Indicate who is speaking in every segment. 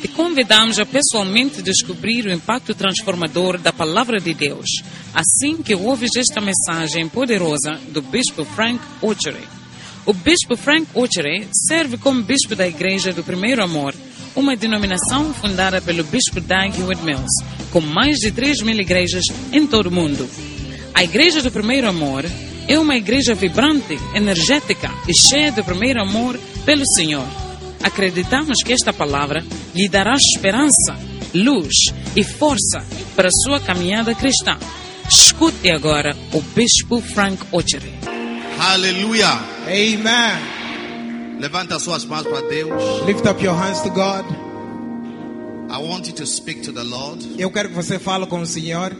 Speaker 1: Te convidamos a pessoalmente descobrir o impacto transformador da Palavra de Deus, assim que ouves esta mensagem poderosa do Bispo Frank Ochery. O Bispo Frank Ochery serve como Bispo da Igreja do Primeiro Amor, uma denominação fundada pelo Bispo Doug Hewitt Mills, com mais de 3 mil igrejas em todo o mundo. A Igreja do Primeiro Amor é uma igreja vibrante, energética e cheia do primeiro amor pelo Senhor. Acreditamos que esta palavra lhe dará esperança, luz e força para a sua caminhada cristã. Escute agora o Bispo Frank Ochery.
Speaker 2: Hallelujah.
Speaker 3: Amen.
Speaker 2: Levanta suas mãos para Deus.
Speaker 3: Lift up your hands to God.
Speaker 2: I want you to speak to the Lord.
Speaker 3: Eu quero que você fale com o Senhor.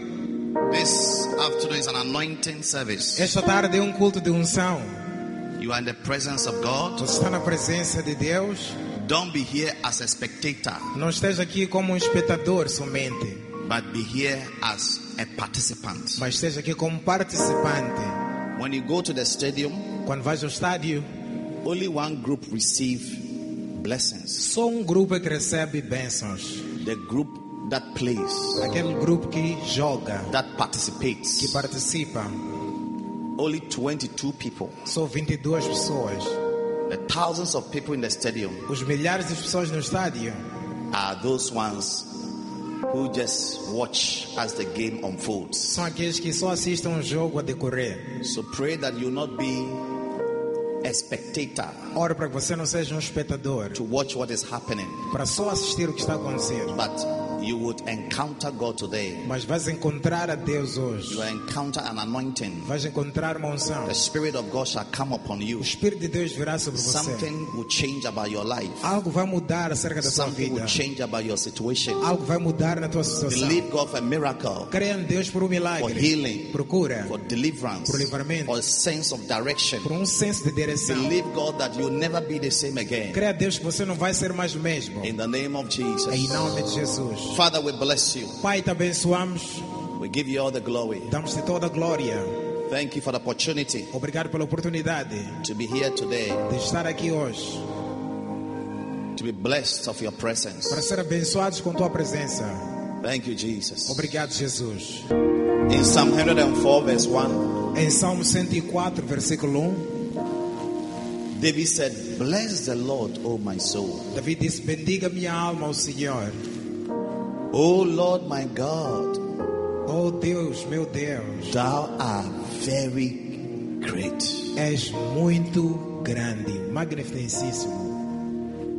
Speaker 2: This afternoon is an anointing service.
Speaker 3: Esta tarde é um culto de unção.
Speaker 2: You are in the presence of God.
Speaker 3: Você está na presença de Deus.
Speaker 2: Don't be here as a spectator,
Speaker 3: Não esteja aqui como um espectador somente,
Speaker 2: but be here as a participant.
Speaker 3: mas esteja aqui como participante.
Speaker 2: When you go to the stadium,
Speaker 3: Quando vais ao estádio,
Speaker 2: only one group receive blessings.
Speaker 3: só um grupo é que recebe bênçãos.
Speaker 2: The group that plays,
Speaker 3: Aquele grupo que joga,
Speaker 2: that
Speaker 3: que
Speaker 2: participates.
Speaker 3: participa,
Speaker 2: Only 22 people.
Speaker 3: só 22 pessoas.
Speaker 2: The thousands of people in the stadium
Speaker 3: Os milhares de pessoas no estádio
Speaker 2: are those ones who just watch as the game unfolds.
Speaker 3: são aqueles que só assistem o jogo a decorrer.
Speaker 2: So pray that you not be a spectator
Speaker 3: Ora para que você não seja um espectador,
Speaker 2: to watch what is happening,
Speaker 3: para só assistir o que está acontecendo.
Speaker 2: but you would encounter God today.
Speaker 3: Mas vais encontrar a Deus
Speaker 2: You
Speaker 3: hoje.
Speaker 2: will encounter an anointing.
Speaker 3: Vais encontrar uma unção.
Speaker 2: The Spirit of God shall come upon
Speaker 3: O
Speaker 2: you.
Speaker 3: Espírito de Deus virá sobre você.
Speaker 2: Something will change about your life.
Speaker 3: Algo vai mudar acerca da sua
Speaker 2: Something
Speaker 3: vida.
Speaker 2: will change about your situation.
Speaker 3: Algo vai mudar na tua situação.
Speaker 2: Believe God for a miracle,
Speaker 3: Creia em Deus por um
Speaker 2: for
Speaker 3: milagre.
Speaker 2: healing,
Speaker 3: Procura
Speaker 2: for deliverance,
Speaker 3: Por livramento.
Speaker 2: for a sense of direction.
Speaker 3: por um senso de direção.
Speaker 2: Believe God that you'll never be the same again.
Speaker 3: Creia a Deus que você não vai ser mais o mesmo.
Speaker 2: In the name of
Speaker 3: Em
Speaker 2: Jesus.
Speaker 3: nome de Jesus.
Speaker 2: Father, we bless you.
Speaker 3: Pai, te abençoamos.
Speaker 2: We give you all the glory.
Speaker 3: Damos-te toda a glória.
Speaker 2: Thank you for the opportunity
Speaker 3: Obrigado pela oportunidade
Speaker 2: to be here today,
Speaker 3: de estar aqui hoje.
Speaker 2: to be blessed of your
Speaker 3: Para
Speaker 2: presence.
Speaker 3: ser abençoados com tua presença.
Speaker 2: Thank you, Jesus.
Speaker 3: Obrigado, Jesus.
Speaker 2: In Psalm 104, verse 1,
Speaker 3: Em Salmo 104, versículo 1.
Speaker 2: David said, Bless the Lord, O my soul.
Speaker 3: Davi disse: Bendiga minha alma ao Senhor.
Speaker 2: O Lord my God,
Speaker 3: Oh Deus, meu Deus,
Speaker 2: thou art very great.
Speaker 3: és muito grande, magnificíssimo,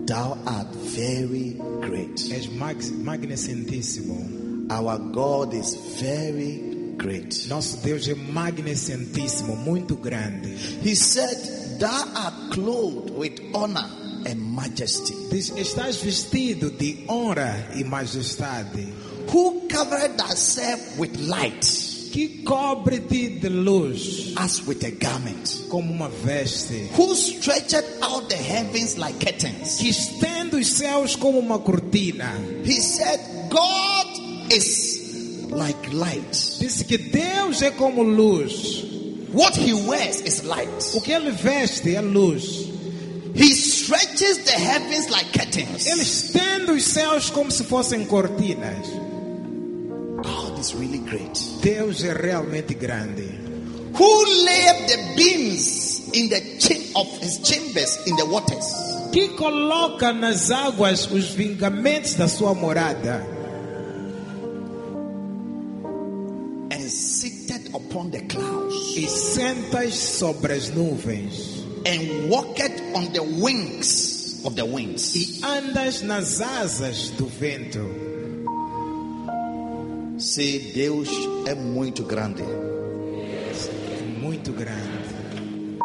Speaker 2: Thou art very great.
Speaker 3: és mag magnificentíssimo.
Speaker 2: Our God is very great.
Speaker 3: Nosso Deus é magnificentíssimo, muito grande.
Speaker 2: He said, Thou art clothed with honor and majesty.
Speaker 3: Diz: Estás vestido de honra e majestade,
Speaker 2: Who covered thyself with light?
Speaker 3: que cobre-te de luz
Speaker 2: as with a garment,
Speaker 3: como uma veste,
Speaker 2: who stretched out the heavens like curtains.
Speaker 3: que estende os céus como uma cortina.
Speaker 2: He said, God is like light.
Speaker 3: Disse que Deus é como luz.
Speaker 2: What he wears is light.
Speaker 3: O que ele veste é luz.
Speaker 2: He stretches the heavens like
Speaker 3: Ele
Speaker 2: curtains.
Speaker 3: estende os céus como se fossem cortinas.
Speaker 2: God is really great.
Speaker 3: Deus é realmente grande.
Speaker 2: Who laid the beams in the cha- of his chambers in the waters?
Speaker 3: Que coloca nas águas os vingamentos da sua morada
Speaker 2: And seated upon the clouds,
Speaker 3: e sentas sobre as nuvens
Speaker 2: and walked on the wings of the winds.
Speaker 3: e andas nas asas do vento.
Speaker 2: Say, Deus é muito grande.
Speaker 3: Muito grande.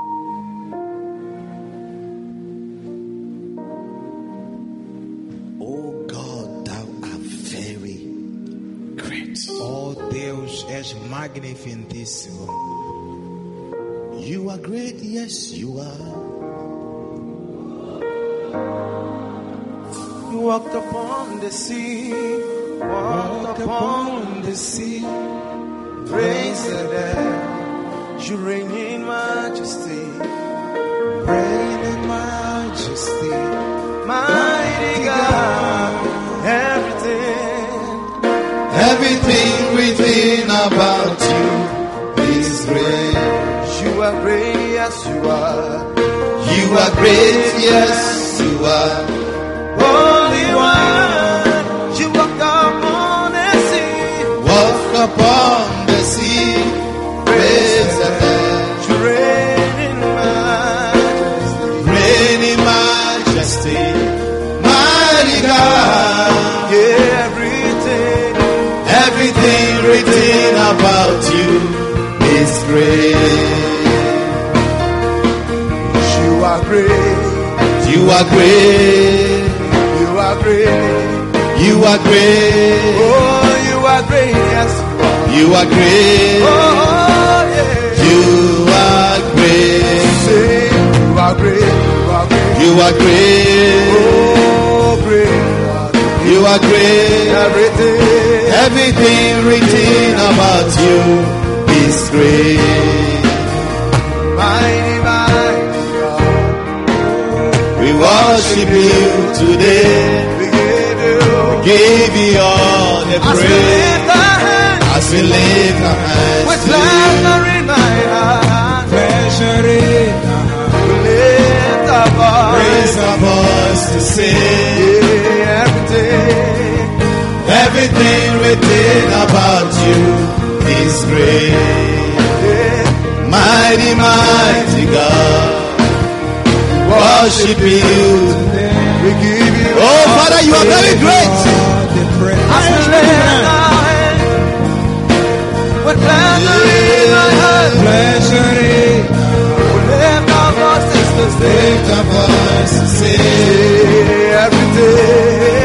Speaker 2: Oh God, thou art very great.
Speaker 3: Oh Deus, és magnificentíssimo.
Speaker 2: You are great, yes, you are.
Speaker 4: You walked upon the sea, walked upon
Speaker 3: the sea,
Speaker 4: praise the dead. You reign in majesty,
Speaker 3: reign in majesty.
Speaker 4: mighty God.
Speaker 5: everything within about you is great. You are great, yes, you are. You are great, yes, you are. Holy One, you walk upon the sea. Walk upon the sea. Praise the Lord. You reign in majesty. Reign in majesty. Mighty God. Yeah, everything. Everything written about you is great. You are great. You are great. You are great. You are great. Oh, you are great. Yes. You are great. Oh, yeah. You are great. Say, you are great. You are great. You are great. Oh, great. You are great. Everything. Everything written about you is great. Mighty, mighty God. We worship you today. We give you, we give you all the praise. As we lift our hands with laughter in my heart,
Speaker 3: Pleasure in our heart.
Speaker 5: we lift our voice,
Speaker 6: Raise our voice to sing
Speaker 5: yeah, every day.
Speaker 6: everything written about you is great.
Speaker 5: Yeah,
Speaker 6: Mighty, mighty God, worship you.
Speaker 5: we give you,
Speaker 6: Oh Father, you are very great.
Speaker 3: All the praise.
Speaker 5: as we lift our hands with laughter in my heart,
Speaker 3: Pleasure in our
Speaker 5: we lift our voices to sing.
Speaker 6: Lift our voice to sing
Speaker 5: Yeah, every day.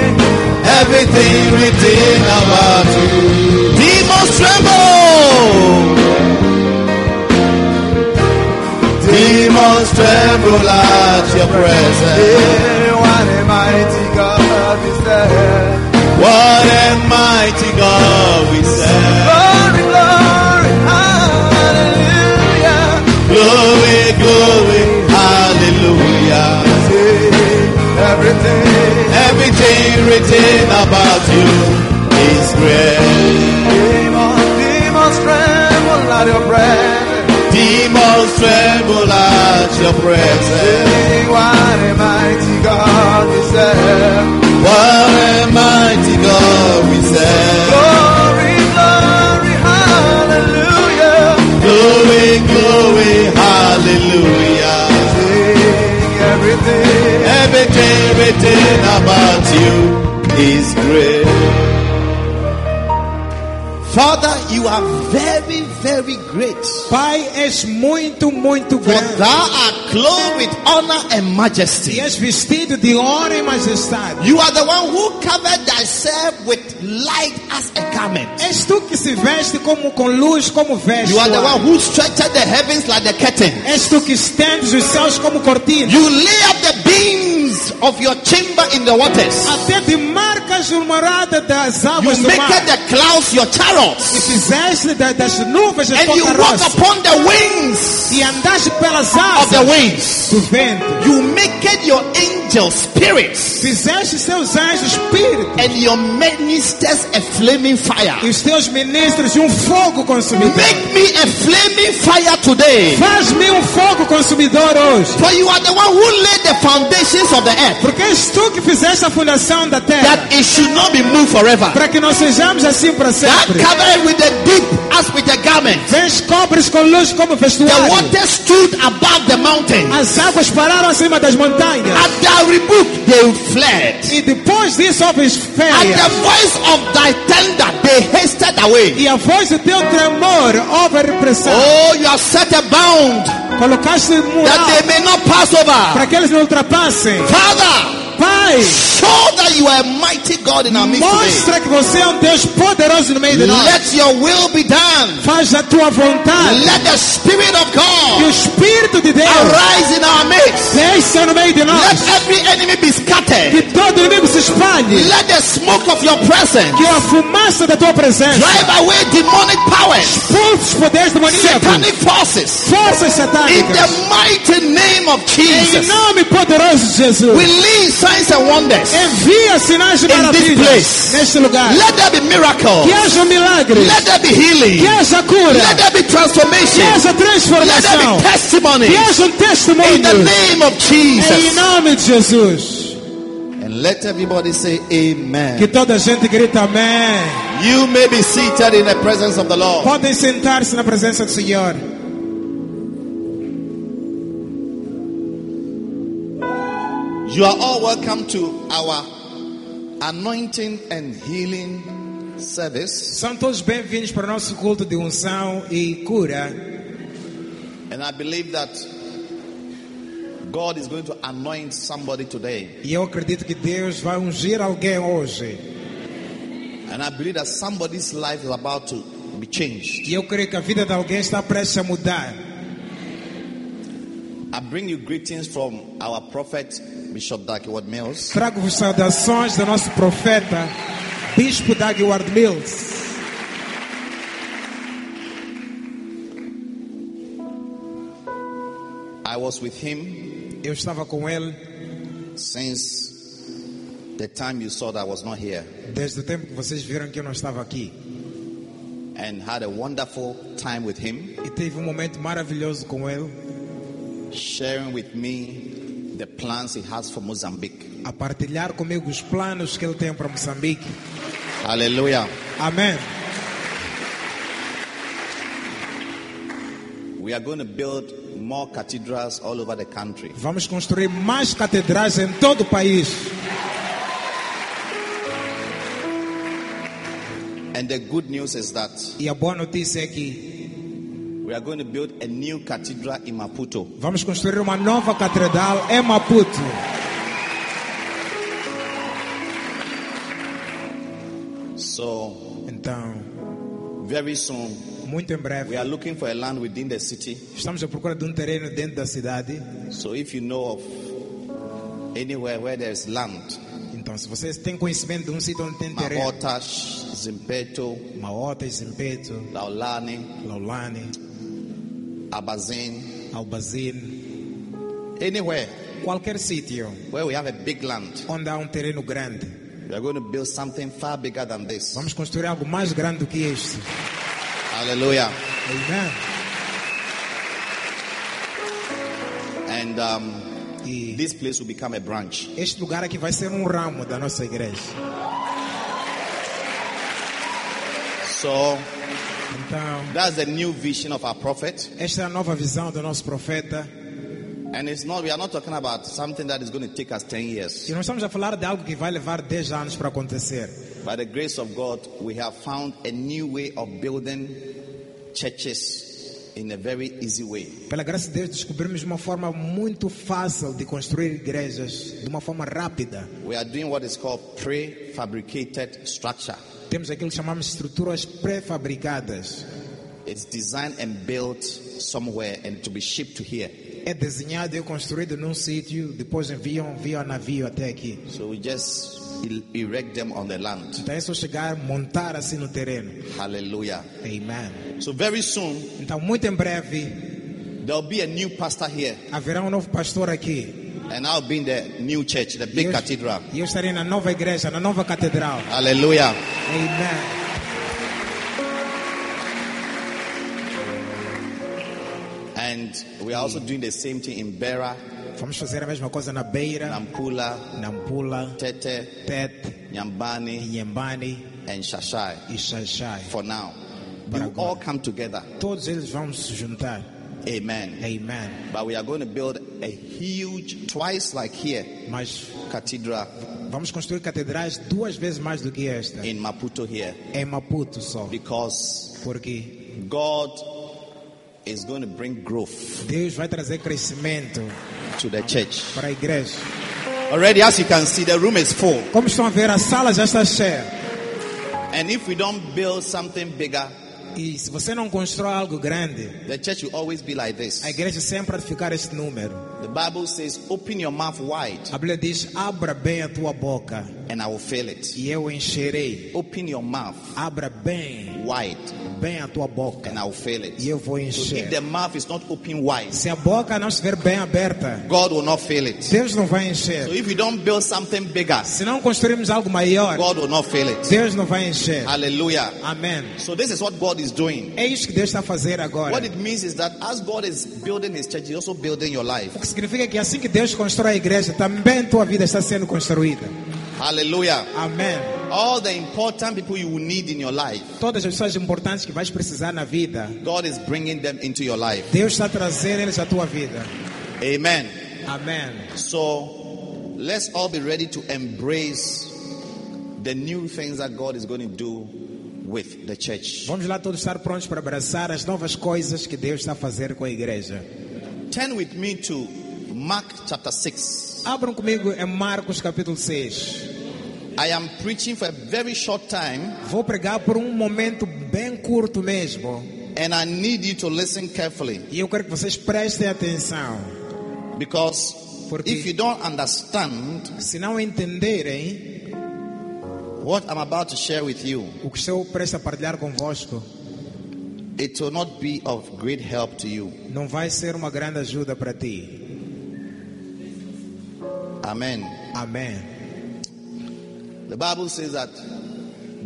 Speaker 6: everything written about you. Demons tremble. Demons tremble at your presence.
Speaker 5: Yeah, what a mighty God is there.
Speaker 6: What a mighty God we serve.
Speaker 5: Glory, glory, hallelujah.
Speaker 6: Glory, glory, hallelujah.
Speaker 5: Yeah, everything.
Speaker 6: Everything written about you is great.
Speaker 5: Demons, demons tremble at your presence.
Speaker 6: Demons tremble at your presence.
Speaker 5: Sing what a mighty God we serve.
Speaker 6: What a mighty God we serve.
Speaker 5: Glory, glory, hallelujah.
Speaker 6: Glory, glory, hallelujah.
Speaker 5: Sing everything.
Speaker 6: Everything written about you is great.
Speaker 2: Father, you are very, very great.
Speaker 3: Pai, és muito, muito
Speaker 2: For
Speaker 3: grande.
Speaker 2: thou art clothed with honor and
Speaker 3: E
Speaker 2: majesty.
Speaker 3: és vestido de honra e majestade.
Speaker 2: You are the one who covered thyself with light as a garment.
Speaker 3: És tu que se veste como com luz, como veste.
Speaker 2: You are the one who stretched the heavens like a curtain.
Speaker 3: És tu que estendes os céus como cortina.
Speaker 2: You lay up the beams of your chamber in the waters.
Speaker 3: Até de marcas o morada das
Speaker 2: You
Speaker 3: águas do
Speaker 2: make
Speaker 3: mar.
Speaker 2: the clouds your
Speaker 3: E
Speaker 2: chariots.
Speaker 3: fizeste da- das nuvens a
Speaker 2: And
Speaker 3: tua
Speaker 2: you walk
Speaker 3: carroça.
Speaker 2: upon the wings
Speaker 3: E andaste pelas
Speaker 2: of
Speaker 3: asas
Speaker 2: the winds.
Speaker 3: do vento.
Speaker 2: You make your angels spirits.
Speaker 3: Fizeste seus anjos espírito.
Speaker 2: and your ministers a flaming fire.
Speaker 3: E os teus ministros de um fogo consumidor.
Speaker 2: Make me a flaming fire today.
Speaker 3: Faz-me um fogo consumidor hoje.
Speaker 2: For you are the one who laid the foundations of the earth
Speaker 3: Porque és tu que fizeste a fundação da terra.
Speaker 2: that it should not be moved forever.
Speaker 3: Para que nós sejamos assim para
Speaker 2: That
Speaker 3: sempre.
Speaker 2: covered with the deep as with a garment.
Speaker 3: Vês cobres com luz como
Speaker 2: The
Speaker 3: vestuário.
Speaker 2: water stood above the mountain.
Speaker 3: As águas pararam acima das montanhas.
Speaker 2: At thy rebuke they fled.
Speaker 3: E depois disso houve
Speaker 2: At
Speaker 3: férias.
Speaker 2: the voice of thy thunder they hasted away.
Speaker 3: E a voz do teu tremor houve repressão.
Speaker 2: Oh, you have set a bound
Speaker 3: Colocaste
Speaker 2: Oh. that
Speaker 3: mural
Speaker 2: they may not pass over.
Speaker 3: para que eles não ultrapassem.
Speaker 2: Father,
Speaker 3: Pai,
Speaker 2: show that you are a mighty God in our midst today.
Speaker 3: mostra que você é um Deus poderoso no meio de nós.
Speaker 2: Let your will be done.
Speaker 3: Faz a tua vontade.
Speaker 2: Let the Spirit of
Speaker 3: Que o
Speaker 2: God
Speaker 3: Espírito de Deus
Speaker 2: arise in our midst.
Speaker 3: desça no meio de
Speaker 2: Let
Speaker 3: nós.
Speaker 2: every enemy be
Speaker 3: Que
Speaker 2: scattered.
Speaker 3: todo inimigo se verdade.
Speaker 6: Let the smoke of your presence
Speaker 3: Que a fumaça da tua presença
Speaker 6: drive away demonic powers,
Speaker 3: expulse poderes demoníacos,
Speaker 6: satanic forces.
Speaker 3: forças
Speaker 6: In the
Speaker 3: satânicas.
Speaker 6: mighty name of
Speaker 3: Em
Speaker 6: Jesus,
Speaker 3: nome poderoso de Jesus,
Speaker 6: release signs and wonders.
Speaker 3: envia sinais de
Speaker 6: In this
Speaker 3: maravilhas
Speaker 6: place.
Speaker 3: neste lugar.
Speaker 6: Let there be
Speaker 3: Que
Speaker 6: miracles.
Speaker 3: haja milagres,
Speaker 6: Let there be
Speaker 3: que
Speaker 6: healing.
Speaker 3: haja
Speaker 6: Let
Speaker 3: cura,
Speaker 6: there
Speaker 3: que
Speaker 6: be transformation.
Speaker 3: haja
Speaker 6: Let there
Speaker 3: transformação,
Speaker 6: be testimony.
Speaker 3: que haja um
Speaker 6: In the
Speaker 3: testemunho.
Speaker 6: name of
Speaker 3: Em
Speaker 6: Jesus.
Speaker 3: nome de Jesus.
Speaker 6: And let everybody say amen.
Speaker 3: Que toda a gente grita amém.
Speaker 6: You may be seated in the presence of the Lord.
Speaker 3: Podem sentar-se na presença do Senhor.
Speaker 6: You are all welcome to our anointing and healing service.
Speaker 3: São todos bem-vindos para o nosso culto de unção e cura.
Speaker 6: And I believe that God is going to anoint somebody today.
Speaker 3: E eu acredito que Deus vai ungir alguém hoje.
Speaker 6: And I believe that somebody's life is about to be changed.
Speaker 3: E eu creio que a vida de alguém está prestes a mudar.
Speaker 6: I bring you greetings from our prophet, Bishop Dakiwad Mills.
Speaker 3: Trago-vos saudações do nosso profeta, Bispo Doug Ward Mills.
Speaker 6: I was with him
Speaker 3: Eu estava com ele
Speaker 6: since the time you saw that I was not here
Speaker 3: desde o tempo que vocês viram que eu não estava aqui.
Speaker 6: and had a wonderful time with him.
Speaker 3: E teve um momento maravilhoso com ele,
Speaker 6: sharing with me the plans he has for Mozambique.
Speaker 3: a partilhar comigo os planos que ele tem para Moçambique.
Speaker 6: Hallelujah.
Speaker 3: Amém.
Speaker 6: We are going to build more cathedrals all over the country.
Speaker 3: Vamos construir mais catedrais em todo o país.
Speaker 6: And the good news is that
Speaker 3: E a boa notícia é que
Speaker 6: we are going to build a new cathedral in Maputo.
Speaker 3: vamos construir uma nova catedral em Maputo.
Speaker 6: So,
Speaker 3: Então,
Speaker 6: very soon,
Speaker 3: muito em
Speaker 6: we
Speaker 3: breve,
Speaker 6: are looking for a land within the city.
Speaker 3: estamos à procura de um terreno dentro da cidade.
Speaker 6: So, if you know of anywhere where there is land,
Speaker 3: Então, se vocês têm conhecimento de um sítio onde tem terreno,
Speaker 6: Mabotash, Zimpeto,
Speaker 3: Maota, Zimpeto,
Speaker 6: Laolani,
Speaker 3: Laulane,
Speaker 6: Abazin,
Speaker 3: Albazine,
Speaker 6: anywhere
Speaker 3: qualquer sítio
Speaker 6: where we have a big land,
Speaker 3: onde há um terreno grande,
Speaker 6: we are going to build something far bigger than this.
Speaker 3: vamos construir algo mais grande do que este.
Speaker 6: Hallelujah.
Speaker 3: Amém?
Speaker 6: And um,
Speaker 3: E
Speaker 6: this place will become a branch.
Speaker 3: este lugar aqui vai ser um ramo da nossa igreja.
Speaker 6: So
Speaker 3: Então,
Speaker 6: that's the new vision of our prophet.
Speaker 3: Esta é a nova visão do nosso profeta.
Speaker 6: And it's not, we are not talking about something that is going to take us 10
Speaker 3: E
Speaker 6: years.
Speaker 3: nós estamos a falar de algo que vai levar 10 anos para acontecer.
Speaker 6: By the grace of God, we have found a new way of building churches in a very easy way.
Speaker 3: Pela graça de Deus, descobrimos uma forma muito fácil de construir igrejas, de uma forma rápida.
Speaker 6: We are doing what is called prefabricated structure.
Speaker 3: Temos aquilo que chamamos de estruturas pré-fabricadas.
Speaker 6: It's designed and built somewhere and to be shipped to here.
Speaker 3: É desenhado e construído num sítio, depois enviam via navio até aqui.
Speaker 6: So we just e- erect them on the land.
Speaker 3: Então é só chegar, montar assim no terreno.
Speaker 6: Hallelujah.
Speaker 3: Amen.
Speaker 6: So very soon,
Speaker 3: Então, muito em breve,
Speaker 6: There'll be a new pastor here,
Speaker 3: haverá um novo pastor aqui.
Speaker 6: and I'll be in the new church, the
Speaker 3: E
Speaker 6: big
Speaker 3: eu,
Speaker 6: cathedral.
Speaker 3: e eu estarei na nova igreja, na nova catedral.
Speaker 6: Hallelujah.
Speaker 3: Amen.
Speaker 6: And we are also doing the same thing in Bera,
Speaker 3: Vamos fazer a mesma coisa na Beira,
Speaker 6: Nampula,
Speaker 3: Nampula,
Speaker 6: Tete,
Speaker 3: Tete,
Speaker 6: Nyambani,
Speaker 3: Inhambane
Speaker 6: and Shashai
Speaker 3: e Xaxai.
Speaker 6: for now. We will all come together.
Speaker 3: Todos eles vão se juntar.
Speaker 6: Amen.
Speaker 3: Amen.
Speaker 6: But we are going to build a huge, twice like here,
Speaker 3: Mas
Speaker 6: cathedral
Speaker 3: vamos construir catedrais duas vezes mais do que esta.
Speaker 6: in Maputo here
Speaker 3: Em Maputo só.
Speaker 6: because
Speaker 3: Porque
Speaker 6: God is going to bring growth
Speaker 3: Deus vai trazer crescimento
Speaker 6: to the church.
Speaker 3: para a igreja.
Speaker 6: Already, as you can see, the room is full.
Speaker 3: Como estão a ver, a sala já está cheia.
Speaker 6: And if we don't build something bigger,
Speaker 3: E se você não constrói algo grande,
Speaker 2: The church will always be like this.
Speaker 3: a igreja sempre há de ficar esse número.
Speaker 2: The Bible says, Open your mouth wide
Speaker 3: A Bíblia diz: abra bem a tua boca
Speaker 2: and I will fill it.
Speaker 3: e eu encherei.
Speaker 2: Open your mouth
Speaker 3: Abra bem,
Speaker 2: wide
Speaker 3: bem a tua boca
Speaker 2: and I will fill
Speaker 3: e
Speaker 2: it.
Speaker 3: eu vou
Speaker 2: So if
Speaker 3: encher.
Speaker 2: the mouth is not open wide,
Speaker 3: Se a boca não estiver bem aberta,
Speaker 2: God will not fill it. So
Speaker 3: Deus não vai encher.
Speaker 2: if you don't build something bigger,
Speaker 3: Se não construirmos algo maior,
Speaker 2: God will not fill it.
Speaker 3: Deus não vai encher.
Speaker 2: Hallelujah.
Speaker 3: Amém.
Speaker 2: So this is what God is doing.
Speaker 3: É isso que Deus está a fazer agora.
Speaker 2: What it means is that as God is building his church, he's also building your life.
Speaker 3: O que significa que assim que Deus constrói a igreja, também tua vida está sendo construída.
Speaker 2: Hallelujah.
Speaker 3: Amém.
Speaker 2: All the important people you will need in your life,
Speaker 3: Todas as pessoas importantes que vais precisar na vida,
Speaker 2: God is bringing them into your life.
Speaker 3: Deus está trazendo eles à tua vida.
Speaker 2: Amen.
Speaker 3: Amém.
Speaker 2: So let's all be ready to embrace the new things that God is going to do with the church.
Speaker 3: Vamos lá todos estar prontos para abraçar as novas coisas que Deus está a fazer com a igreja.
Speaker 2: Turn with me to Mark chapter 6.
Speaker 3: Abram comigo em Marcos capítulo 6.
Speaker 2: I am preaching for a very short time
Speaker 3: Vou pregar por um momento bem curto mesmo.
Speaker 2: and I need you to listen carefully
Speaker 3: E eu quero que vocês prestem atenção.
Speaker 2: because
Speaker 3: Porque-
Speaker 2: if you don't understand
Speaker 3: Se não entenderem
Speaker 2: what I'm about to share with you,
Speaker 3: o que estou prestes a partilhar convosco,
Speaker 2: it will not be of great help to you.
Speaker 3: não vai ser uma grande ajuda para ti.
Speaker 2: Amen.
Speaker 3: Amém.
Speaker 2: The Bible says that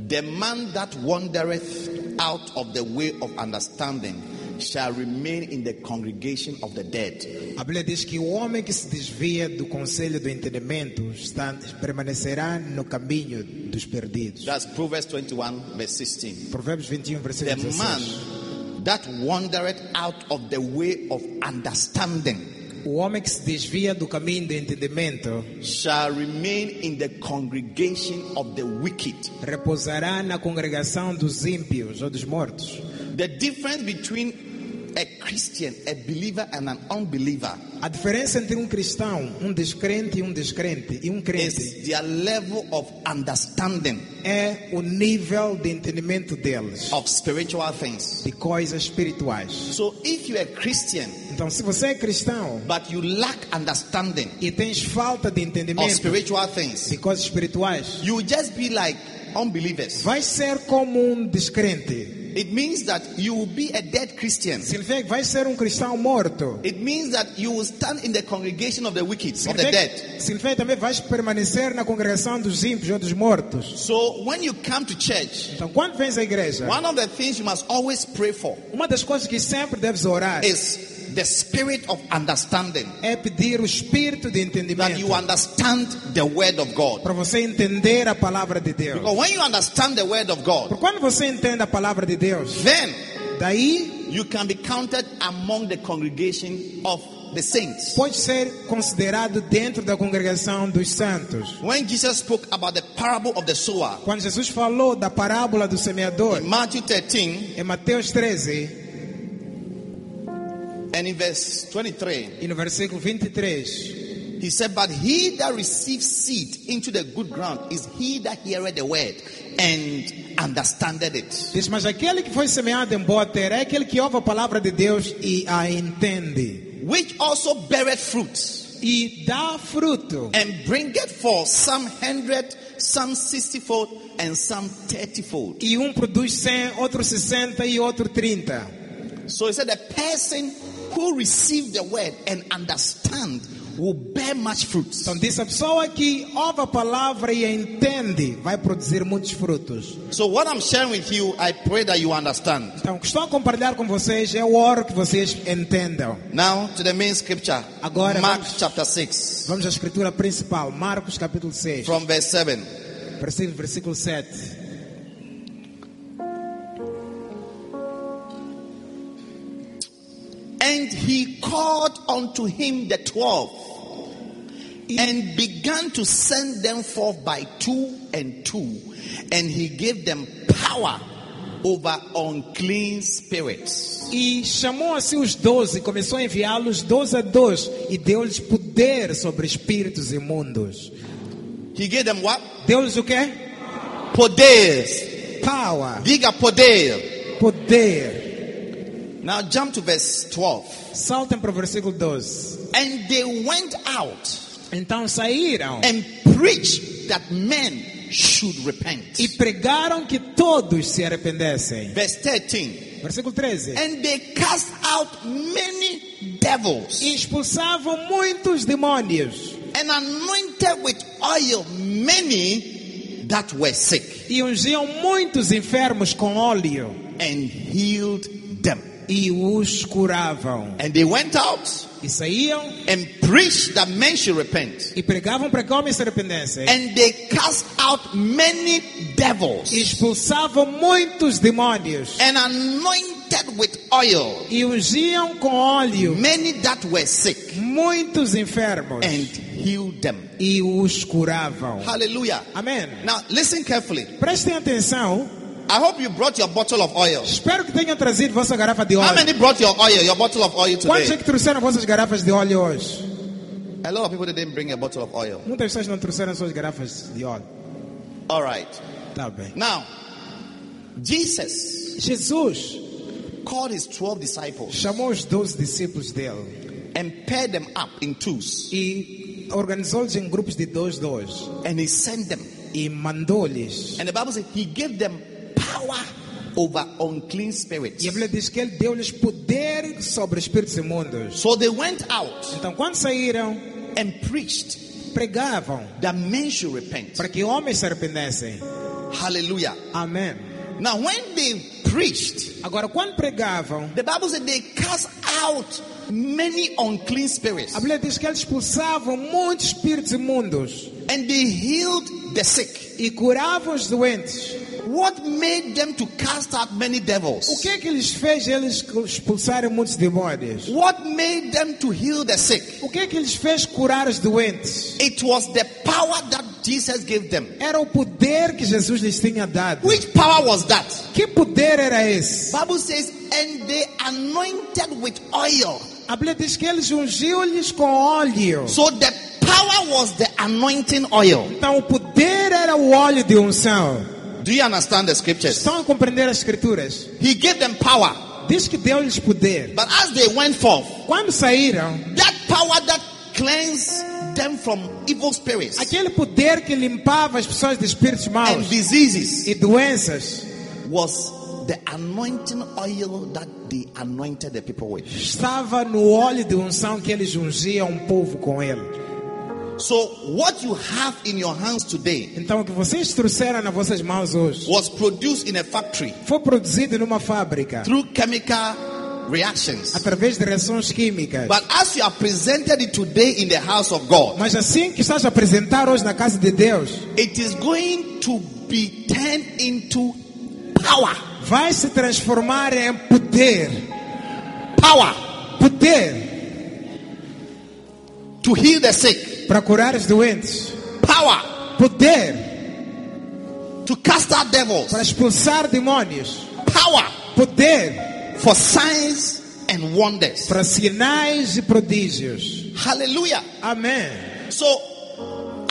Speaker 2: the man that wandereth out of the way of understanding shall remain in the congregation of the dead.
Speaker 3: A Bíblia diz que o homem que se desvia do conselho do entendimento está, permanecerá no caminho dos perdidos.
Speaker 2: That's Proverbs 21, verse 16.
Speaker 3: Provérbios 21,
Speaker 2: The
Speaker 3: versículo 16.
Speaker 2: man that wandereth out of the way of understanding
Speaker 3: O homem que se desvia do caminho do entendimento
Speaker 2: shall remain in the congregation of the wicked.
Speaker 3: repousará na congregação dos ímpios ou dos mortos.
Speaker 2: The difference between a Christian, a believer, and an unbeliever
Speaker 3: A diferença entre um cristão, um descrente e um descrente e um crente
Speaker 2: is their level of understanding
Speaker 3: é o nível de entendimento deles
Speaker 2: of spiritual things.
Speaker 3: de coisas espirituais.
Speaker 2: So if you're a Christian
Speaker 3: Então, se você é cristão
Speaker 2: but you lack understanding
Speaker 3: e tens falta de
Speaker 2: of
Speaker 3: entendimento
Speaker 2: spiritual
Speaker 3: de
Speaker 2: things,
Speaker 3: coisas espirituais,
Speaker 2: you will just be like unbelievers.
Speaker 3: vai ser como um descrente.
Speaker 2: It means that you will be a dead Christian.
Speaker 3: Significa que vai ser um cristão morto.
Speaker 2: It means that you will stand in the congregation of the wicked, of the dead.
Speaker 3: Significa, significa que também vais permanecer na congregação dos ímpios ou dos mortos.
Speaker 2: So when you come to church,
Speaker 3: Então, quando vens à igreja,
Speaker 2: one of the things you must always pray for
Speaker 3: uma das coisas que sempre deves orar
Speaker 2: is the spirit of understanding.
Speaker 3: é pedir o espírito de
Speaker 2: That you
Speaker 3: entendimento
Speaker 2: understand the word of God.
Speaker 3: para você entender a palavra de Deus.
Speaker 2: Because when you understand the word of
Speaker 3: Porque
Speaker 2: God,
Speaker 3: quando você entende a palavra de Deus,
Speaker 2: then
Speaker 3: daí
Speaker 2: you can be counted among the congregation of the saints.
Speaker 3: pode ser considerado dentro da congregação dos santos.
Speaker 2: When Jesus spoke about the parable of the sower
Speaker 3: Quando Jesus falou da parábola do semeador,
Speaker 2: in Matthew 13
Speaker 3: em Mateus 13,
Speaker 2: and in verse 23,
Speaker 3: e no versículo 23,
Speaker 2: he said, But he that receives seed into the good ground is he that heareth the word and understandeth it.
Speaker 3: diz: Mas aquele que foi semeado em boa terra é aquele que ouve a palavra de Deus e a entende,
Speaker 2: Which also beareth fruit
Speaker 3: e dá fruto,
Speaker 2: and bringeth forth some hundred, some sixtyfold, and some thirtyfold.
Speaker 3: e um produz 100, outro 60 e outro 30.
Speaker 2: So he said, The person who received the word and understand will bear much fruit.
Speaker 3: Então, diz a pessoa que ouve a palavra e a entende, vai produzir muitos frutos.
Speaker 2: So what I'm sharing with you, I pray that you understand.
Speaker 3: Então, o que estou a compartilhar com vocês, eu oro que vocês entendam.
Speaker 2: Now to the main scripture.
Speaker 3: Agora
Speaker 2: Mark
Speaker 3: vamos-
Speaker 2: chapter 6
Speaker 3: Vamos à escritura principal, Marcos capítulo 6,
Speaker 2: from verse 7.
Speaker 3: versículo, versículo 7.
Speaker 2: And he called unto him the twelve and began to send them forth by two and two. And he gave them power over unclean spirits.
Speaker 3: E chamou a si os doze, começou a enviá-los doze a dois, e deu-lhes poder sobre espíritos imundos.
Speaker 2: He gave them what?
Speaker 3: Deu-lhes o quê?
Speaker 2: Poder.
Speaker 3: Power.
Speaker 2: Diga poder.
Speaker 3: poder.
Speaker 2: Now jump to verse 12.
Speaker 3: Saltem para o versículo 12.
Speaker 2: And they went out
Speaker 3: Então saíram
Speaker 2: and preached that men should repent.
Speaker 3: e pregaram que todos se arrependessem.
Speaker 2: Verse 13.
Speaker 3: Versículo 13.
Speaker 2: And they cast out many devils
Speaker 3: E expulsavam muitos demônios
Speaker 2: and anointed with oil many that were sick
Speaker 3: e ungiam muitos enfermos com óleo
Speaker 2: and healed them.
Speaker 3: e os curavam.
Speaker 2: And they went out
Speaker 3: E saíam
Speaker 2: and preached that men should repent.
Speaker 3: e pregavam para que homens se arrependessem.
Speaker 2: And they cast out many devils
Speaker 3: E expulsavam muitos demônios
Speaker 2: and anointed with oil
Speaker 3: e ungiam com óleo
Speaker 2: many that were sick
Speaker 3: muitos enfermos
Speaker 2: and healed them.
Speaker 3: e os curavam.
Speaker 2: Hallelujah.
Speaker 3: Amém.
Speaker 2: Now listen carefully.
Speaker 3: Prestem atenção.
Speaker 2: I hope you brought your bottle of oil.
Speaker 3: Espero que tenham trazido vossa garrafa de
Speaker 2: How
Speaker 3: óleo.
Speaker 2: many brought your oil, your bottle of oil
Speaker 3: Quantos é
Speaker 2: today?
Speaker 3: que trouxeram vossas garrafas de óleo hoje?
Speaker 2: A lot of people didn't bring a bottle of oil.
Speaker 3: Muitas pessoas não trouxeram suas garrafas de óleo.
Speaker 2: All right.
Speaker 3: Tá bem.
Speaker 2: Now, Jesus
Speaker 3: Jesus
Speaker 2: called his 12 disciples
Speaker 3: chamou os doze discípulos dele
Speaker 2: and paired them up in twos
Speaker 3: e organizou-lhes em grupos de dois, dois.
Speaker 2: and he sent them.
Speaker 3: E mandou-lhes.
Speaker 2: And the Bible says he gave them power over unclean spirits.
Speaker 3: E a Bíblia diz que ele deu-lhes poder sobre espíritos imundos.
Speaker 2: So they went out
Speaker 3: Então, quando saíram,
Speaker 2: and preached
Speaker 3: pregavam
Speaker 2: that men should repent.
Speaker 3: para que homens se arrependessem.
Speaker 2: Hallelujah.
Speaker 3: Amém.
Speaker 2: Now, when they preached,
Speaker 3: Agora, quando pregavam,
Speaker 2: the Bible said they cast out many unclean spirits
Speaker 3: a Bíblia diz que eles expulsavam muitos espíritos imundos.
Speaker 2: and they healed the sick.
Speaker 3: e curava os doentes.
Speaker 2: What made them to cast out many
Speaker 3: O
Speaker 2: devils?
Speaker 3: que é que lhes fez eles expulsarem muitos demônios?
Speaker 2: What made them to heal the sick?
Speaker 3: O que é que lhes fez curar os doentes?
Speaker 2: It was the power that Jesus gave them.
Speaker 3: Era o poder que Jesus lhes tinha dado.
Speaker 2: Which power was that?
Speaker 3: Que poder era esse?
Speaker 2: Bible says, and they anointed with oil.
Speaker 3: A Bíblia diz que eles ungiu-lhes com óleo.
Speaker 2: So the power was the anointing oil.
Speaker 3: Então o poder era o óleo de unção.
Speaker 2: Do you understand the scriptures?
Speaker 3: Estão a compreender as escrituras?
Speaker 2: He gave them power.
Speaker 3: Diz que deu-lhes poder.
Speaker 2: But as they went forth,
Speaker 3: Quando saíram,
Speaker 2: That power that cleansed them from evil spirits
Speaker 3: aquele poder que limpava as pessoas de espíritos
Speaker 2: and
Speaker 3: maus
Speaker 2: diseases
Speaker 3: e doenças
Speaker 2: was the anointing oil that they anointed the people with.
Speaker 3: estava no óleo de unção que eles ungiam um povo com ele.
Speaker 2: So, what you have in your hands today
Speaker 3: Então o que vocês trouxeram nas vossas mãos hoje
Speaker 2: was produced in a factory
Speaker 3: foi produzido numa fábrica
Speaker 2: through chemical reactions.
Speaker 3: através de reações químicas.
Speaker 2: But as you are presented it today in the house of God,
Speaker 3: Mas assim que estás a apresentar hoje na casa de Deus,
Speaker 2: it is going to be turned into power.
Speaker 3: vai se transformar em poder,
Speaker 2: Power
Speaker 3: poder
Speaker 2: to heal the sick,
Speaker 3: para curar os doentes,
Speaker 2: power
Speaker 3: poder
Speaker 2: to cast out
Speaker 3: para
Speaker 2: devils,
Speaker 3: expulsar demônios,
Speaker 2: power
Speaker 3: poder
Speaker 2: for signs and wonders.
Speaker 3: para sinais e prodígios.
Speaker 2: Hallelujah.
Speaker 3: Amém.
Speaker 2: So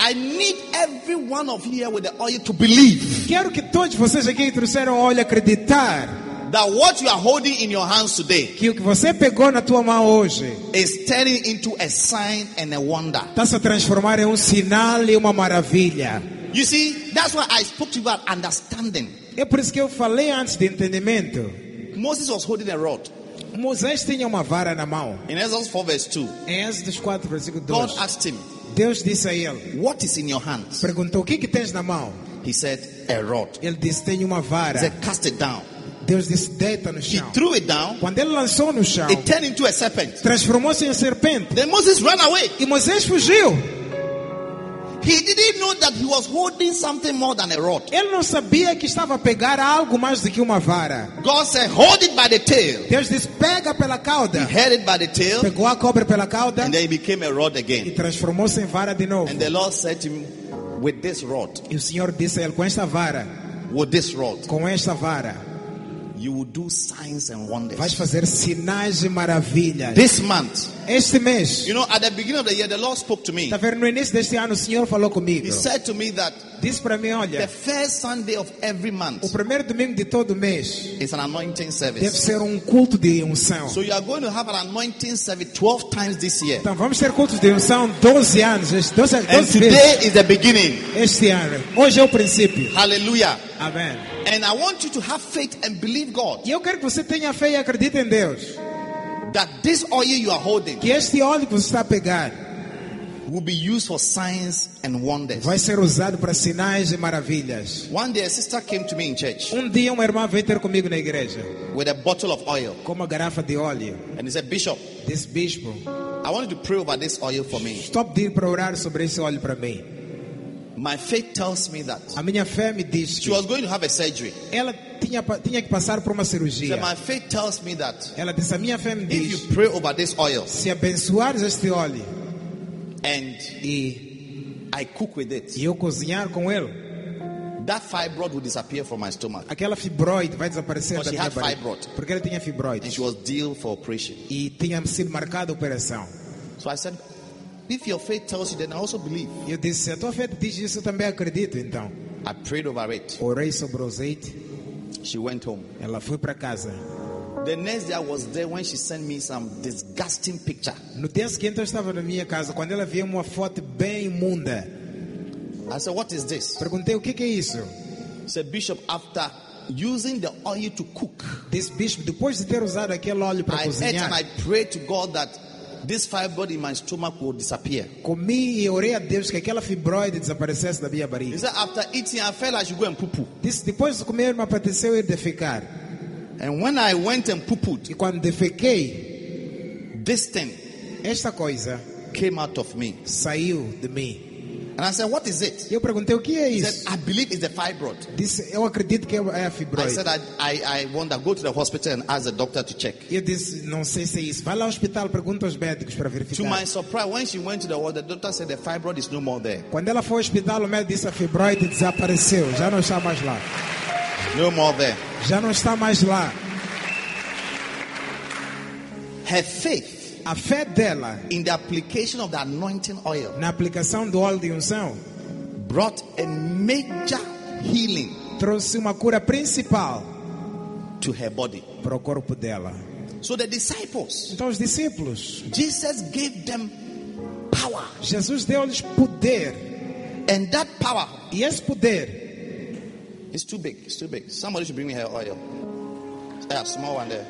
Speaker 2: I need every one of you here with the oil to believe
Speaker 3: Quero que todos vocês aqui que trouxeram óleo acreditar
Speaker 2: that what you are holding in your hands today
Speaker 3: que o que você pegou na tua mão hoje
Speaker 2: is turning into a sign and a wonder.
Speaker 3: está se a transformar em um sinal e uma maravilha.
Speaker 2: You see, that's why I spoke to you about understanding.
Speaker 3: É por isso que eu falei antes de entendimento.
Speaker 2: Moses was holding a rod
Speaker 3: Moisés tinha uma vara na mão.
Speaker 2: in Exodus 4, verse 2.
Speaker 3: Em Êxodo 4, versículo
Speaker 2: God
Speaker 3: 2.
Speaker 2: asked him,
Speaker 3: Deus disse a ele,
Speaker 2: What is in your hands?
Speaker 3: perguntou, o que que tens na mão?
Speaker 2: He said, A rod.
Speaker 3: Ele disse, tenho uma
Speaker 2: He
Speaker 3: vara.
Speaker 2: said, Cast it down.
Speaker 3: Deus disse, deita no
Speaker 2: He
Speaker 3: chão.
Speaker 2: threw it down,
Speaker 3: Quando ele lançou no chão,
Speaker 2: it turned into a serpent.
Speaker 3: transformou-se em serpente.
Speaker 2: Then Moses ran away.
Speaker 3: E Moisés fugiu.
Speaker 2: He didn't know that he was holding something more than a rod.
Speaker 3: Ele não sabia que estava a pegar algo mais do que uma vara.
Speaker 2: God said, Hold it by the tail.
Speaker 3: Deus disse, pega pela cauda.
Speaker 2: He held it by the tail,
Speaker 3: Pegou a cobra pela cauda
Speaker 2: and then it became a rod
Speaker 3: e
Speaker 2: again.
Speaker 3: transformou-se em vara de novo.
Speaker 2: And the Lord said to him, With this rod,
Speaker 3: E o Senhor disse a ele: com esta vara,
Speaker 2: with this rod,
Speaker 3: com esta vara,
Speaker 2: you will do signs and wonders.
Speaker 3: Vais fazer sinais e maravilhas.
Speaker 2: This month,
Speaker 3: Este mês,
Speaker 2: you know, at the beginning of the year, the Lord spoke to me.
Speaker 3: está vendo? No início deste ano, o Senhor falou comigo.
Speaker 2: He said to me that
Speaker 3: Disse para mim:
Speaker 2: the
Speaker 3: olha,
Speaker 2: first Sunday of every month
Speaker 3: o primeiro domingo de todo mês
Speaker 2: is an anointing
Speaker 3: deve
Speaker 2: service.
Speaker 3: ser um culto de unção.
Speaker 2: So you are going to have an anointing service 12 times this year.
Speaker 3: Então vamos ter cultos de unção 12 anos, este- 12,
Speaker 2: And
Speaker 3: 12 vezes
Speaker 2: today is the beginning.
Speaker 3: este ano. Hoje é o princípio.
Speaker 2: Hallelujah.
Speaker 3: Amém.
Speaker 2: And I want you to have faith and believe God
Speaker 3: E eu quero que você tenha fé e acredite em Deus.
Speaker 2: that this oil you are holding
Speaker 3: Que este óleo que você está a pegar
Speaker 2: will be used for signs and wonders.
Speaker 3: vai ser usado para sinais e maravilhas.
Speaker 2: One day a sister came to me in church
Speaker 3: Um dia uma irmã veio ter comigo na igreja
Speaker 2: with a bottle of oil
Speaker 3: com uma garrafa de óleo.
Speaker 2: and he said, Bishop,
Speaker 3: Disse, bispo,
Speaker 2: I want you to pray over this oil for me.
Speaker 3: estou a pedir para orar sobre esse óleo para mim.
Speaker 2: My faith tells me that.
Speaker 3: A minha fé me diz
Speaker 2: She
Speaker 3: que
Speaker 2: was going to have a surgery.
Speaker 3: ela tinha, pa- tinha que passar por uma
Speaker 2: She
Speaker 3: cirurgia.
Speaker 2: said, My faith tells me that
Speaker 3: Ela disse, a minha fé me
Speaker 2: if
Speaker 3: diz,
Speaker 2: you pray over this oil
Speaker 3: se abençoares este óleo
Speaker 2: and
Speaker 3: e,
Speaker 2: I cook with it,
Speaker 3: e eu cozinhar com ele,
Speaker 2: that fibroid will disappear from my stomach.
Speaker 3: aquela fibroide vai desaparecer
Speaker 2: But
Speaker 3: da
Speaker 2: she
Speaker 3: minha
Speaker 2: had
Speaker 3: barriga.
Speaker 2: fibroid.
Speaker 3: Porque ela tinha
Speaker 2: And
Speaker 3: fibroide
Speaker 2: she was due for operation.
Speaker 3: e tinha sido marcada a operação.
Speaker 2: So I said, If your faith tells you, then I also believe.
Speaker 3: E Eu disse, se a tua fé te diz isso, eu também acredito. Então,
Speaker 2: I prayed over it.
Speaker 3: orei sobre o azeite,
Speaker 2: She went home.
Speaker 3: ela foi para casa.
Speaker 2: The next day I was there when she sent me some disgusting picture.
Speaker 3: No dia seguinte eu estava na minha casa, quando ela viu uma foto bem imunda,
Speaker 2: I said, What is this?
Speaker 3: perguntei o que que é isso?
Speaker 2: She said, Bishop, after using the oil to cook,
Speaker 3: Disse, bispo, depois de ter usado aquele óleo para
Speaker 2: I ate and I
Speaker 3: cozinhar,
Speaker 2: prayed to God that this fibroid in my stomach will disappear.
Speaker 3: comi e orei a Deus que aquela fibroide desaparecesse da minha
Speaker 2: He
Speaker 3: barriga.
Speaker 2: said, After eating, I felt I should go and poo poo.
Speaker 3: Disse, depois de comer, me apeteceu ir defecar.
Speaker 2: And when I went and poo pooed,
Speaker 3: E quando defequei,
Speaker 2: this thing
Speaker 3: esta coisa
Speaker 2: came out of me.
Speaker 3: saiu de mim.
Speaker 2: And I said, What is it?
Speaker 3: E eu perguntei, o que é
Speaker 2: He
Speaker 3: isso?
Speaker 2: said, I believe it's the fibroid.
Speaker 3: Disse, eu acredito que é a
Speaker 2: I
Speaker 3: fibroide.
Speaker 2: said, I, I, I wonder, go to the hospital and ask the doctor to check.
Speaker 3: E eu disse, não sei se é isso. Vai lá ao hospital, pergunta aos médicos para
Speaker 2: To my
Speaker 3: verificar.
Speaker 2: surprise, when she went to the ward, the doctor said the fibroid is no more there.
Speaker 3: Quando ela foi ao hospital, o médico disse, a fibroide desapareceu. Já não está mais lá.
Speaker 2: No more there.
Speaker 3: já não está mais lá.
Speaker 2: Her faith
Speaker 3: A fé dela
Speaker 2: in the application of the anointing oil
Speaker 3: na aplicação do óleo de unção
Speaker 2: brought a major healing
Speaker 3: trouxe uma cura principal
Speaker 2: to her body.
Speaker 3: para o corpo dela.
Speaker 2: So the disciples,
Speaker 3: Então, os discípulos,
Speaker 2: Jesus gave them power,
Speaker 3: Jesus deu-lhes poder.
Speaker 2: and that power
Speaker 3: E esse poder,
Speaker 2: is too big. It's too big. Somebody should bring me her oil. Yeah, small one there.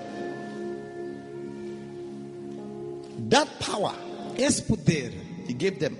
Speaker 2: That power
Speaker 3: esse poder
Speaker 2: he gave them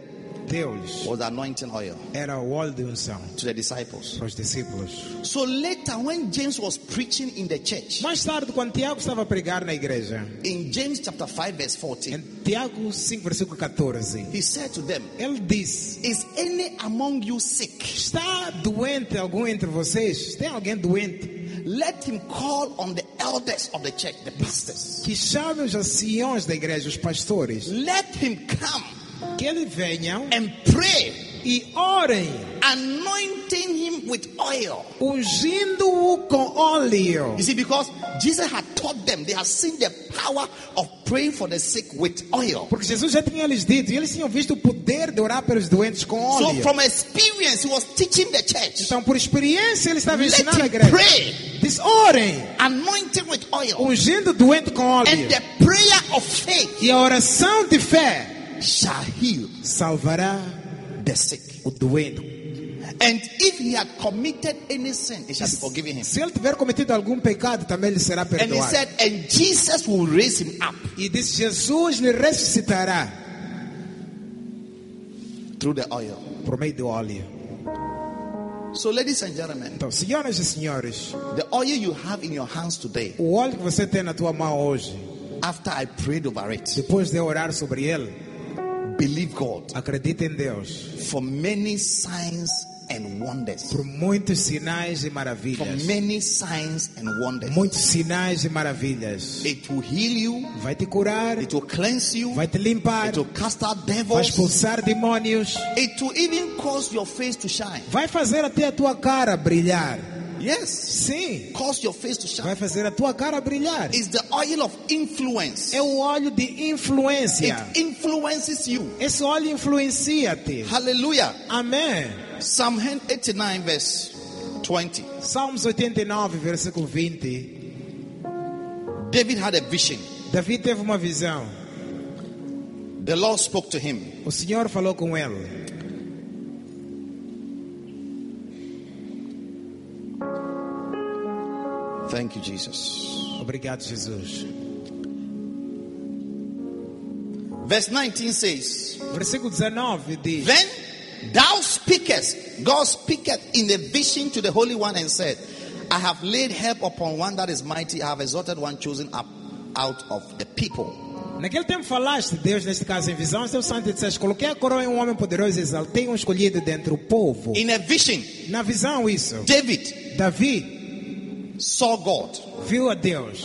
Speaker 3: deu-lhes
Speaker 2: was anointing oil
Speaker 3: era o óleo de unção
Speaker 2: to the disciples.
Speaker 3: para os discípulos.
Speaker 2: So later, when James was preaching in the church,
Speaker 3: Mais tarde, quando Tiago estava a pregar na igreja,
Speaker 2: in James chapter 5, verse 14,
Speaker 3: em Tiago 5, versículo 14,
Speaker 2: he said to them,
Speaker 3: ele disse:
Speaker 2: Is any among you sick?
Speaker 3: Está doente algum entre vocês? Tem alguém doente?
Speaker 2: Let him call on the elders of the church, the pastors.
Speaker 3: que chame os anciões da igreja, os pastores,
Speaker 2: Let him come
Speaker 3: que eles venham
Speaker 2: and pray,
Speaker 3: e orem,
Speaker 2: anointing him with oil.
Speaker 3: ungindo-o com óleo.
Speaker 2: You see, because Jesus had taught them, they had seen the power of praying for the sick with oil.
Speaker 3: Porque Jesus já tinha lhes dito, e eles tinham visto o poder de orar pelos doentes com
Speaker 2: So,
Speaker 3: óleo.
Speaker 2: from experience, he was teaching the church,
Speaker 3: Então, por experiência, ele estava
Speaker 2: Let
Speaker 3: ensinando
Speaker 2: him
Speaker 3: a igreja.
Speaker 2: pray.
Speaker 3: Diz, orem,
Speaker 2: anointing with oil.
Speaker 3: ungindo o doente com óleo.
Speaker 2: And the prayer of faith
Speaker 3: E a oração de fé
Speaker 2: shall heal
Speaker 3: salvará
Speaker 2: the sick.
Speaker 3: o doente.
Speaker 2: And if he had committed any sin, it shall be forgiven him.
Speaker 3: Se ele tiver cometido algum pecado, também lhe será
Speaker 2: And he
Speaker 3: perdoado.
Speaker 2: said, and Jesus will raise him up
Speaker 3: E disse, Jesus lhe ressuscitará
Speaker 2: through the oil.
Speaker 3: por meio do óleo.
Speaker 2: So, ladies and gentlemen,
Speaker 3: Então, senhoras e senhores,
Speaker 2: the oil you have in your hands today,
Speaker 3: O óleo que você tem na tua mão hoje,
Speaker 2: after I prayed over it,
Speaker 3: depois de orar sobre ele,
Speaker 2: believe God
Speaker 3: acredita em Deus.
Speaker 2: for many signs and wonders.
Speaker 3: Por muitos sinais e
Speaker 2: For
Speaker 3: maravilhas.
Speaker 2: many signs and wonders.
Speaker 3: Muitos sinais e maravilhas.
Speaker 2: It will heal you,
Speaker 3: Vai te curar,
Speaker 2: it will cleanse you,
Speaker 3: vai te limpar,
Speaker 2: it will cast out
Speaker 3: vai
Speaker 2: devils,
Speaker 3: expulsar demônios,
Speaker 2: it will even cause your face to shine.
Speaker 3: vai fazer até a tua cara brilhar.
Speaker 2: Yes.
Speaker 3: Sim.
Speaker 2: Cause your face to shine.
Speaker 3: Vai fazer a tua cara brilhar.
Speaker 2: It's the oil of influence.
Speaker 3: É o óleo de influência.
Speaker 2: It influences you.
Speaker 3: Esse óleo influencia-te.
Speaker 2: Hallelujah.
Speaker 3: Amém.
Speaker 2: Psalm 89, verse 20.
Speaker 3: Salmos 89, versículo 20.
Speaker 2: David had a vision.
Speaker 3: Davi teve uma visão.
Speaker 2: The Lord spoke to him.
Speaker 3: O Senhor falou com ele.
Speaker 2: Thank you, Jesus.
Speaker 3: Obrigado, Jesus.
Speaker 2: Verse 19 says,
Speaker 3: Versículo 19 diz:
Speaker 2: Then thou speakest, God speaketh in a vision to the Holy One and said, I have laid help upon one that is mighty, I have exalted one chosen up out of the people.
Speaker 3: Naquele tempo falaste, Deus, neste caso em visão, seu santo, e disseste: Coloquei a coroa em um homem poderoso, e exaltei um escolhido dentre o povo.
Speaker 2: In a vision,
Speaker 3: Na visão, isso.
Speaker 2: David
Speaker 3: Davi
Speaker 2: saw God.
Speaker 3: viu a Deus.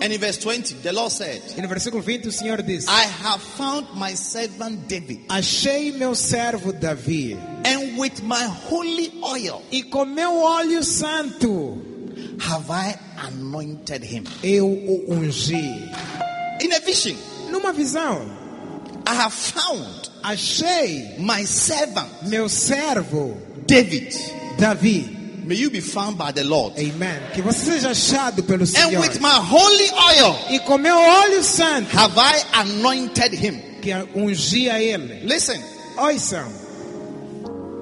Speaker 2: And in verse 20, the Lord said,
Speaker 3: E no versículo 20, o Senhor disse:
Speaker 2: I have found my servant David,
Speaker 3: Achei meu servo Davi,
Speaker 2: and with my holy oil
Speaker 3: e com meu óleo santo
Speaker 2: have I anointed him.
Speaker 3: eu o ungi.
Speaker 2: In a vision,
Speaker 3: Numa visão,
Speaker 2: I have found
Speaker 3: achei
Speaker 2: my servant
Speaker 3: meu servo
Speaker 2: David.
Speaker 3: Davi.
Speaker 2: May you be found by the Lord.
Speaker 3: Amen. Que você seja achado pelo
Speaker 2: And
Speaker 3: Senhor.
Speaker 2: with my holy oil
Speaker 3: E com meu óleo santo
Speaker 2: have I anointed him.
Speaker 3: que é ungia ele.
Speaker 2: Listen,
Speaker 3: Ouçam,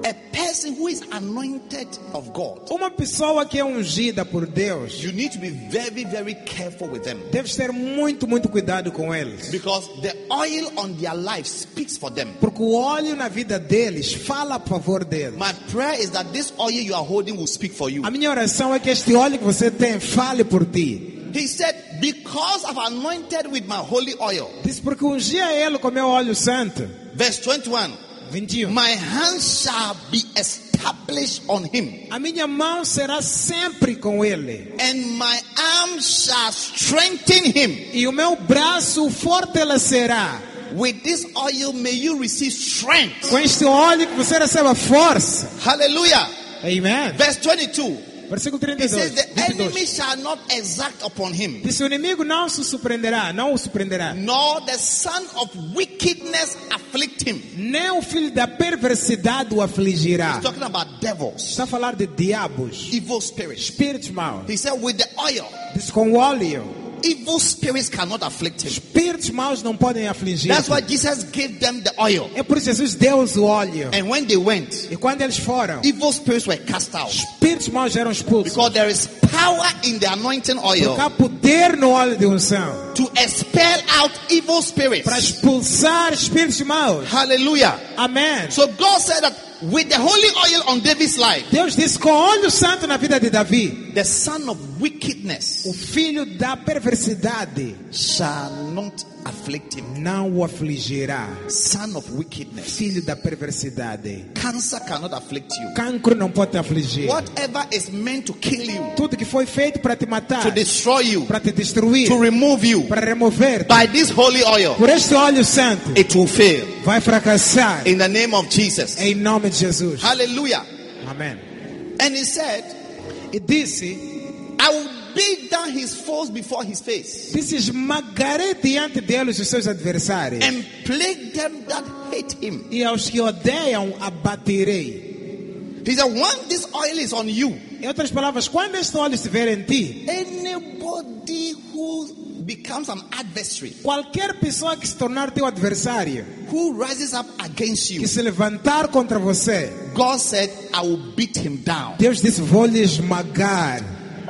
Speaker 2: a person who is anointed of God,
Speaker 3: uma pessoa que é ungida por Deus,
Speaker 2: you need to be very, very careful with them.
Speaker 3: deve ter muito, muito cuidado com eles.
Speaker 2: Because the oil on their life speaks for them.
Speaker 3: Porque o óleo na vida deles fala a favor deles.
Speaker 2: My prayer is that this oil you are holding will speak for you.
Speaker 3: A minha oração é que este óleo que você tem fale por ti.
Speaker 2: He said, Because I've anointed with my holy oil.
Speaker 3: Diz porque ungi a ele com meu óleo santo.
Speaker 2: Verse 21
Speaker 3: 21.
Speaker 2: My hand shall be established on him,
Speaker 3: A minha mão será sempre com ele.
Speaker 2: and my arm shall strengthen him.
Speaker 3: E o meu braço o fortalecerá.
Speaker 2: With this oil, may you receive strength.
Speaker 3: Com este óleo que você receba força.
Speaker 2: Hallelujah.
Speaker 3: Amém.
Speaker 2: Verse 22.
Speaker 3: Versículo
Speaker 2: He says,
Speaker 3: 32.
Speaker 2: The
Speaker 3: 22.
Speaker 2: enemy shall not exact upon him,
Speaker 3: Disse o inimigo não se surpreenderá, não o surpreenderá.
Speaker 2: nor the son of wickedness afflict him.
Speaker 3: Nem o filho da perversidade o afligirá.
Speaker 2: He's talking about devils,
Speaker 3: Está a falar de diabos,
Speaker 2: evil spirits.
Speaker 3: espíritos maus.
Speaker 2: He said, With the oil,
Speaker 3: Diz com óleo,
Speaker 2: evil spirits cannot afflict him.
Speaker 3: espíritos maus não podem afligir.
Speaker 2: That's why Jesus gave them the oil.
Speaker 3: É por isso Jesus deu o óleo.
Speaker 2: And when they went,
Speaker 3: E quando eles foram,
Speaker 2: evil spirits were cast out.
Speaker 3: espíritos maus eram expulsos.
Speaker 2: Because there is power in the anointing
Speaker 3: Porque
Speaker 2: oil
Speaker 3: há poder no óleo de unção
Speaker 2: to expel out evil
Speaker 3: para
Speaker 2: spirits.
Speaker 3: expulsar espíritos maus.
Speaker 2: Hallelujah.
Speaker 3: Amém.
Speaker 2: So God said that with the holy oil on David's life,
Speaker 3: Deus disse com óleo santo na vida de Davi:
Speaker 2: the son of wickedness
Speaker 3: o filho da perversidade
Speaker 2: shall not afflict him.
Speaker 3: não o afligirá.
Speaker 2: Son of wickedness.
Speaker 3: Filho da perversidade.
Speaker 2: Cancer cannot afflict you.
Speaker 3: Cancro não pode te afligir.
Speaker 2: Whatever is meant to kill you,
Speaker 3: Tudo que foi feito para te matar,
Speaker 2: to destroy you,
Speaker 3: para te destruir,
Speaker 2: to remove you,
Speaker 3: para remover,
Speaker 2: by this holy oil,
Speaker 3: por este óleo santo,
Speaker 2: it will fail.
Speaker 3: vai fracassar.
Speaker 2: In the name of Jesus.
Speaker 3: Em nome de Jesus.
Speaker 2: Hallelujah.
Speaker 3: Amém.
Speaker 2: And he said,
Speaker 3: E disse:
Speaker 2: I will beat down his foes before his face
Speaker 3: Disse, esmagarei diante deles os seus adversários.
Speaker 2: and plague them that hate him.
Speaker 3: E aos que odeiam, abaterei.
Speaker 2: He said, Once this oil is on you,
Speaker 3: Em outras palavras, quando este óleo estiver em ti,
Speaker 2: anybody who becomes an adversary,
Speaker 3: qualquer pessoa que se tornar teu adversário,
Speaker 2: who rises up against
Speaker 3: que
Speaker 2: you,
Speaker 3: se levantar contra você,
Speaker 2: God said, I will beat him down.
Speaker 3: Deus disse: Vou lhe esmagar.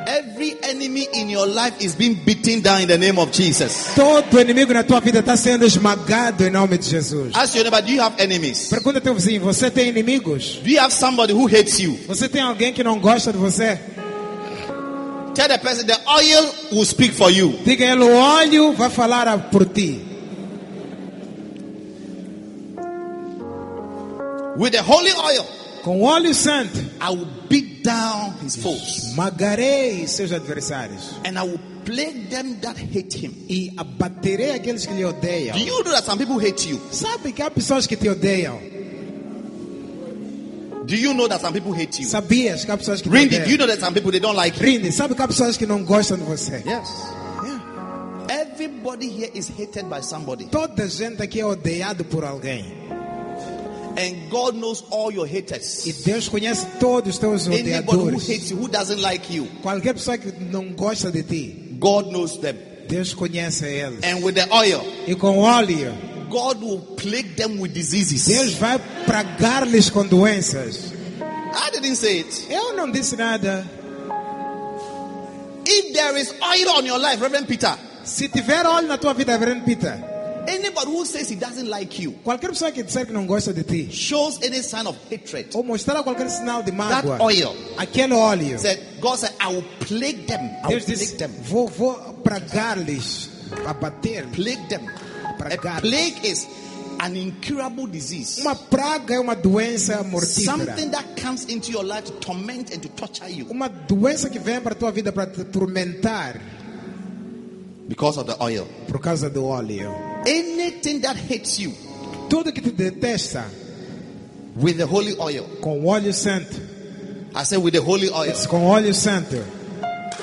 Speaker 2: Every enemy in your life is being beaten down in the name of Jesus.
Speaker 3: Todo inimigo na tua vida está sendo esmagado em nome de Jesus.
Speaker 2: Ask your neighbor, do you have enemies?
Speaker 3: Pergunta ao teu vizinho: você tem inimigos?
Speaker 2: Do you have somebody who hates you?
Speaker 3: Você tem alguém que não gosta de você?
Speaker 2: Tell the person the oil will speak for you.
Speaker 3: Diga a ele: o óleo vai falar a- por ti.
Speaker 2: With the holy oil,
Speaker 3: Com o óleo santo,
Speaker 2: I will beat down his foes
Speaker 3: esmagarei seus adversários
Speaker 2: and I will plague them that hate him.
Speaker 3: e abaterei aqueles que lhe odeiam.
Speaker 2: Do you know that some people hate you?
Speaker 3: Sabe que há pessoas que te odeiam?
Speaker 2: Do you know that some people hate you?
Speaker 3: Sabias que há pessoas que
Speaker 2: Rindy,
Speaker 3: te
Speaker 2: do you
Speaker 3: odeiam?
Speaker 2: know that some people they don't like you?
Speaker 3: Rindy, sabe que há pessoas que não gostam de você?
Speaker 2: Yes. Everybody here is hated by somebody.
Speaker 3: Toda gente aqui é odeado por alguém.
Speaker 2: And God knows all your
Speaker 3: E
Speaker 2: haters.
Speaker 3: Deus conhece todos os teus
Speaker 2: Anybody who
Speaker 3: odiadores.
Speaker 2: hates you, who doesn't like you,
Speaker 3: Qualquer pessoa que não gosta de ti,
Speaker 2: God knows them.
Speaker 3: Deus conhece eles.
Speaker 2: And with the oil,
Speaker 3: E com óleo,
Speaker 2: God will plague them with
Speaker 3: Deus
Speaker 2: diseases.
Speaker 3: vai pragar-lhes com doenças.
Speaker 2: I didn't say it.
Speaker 3: Eu não disse nada.
Speaker 2: If there is oil on your life, Reverend Peter,
Speaker 3: Se tiver óleo na tua vida, Reverendo Peter,
Speaker 2: anybody who says he doesn't like you,
Speaker 3: qualquer pessoa que disser que não gosta de ti,
Speaker 2: shows any sign of hatred,
Speaker 3: ou mostrar qualquer sinal de
Speaker 2: that
Speaker 3: mágoa,
Speaker 2: oil
Speaker 3: aquele óleo,
Speaker 2: said, God said, I will plague them. I will
Speaker 3: Deus
Speaker 2: plague
Speaker 3: disse,
Speaker 2: them.
Speaker 3: vou, vou pragar-lhes, abater-lhes.
Speaker 2: Plague them. A
Speaker 3: Pragar.
Speaker 2: plague is an incurable disease.
Speaker 3: Uma praga é uma doença mortífera.
Speaker 2: Something that comes into your life to torment and to torture you
Speaker 3: Uma doença que vem para a tua vida para te tormentar
Speaker 2: because of the oil.
Speaker 3: por causa do óleo.
Speaker 2: Anything that hates you
Speaker 3: Tudo que te detesta
Speaker 2: with the holy oil.
Speaker 3: com o óleo santo.
Speaker 2: I said with the holy oil.
Speaker 3: It's com óleo santo.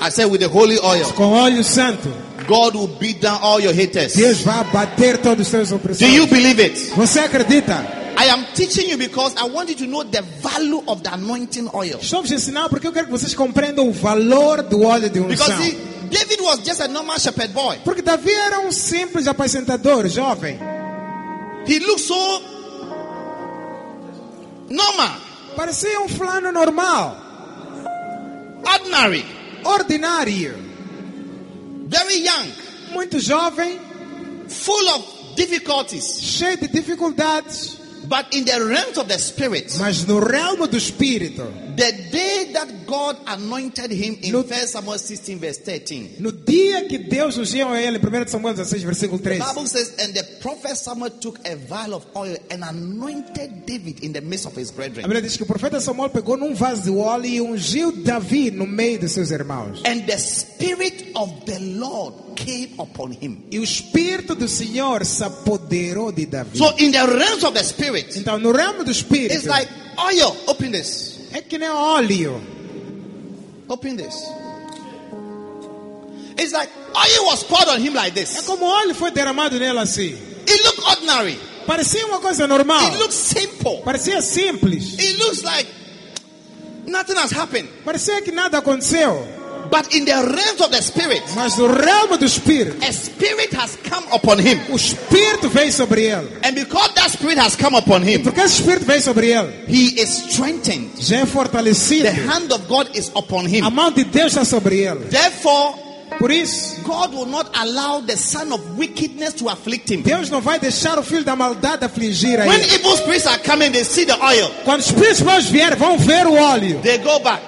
Speaker 2: I said with the holy oil.
Speaker 3: Com óleo santo.
Speaker 2: God will beat down all your haters.
Speaker 3: Deus vai abater todos os teus
Speaker 2: Do
Speaker 3: opressores.
Speaker 2: you believe it?
Speaker 3: Você acredita?
Speaker 2: I am teaching you because I want you to know the value of the anointing oil.
Speaker 3: Estou vos ensinando porque eu quero que vocês compreendam o valor do óleo de unção.
Speaker 2: Because see, David was just a normal shepherd boy.
Speaker 3: Porque Davi era um simples apacentador, jovem.
Speaker 2: He looked so normal,
Speaker 3: Parecia um fulano normal,
Speaker 2: ordinary,
Speaker 3: ordinário,
Speaker 2: very young,
Speaker 3: muito jovem,
Speaker 2: full of difficulties.
Speaker 3: cheio de dificuldades.
Speaker 2: But in the realms of the spirit,
Speaker 3: Mas no realmo do espírito,
Speaker 2: the day that God anointed him in
Speaker 3: Look.
Speaker 2: 1 Samuel 16, verse 13,
Speaker 3: no dia que Deus ungiu a ele, 1 Samuel 16, versículo
Speaker 2: the
Speaker 3: 13.
Speaker 2: Bible says, And the prophet Samuel took a vial of oil and anointed David in the midst of his
Speaker 3: A
Speaker 2: brethren.
Speaker 3: Bíblia diz que o profeta Samuel pegou num vaso de óleo e ungiu Davi no meio dos seus irmãos.
Speaker 2: And the spirit of the Lord came upon him.
Speaker 3: E o Espírito do Senhor se apoderou de Davi.
Speaker 2: So in the realms of the spirit,
Speaker 3: Então, no ramo do Espírito,
Speaker 2: it's like oil. Open this.
Speaker 3: é que nem óleo.
Speaker 2: Open this. It's like oil was poured on him like
Speaker 3: É
Speaker 2: this.
Speaker 3: como óleo foi derramado nele assim.
Speaker 2: It looked ordinary.
Speaker 3: Parecia uma coisa normal.
Speaker 2: It looked simple.
Speaker 3: Parecia simples.
Speaker 2: It looks like nothing has happened.
Speaker 3: Parecia que nada aconteceu.
Speaker 2: But in the realms of the spirit,
Speaker 3: Mas no ramo do Espírito,
Speaker 2: a spirit has come upon him.
Speaker 3: o Espírito veio sobre ele.
Speaker 2: And because that spirit has come upon him,
Speaker 3: Porque esse Espírito veio sobre ele.
Speaker 2: he is strengthened.
Speaker 3: Já é fortalecido.
Speaker 2: The hand of God is upon
Speaker 3: A
Speaker 2: him.
Speaker 3: mão de Deus está sobre ele.
Speaker 2: Therefore,
Speaker 3: Por isso,
Speaker 2: God will not allow the son of wickedness to afflict him.
Speaker 3: Deus não vai deixar o filho da maldade afligir a
Speaker 2: When
Speaker 3: ele.
Speaker 2: evil spirits are coming, they see the oil,
Speaker 3: Quando os espíritos maus vierem, vão ver o óleo.
Speaker 2: they go back.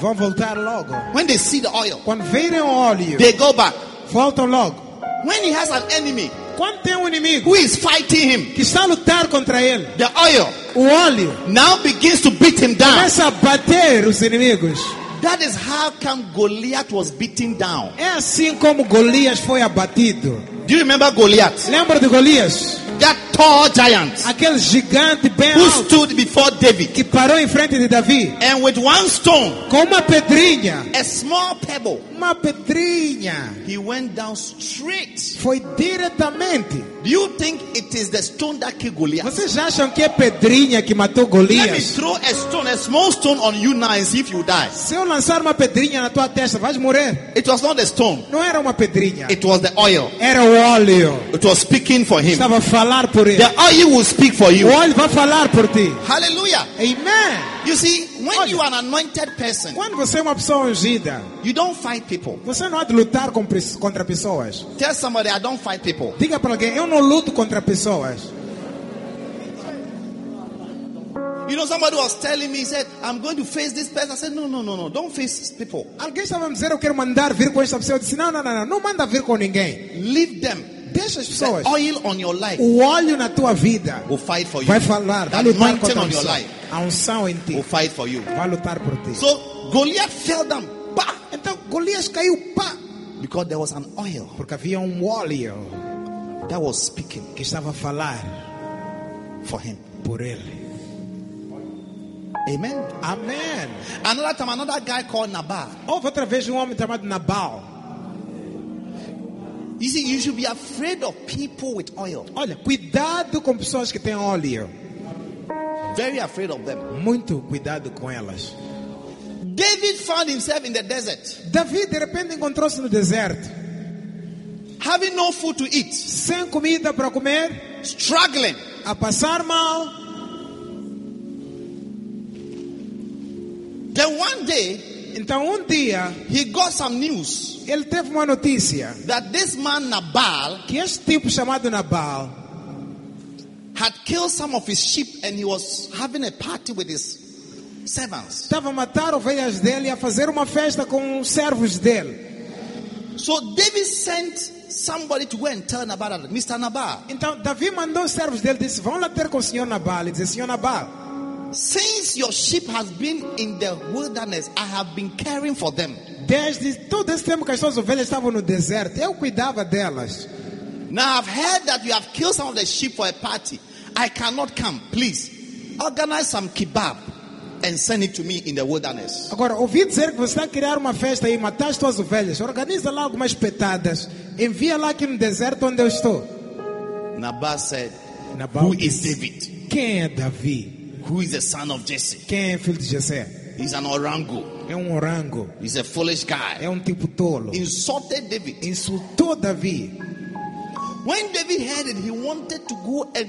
Speaker 3: Vão voltar logo.
Speaker 2: When they see the oil,
Speaker 3: Quando virem o óleo,
Speaker 2: they go back.
Speaker 3: voltam logo.
Speaker 2: When he has an enemy
Speaker 3: Quando tem um inimigo
Speaker 2: who is fighting him,
Speaker 3: que está a lutar contra ele,
Speaker 2: the oil
Speaker 3: o óleo
Speaker 2: now begins to beat him down.
Speaker 3: começa a bater os inimigos.
Speaker 2: That is how come Goliath was beaten down.
Speaker 3: É assim como Golias foi abatido.
Speaker 2: Do you remember Goliath?
Speaker 3: Lembra de Golias?
Speaker 2: That tall giant
Speaker 3: Aquele gigante bem
Speaker 2: who
Speaker 3: alto
Speaker 2: stood before David
Speaker 3: que parou em frente de Davi
Speaker 2: and with one stone,
Speaker 3: com uma pedrinha.
Speaker 2: a small pebble,
Speaker 3: Uma pedrinha.
Speaker 2: he went down straight.
Speaker 3: Foi diretamente.
Speaker 2: Do you think it is the stone that killed Goliath?
Speaker 3: Vocês acham que é pedrinha que matou
Speaker 2: Let me
Speaker 3: Golias?
Speaker 2: throw a stone, a small stone on you now and see if you die.
Speaker 3: Se eu lançar uma pedrinha na tua testa, vais morrer.
Speaker 2: It was not the stone,
Speaker 3: Não era uma pedrinha.
Speaker 2: it was the oil.
Speaker 3: Era o óleo.
Speaker 2: It was speaking for him.
Speaker 3: Estava a falar por ele.
Speaker 2: The oil will speak for
Speaker 3: O
Speaker 2: you.
Speaker 3: óleo vai falar por ti.
Speaker 2: Hallelujah.
Speaker 3: Amém.
Speaker 2: You see, when you are an anointed person,
Speaker 3: Quando você é uma pessoa ungida,
Speaker 2: you don't fight people.
Speaker 3: você não há de lutar com pres- contra pessoas.
Speaker 2: Tell somebody, I don't fight people.
Speaker 3: Diga para alguém, eu não luto contra pessoas.
Speaker 2: You know, somebody was telling me, he said, I'm going to face this person. I said, No, no, no, no, don't face people.
Speaker 3: Alguém estava a me dizer, eu quero mandar vir com esta pessoa. Eu disse, não, não, não, não, não manda vir com ninguém.
Speaker 2: Leave them.
Speaker 3: Deixa as
Speaker 2: The
Speaker 3: pessoas.
Speaker 2: oil on your life
Speaker 3: O óleo na tua vida
Speaker 2: will fight for you.
Speaker 3: vai falar,
Speaker 2: The
Speaker 3: vai lutar
Speaker 2: anointing
Speaker 3: contra a
Speaker 2: on your
Speaker 3: pessoa.
Speaker 2: life
Speaker 3: A unção em ti
Speaker 2: will fight for you.
Speaker 3: vai lutar por ti.
Speaker 2: So Goliath fell down. Bah!
Speaker 3: Então Golias caiu, pá,
Speaker 2: Because there was an oil
Speaker 3: porque havia um óleo
Speaker 2: that was speaking
Speaker 3: que estava a falar
Speaker 2: for him.
Speaker 3: por ele.
Speaker 2: Amen.
Speaker 3: Amém.
Speaker 2: Another time, another guy called Nabal.
Speaker 3: Houve outra vez um homem chamado Nabal.
Speaker 2: You see, you should be afraid of people with oil.
Speaker 3: Olha, cuidado com pessoas que têm óleo.
Speaker 2: Very afraid of them.
Speaker 3: Muito cuidado com elas.
Speaker 2: David found himself in the desert,
Speaker 3: Davi de repente encontrou-se no deserto,
Speaker 2: having no food to eat,
Speaker 3: sem comida para comer,
Speaker 2: struggling.
Speaker 3: a passar mal.
Speaker 2: Then one day,
Speaker 3: Então um dia
Speaker 2: he got some news
Speaker 3: ele teve uma notícia
Speaker 2: that this man Nabal
Speaker 3: que este tipo chamado Nabal
Speaker 2: had killed some of his sheep and he was having a party with his servants.
Speaker 3: estava a matar ovelhas dele e a fazer uma festa com os servos dele.
Speaker 2: So David sent somebody to go and tell Nabal, that, Mr. Nabal,
Speaker 3: Então Davi mandou os servos dele disse: "Vão lá ter com o senhor Nabal". Ele disse: "Senhor Nabal,
Speaker 2: since your sheep has been in the wilderness, I have been caring for them.
Speaker 3: desde todo esse tempo que as suas ovelhas estavam no deserto, eu cuidava delas.
Speaker 2: Now I've heard that you have killed some of the sheep for a party. I cannot come. Please organize some kebab and send it to me in the wilderness.
Speaker 3: Agora, ouvi dizer que você está a criar uma festa e matar as tuas ovelhas. Organiza lá algumas petadas. Envia lá aqui no deserto onde eu estou.
Speaker 2: Nabal said,
Speaker 3: Nabal
Speaker 2: Who is
Speaker 3: disse,
Speaker 2: David?
Speaker 3: Quem é Davi?
Speaker 2: Who is the son of Jesse?
Speaker 3: Quem é filho de Jessé?
Speaker 2: He's an orango.
Speaker 3: É um orango.
Speaker 2: He's a foolish guy.
Speaker 3: É um tipo tolo.
Speaker 2: Insulted David.
Speaker 3: Insultou Davi.
Speaker 2: When David heard it, he wanted to go and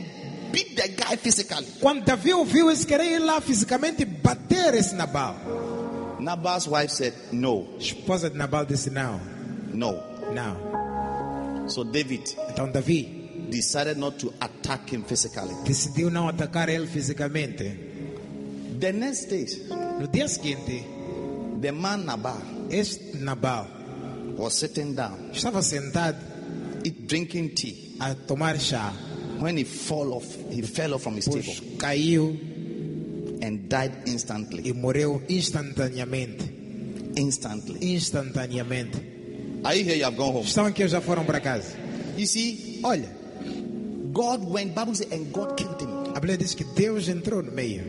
Speaker 2: beat the guy physically.
Speaker 3: Quando Davi ouviu isso, queria ir lá fisicamente e bater esse Nabal.
Speaker 2: Nabal's wife said, No,
Speaker 3: A esposa de Nabal disse não,
Speaker 2: no.
Speaker 3: não.
Speaker 2: So David
Speaker 3: Então Davi
Speaker 2: decided not to attack him physically.
Speaker 3: decidiu não atacar ele fisicamente.
Speaker 2: The next day,
Speaker 3: No dia seguinte,
Speaker 2: the man Nabal
Speaker 3: este Nabal
Speaker 2: was sitting down,
Speaker 3: estava sentado
Speaker 2: eat, drinking tea.
Speaker 3: a tomar chá.
Speaker 2: When he fall off, he fell off from his
Speaker 3: Pois
Speaker 2: table
Speaker 3: caiu
Speaker 2: and died instantly.
Speaker 3: e morreu instantaneamente.
Speaker 2: Instantly.
Speaker 3: Instantaneamente.
Speaker 2: Are you here? You have gone home.
Speaker 3: Estão aqui ou já foram para casa?
Speaker 2: You see,
Speaker 3: Olha,
Speaker 2: God went, Bible said, and God killed him.
Speaker 3: a Bíblia diz que Deus entrou no meio.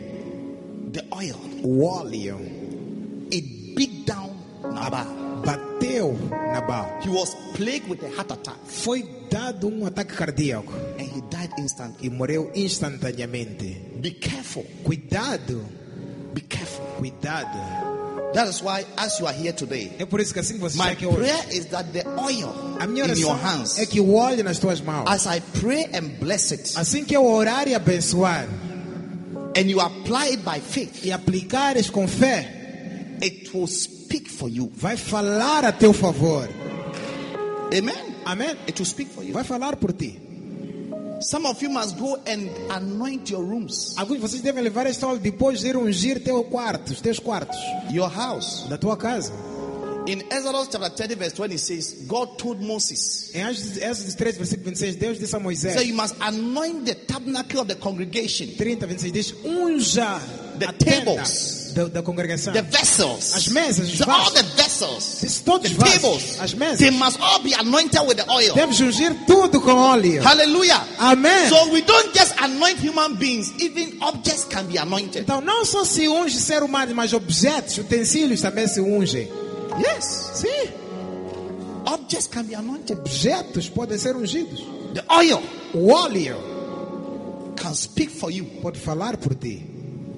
Speaker 2: The oil,
Speaker 3: O óleo
Speaker 2: it beat down Nabal.
Speaker 3: bateu Nabal.
Speaker 2: He was plagued with a heart attack.
Speaker 3: Foi dado um ataque cardíaco
Speaker 2: and he died instantly.
Speaker 3: e morreu instantaneamente.
Speaker 2: Be careful.
Speaker 3: Cuidado,
Speaker 2: Be careful.
Speaker 3: cuidado.
Speaker 2: That is why, as you are here today,
Speaker 3: É por isso que assim você está
Speaker 2: my
Speaker 3: aqui hoje.
Speaker 2: prayer is that the oil
Speaker 3: A
Speaker 2: in
Speaker 3: minha oração
Speaker 2: your hands,
Speaker 3: é que o óleo nas tuas mãos.
Speaker 2: as I pray and bless it,
Speaker 3: Assim que eu orar e abençoar
Speaker 2: and you apply it by faith,
Speaker 3: e aplicares com fé,
Speaker 2: it will speak for you.
Speaker 3: vai falar a teu favor.
Speaker 2: Amen.
Speaker 3: Amém?
Speaker 2: It will speak for you.
Speaker 3: Vai falar por ti.
Speaker 2: Some of you must go and anoint your rooms,
Speaker 3: Alguns de vocês devem levar este óleo depois de ir ungir teu quarto, os teus quartos,
Speaker 2: your house.
Speaker 3: da tua casa.
Speaker 2: In Exodus chapter 30, verse 20, it says, God told Moses,
Speaker 3: Em Atos- Êxodo 13, versículo 26, Deus disse a Moisés,
Speaker 2: so you must anoint the tabernacle of the congregation,
Speaker 3: 30, 26, diz, unja
Speaker 2: The
Speaker 3: a tenda
Speaker 2: tables.
Speaker 3: da, da congregação.
Speaker 2: the vessels,
Speaker 3: As mesas, os
Speaker 2: So all
Speaker 3: vasos.
Speaker 2: the vessels,
Speaker 3: Esses todos
Speaker 2: the
Speaker 3: vasos,
Speaker 2: tables,
Speaker 3: as mesas.
Speaker 2: they must all be anointed with the oil.
Speaker 3: Devemos ungir tudo com óleo.
Speaker 2: Hallelujah.
Speaker 3: Amém.
Speaker 2: So we don't just anoint human beings, even objects can be anointed.
Speaker 3: Então, não só se unge ser humano, mas objetos, utensílios também se ungem.
Speaker 2: Yes,
Speaker 3: Sim,
Speaker 2: objects can be anointed.
Speaker 3: objetos podem ser ungidos.
Speaker 2: The oil
Speaker 3: O óleo
Speaker 2: can speak for you.
Speaker 3: pode falar por ti.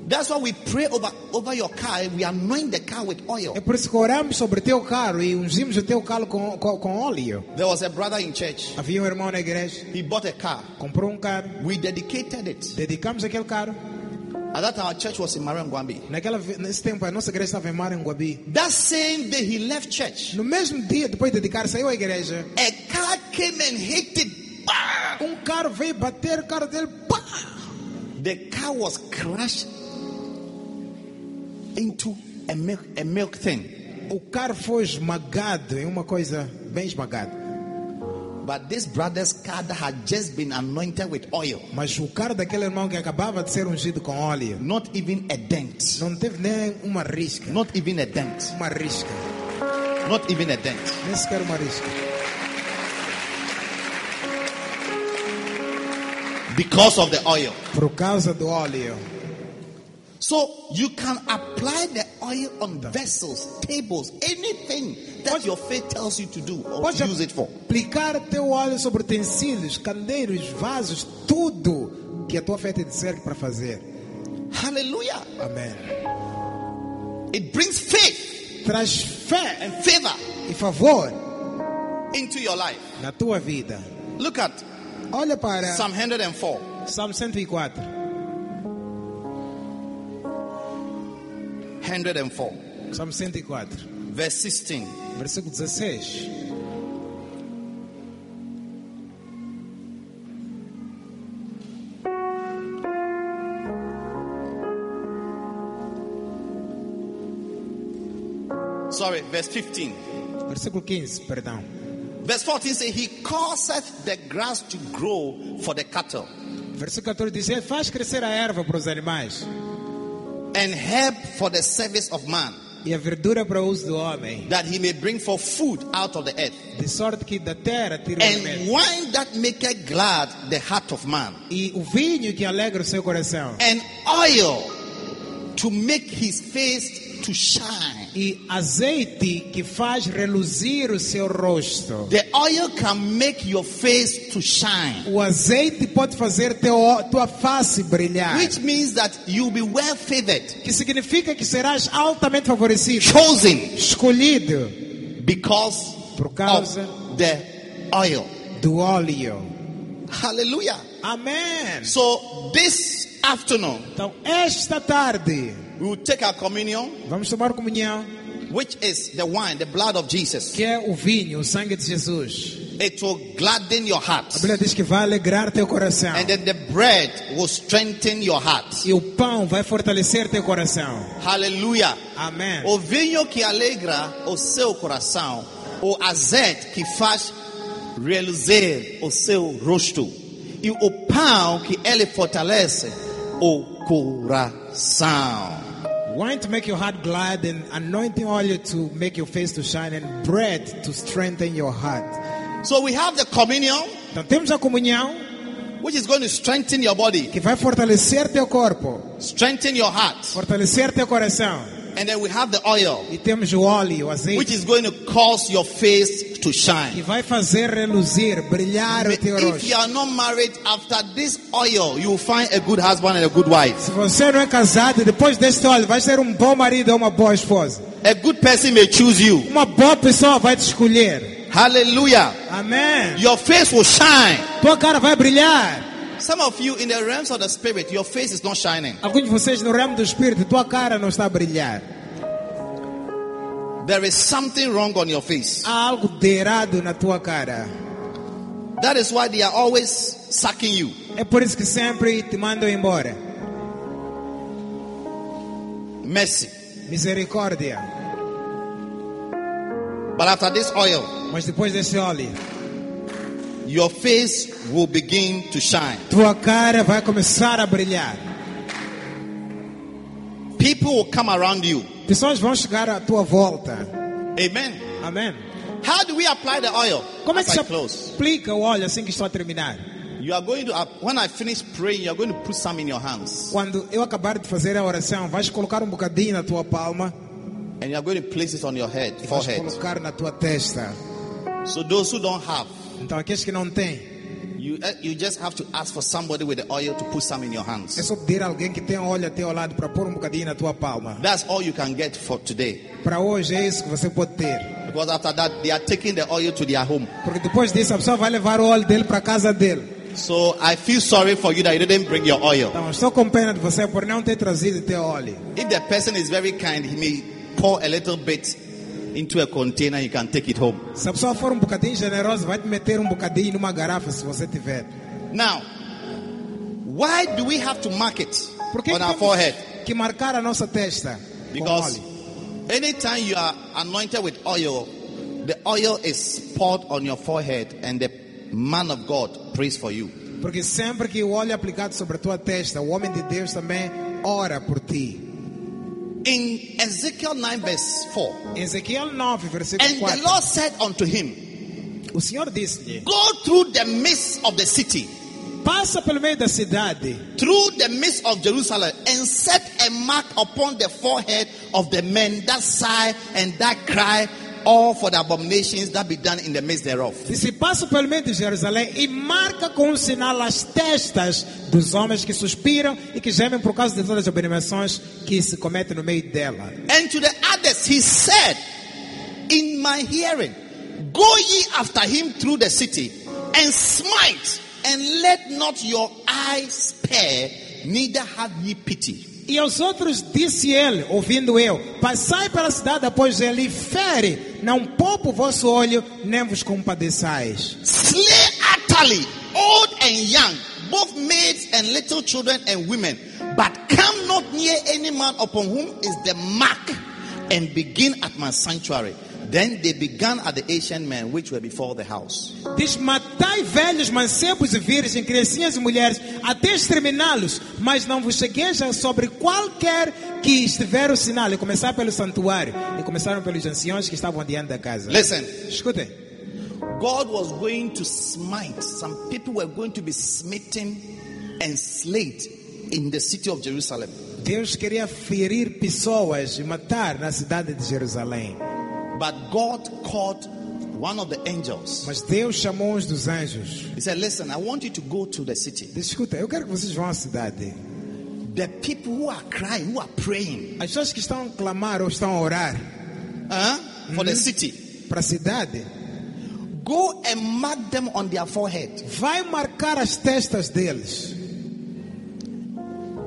Speaker 2: That's why we pray over, over your car. We anoint the car with oil.
Speaker 3: É por isso que oramos sobre teu carro e ungimos o teu carro com, com, com óleo.
Speaker 2: There was a brother in church.
Speaker 3: Havia um irmão na igreja,
Speaker 2: He bought a car.
Speaker 3: comprou um carro,
Speaker 2: We dedicated it.
Speaker 3: dedicamos aquele carro.
Speaker 2: At that time, our church was in Marangwambi.
Speaker 3: Naquela, ve- nesse tempo, a nossa igreja estava em Maranguabi.
Speaker 2: That same day he left church,
Speaker 3: No mesmo dia, depois de dedicar, saiu à igreja.
Speaker 2: a car came and hit it. Bah!
Speaker 3: Um carro veio bater o carro dele. Pá!
Speaker 2: The car was crushed into a milk, a milk thing.
Speaker 3: O carro foi esmagado, é uma coisa bem esmagada.
Speaker 2: But this brother's car that had just been anointed with oil,
Speaker 3: Mas o carro daquele irmão que acabava de ser ungido com óleo,
Speaker 2: not even a dent,
Speaker 3: não teve nem uma risca.
Speaker 2: not even a dent,
Speaker 3: Uma risca.
Speaker 2: not even a dent.
Speaker 3: Nem sequer uma risca.
Speaker 2: Because of the oil.
Speaker 3: Por causa do óleo.
Speaker 2: So you can apply the oil on vessels, tables, anything that your faith tells you to do or
Speaker 3: Pode
Speaker 2: to use it for.
Speaker 3: aplicar teu óleo sobre utensílios, candeiros, vasos, tudo que a tua fé te disser para fazer.
Speaker 2: Hallelujah.
Speaker 3: Amém.
Speaker 2: It brings faith
Speaker 3: Traz fé
Speaker 2: and favor
Speaker 3: e favor
Speaker 2: into your life.
Speaker 3: na tua vida.
Speaker 2: Look at
Speaker 3: Olha para
Speaker 2: Psalm 104.
Speaker 3: Salmo 104.
Speaker 2: 104.
Speaker 3: Salmo 104,
Speaker 2: Verse 16.
Speaker 3: versículo 16.
Speaker 2: Sorry, verse 15.
Speaker 3: Versículo 15, perdão.
Speaker 2: Verse 14 says, He causeth the grass to grow for the cattle
Speaker 3: Versículo 14 diz: Ele faz crescer a erva para os animais
Speaker 2: and herb for the service of man,
Speaker 3: e a verdura para o uso do homem,
Speaker 2: that he may bring forth food out of the earth,
Speaker 3: de sorte que da terra tira o
Speaker 2: and
Speaker 3: alimento.
Speaker 2: wine that maketh glad the heart of man,
Speaker 3: E o vinho que alegra o seu coração,
Speaker 2: and oil to make his face to shine.
Speaker 3: e azeite que faz reluzir o seu rosto.
Speaker 2: The oil can make your face to shine,
Speaker 3: O azeite pode fazer teu, tua face brilhar,
Speaker 2: which means that you'll be well favored,
Speaker 3: que significa que serás altamente favorecido,
Speaker 2: chosen
Speaker 3: escolhido
Speaker 2: because
Speaker 3: por causa
Speaker 2: of the oil.
Speaker 3: do óleo.
Speaker 2: Hallelujah.
Speaker 3: Amém.
Speaker 2: So this afternoon,
Speaker 3: Então, esta tarde,
Speaker 2: we will take our communion,
Speaker 3: vamos tomar comunhão,
Speaker 2: which is the wine, the blood of Jesus.
Speaker 3: que é o vinho, o sangue de Jesus.
Speaker 2: It will gladden your heart.
Speaker 3: A Bíblia diz que vai alegrar teu coração.
Speaker 2: And then the bread will strengthen your heart.
Speaker 3: E o pão vai fortalecer teu coração.
Speaker 2: Hallelujah.
Speaker 3: Amém.
Speaker 2: O vinho que alegra o seu coração, o azeite que faz reluzir o seu rosto, e o pão que ele fortalece o coração.
Speaker 3: Wine to make your heart glad and anointing oil to make your face to shine and bread to strengthen your heart.
Speaker 2: So we have the communion,
Speaker 3: Então temos a comunhão
Speaker 2: which is going to strengthen your body,
Speaker 3: que vai fortalecer teu corpo,
Speaker 2: strengthen your heart.
Speaker 3: fortalecer teu coração.
Speaker 2: And then we have the oil,
Speaker 3: E temos o óleo, o
Speaker 2: which
Speaker 3: azeite,
Speaker 2: is going to cause your face to
Speaker 3: que
Speaker 2: shine.
Speaker 3: vai fazer reluzir, brilhar o teu
Speaker 2: If
Speaker 3: rosto.
Speaker 2: you are not married after this oil, you will find a good husband and a good wife.
Speaker 3: Se você não é casado, depois deste óleo, vai ser um bom marido ou uma boa esposa.
Speaker 2: A good person may choose you.
Speaker 3: Uma boa pessoa vai te escolher.
Speaker 2: Hallelujah.
Speaker 3: Amém.
Speaker 2: Your face will shine.
Speaker 3: Tua cara vai brilhar.
Speaker 2: Some of you in the realms of the spirit, your face is not shining.
Speaker 3: Alguns de vocês no ramo do espírito, tua cara não está a brilhar.
Speaker 2: There is something wrong on your face.
Speaker 3: Há algo de errado na tua cara.
Speaker 2: That is why they are always sucking you.
Speaker 3: É por isso que sempre te mandam embora.
Speaker 2: Mercy.
Speaker 3: Misericórdia.
Speaker 2: But after this oil,
Speaker 3: Mas depois desse óleo,
Speaker 2: your face will begin to shine.
Speaker 3: tua cara vai começar a brilhar.
Speaker 2: People will come around you.
Speaker 3: Pessoas vão chegar à tua volta.
Speaker 2: Amen.
Speaker 3: Amém.
Speaker 2: How do we apply the oil?
Speaker 3: Como é que
Speaker 2: As
Speaker 3: se
Speaker 2: I close.
Speaker 3: aplica o óleo assim que estou a terminar?
Speaker 2: You are going to, app- when I finish praying, you are going to put some in your hands.
Speaker 3: Quando eu acabar de fazer a oração, vais colocar um bocadinho na tua palma
Speaker 2: And you are going to place it on your head,
Speaker 3: e vais
Speaker 2: forehead.
Speaker 3: colocar na tua testa.
Speaker 2: So those who don't have,
Speaker 3: Então aqueles que não têm,
Speaker 2: you, eh, you just have to ask for somebody with the oil to put some in your
Speaker 3: é
Speaker 2: hands.
Speaker 3: só pedir a alguém que tenha óleo até ao lado para pôr um bocadinho na tua palma.
Speaker 2: That's all you can get for today.
Speaker 3: Para hoje é isso que você pode ter.
Speaker 2: Because after that, they are taking the oil to their home.
Speaker 3: Porque depois disso a pessoa vai levar o óleo dele para casa dele.
Speaker 2: So I feel sorry for you that you didn't bring your oil.
Speaker 3: Então estou com pena de você por não ter trazido teu óleo.
Speaker 2: If the person is very kind, he may pour a little bit into a container, you can take it home.
Speaker 3: Se a pessoa for um bocadinho generosa, vai te meter um bocadinho numa garrafa se você tiver.
Speaker 2: Now, why do we have to mark it
Speaker 3: Por que,
Speaker 2: on
Speaker 3: que
Speaker 2: our
Speaker 3: temos
Speaker 2: forehead?
Speaker 3: que marcar a nossa testa com
Speaker 2: Because
Speaker 3: óleo?
Speaker 2: anytime you are anointed with oil, the oil is poured on your forehead, and the man of God prays for you.
Speaker 3: Porque sempre que o óleo é aplicado sobre a tua testa, o homem de Deus também ora por ti.
Speaker 2: In Ezekiel 9, verse 4,
Speaker 3: Ezequiel 9, versículo
Speaker 2: and the
Speaker 3: 4.
Speaker 2: Lord said unto him,
Speaker 3: O Senhor disse-lhe:
Speaker 2: Go through the midst of the city
Speaker 3: passa pelo meio da cidade
Speaker 2: through the midst of Jerusalem and set a mark upon the forehead of the men that sigh and that cry, all for the abominations that be done in the midst thereof.
Speaker 3: e se passa pelo meio de Jerusalém e marca com um sinal as testas dos homens que suspiram e que gemem por causa de todas as abominações que se cometem no meio dela.
Speaker 2: And to the others he said, In my hearing, go ye after him through the city and smite, and let not your eye spare, neither have ye pity.
Speaker 3: E aos outros disse ele, ouvindo eu, passai pela cidade após ele e fere, não poupa o vosso olho, nem vos compadeçais.
Speaker 2: Slay utterly old and young, both maids and little children and women, but come not near any man upon whom is the mark, and begin at my sanctuary. Then they began at the Asian men which were before the house.
Speaker 3: Diz, matai velhos, mancebos e virgens, criancinhas e mulheres, até exterminá-los, mas não vos chegueis a sobre qualquer que estiver o sinal. E começar pelo santuário, e começaram pelos anciões que estavam diante da casa.
Speaker 2: Listen,
Speaker 3: Escutem,
Speaker 2: God was going to smite. Some people were going to be smitten and slayed in the city of Jerusalem.
Speaker 3: Deus queria ferir pessoas e matar na cidade de Jerusalém,
Speaker 2: But God called one of the angels.
Speaker 3: mas Deus chamou uns dos anjos.
Speaker 2: He said, Listen, I want you to go to the city.
Speaker 3: Diz, escuta, eu quero que vocês vão à cidade.
Speaker 2: The people who are crying, who are praying,
Speaker 3: As pessoas que estão a clamar ou estão a orar
Speaker 2: huh, for the city.
Speaker 3: para a cidade,
Speaker 2: Go and mark them on their forehead.
Speaker 3: vai marcar as testas deles.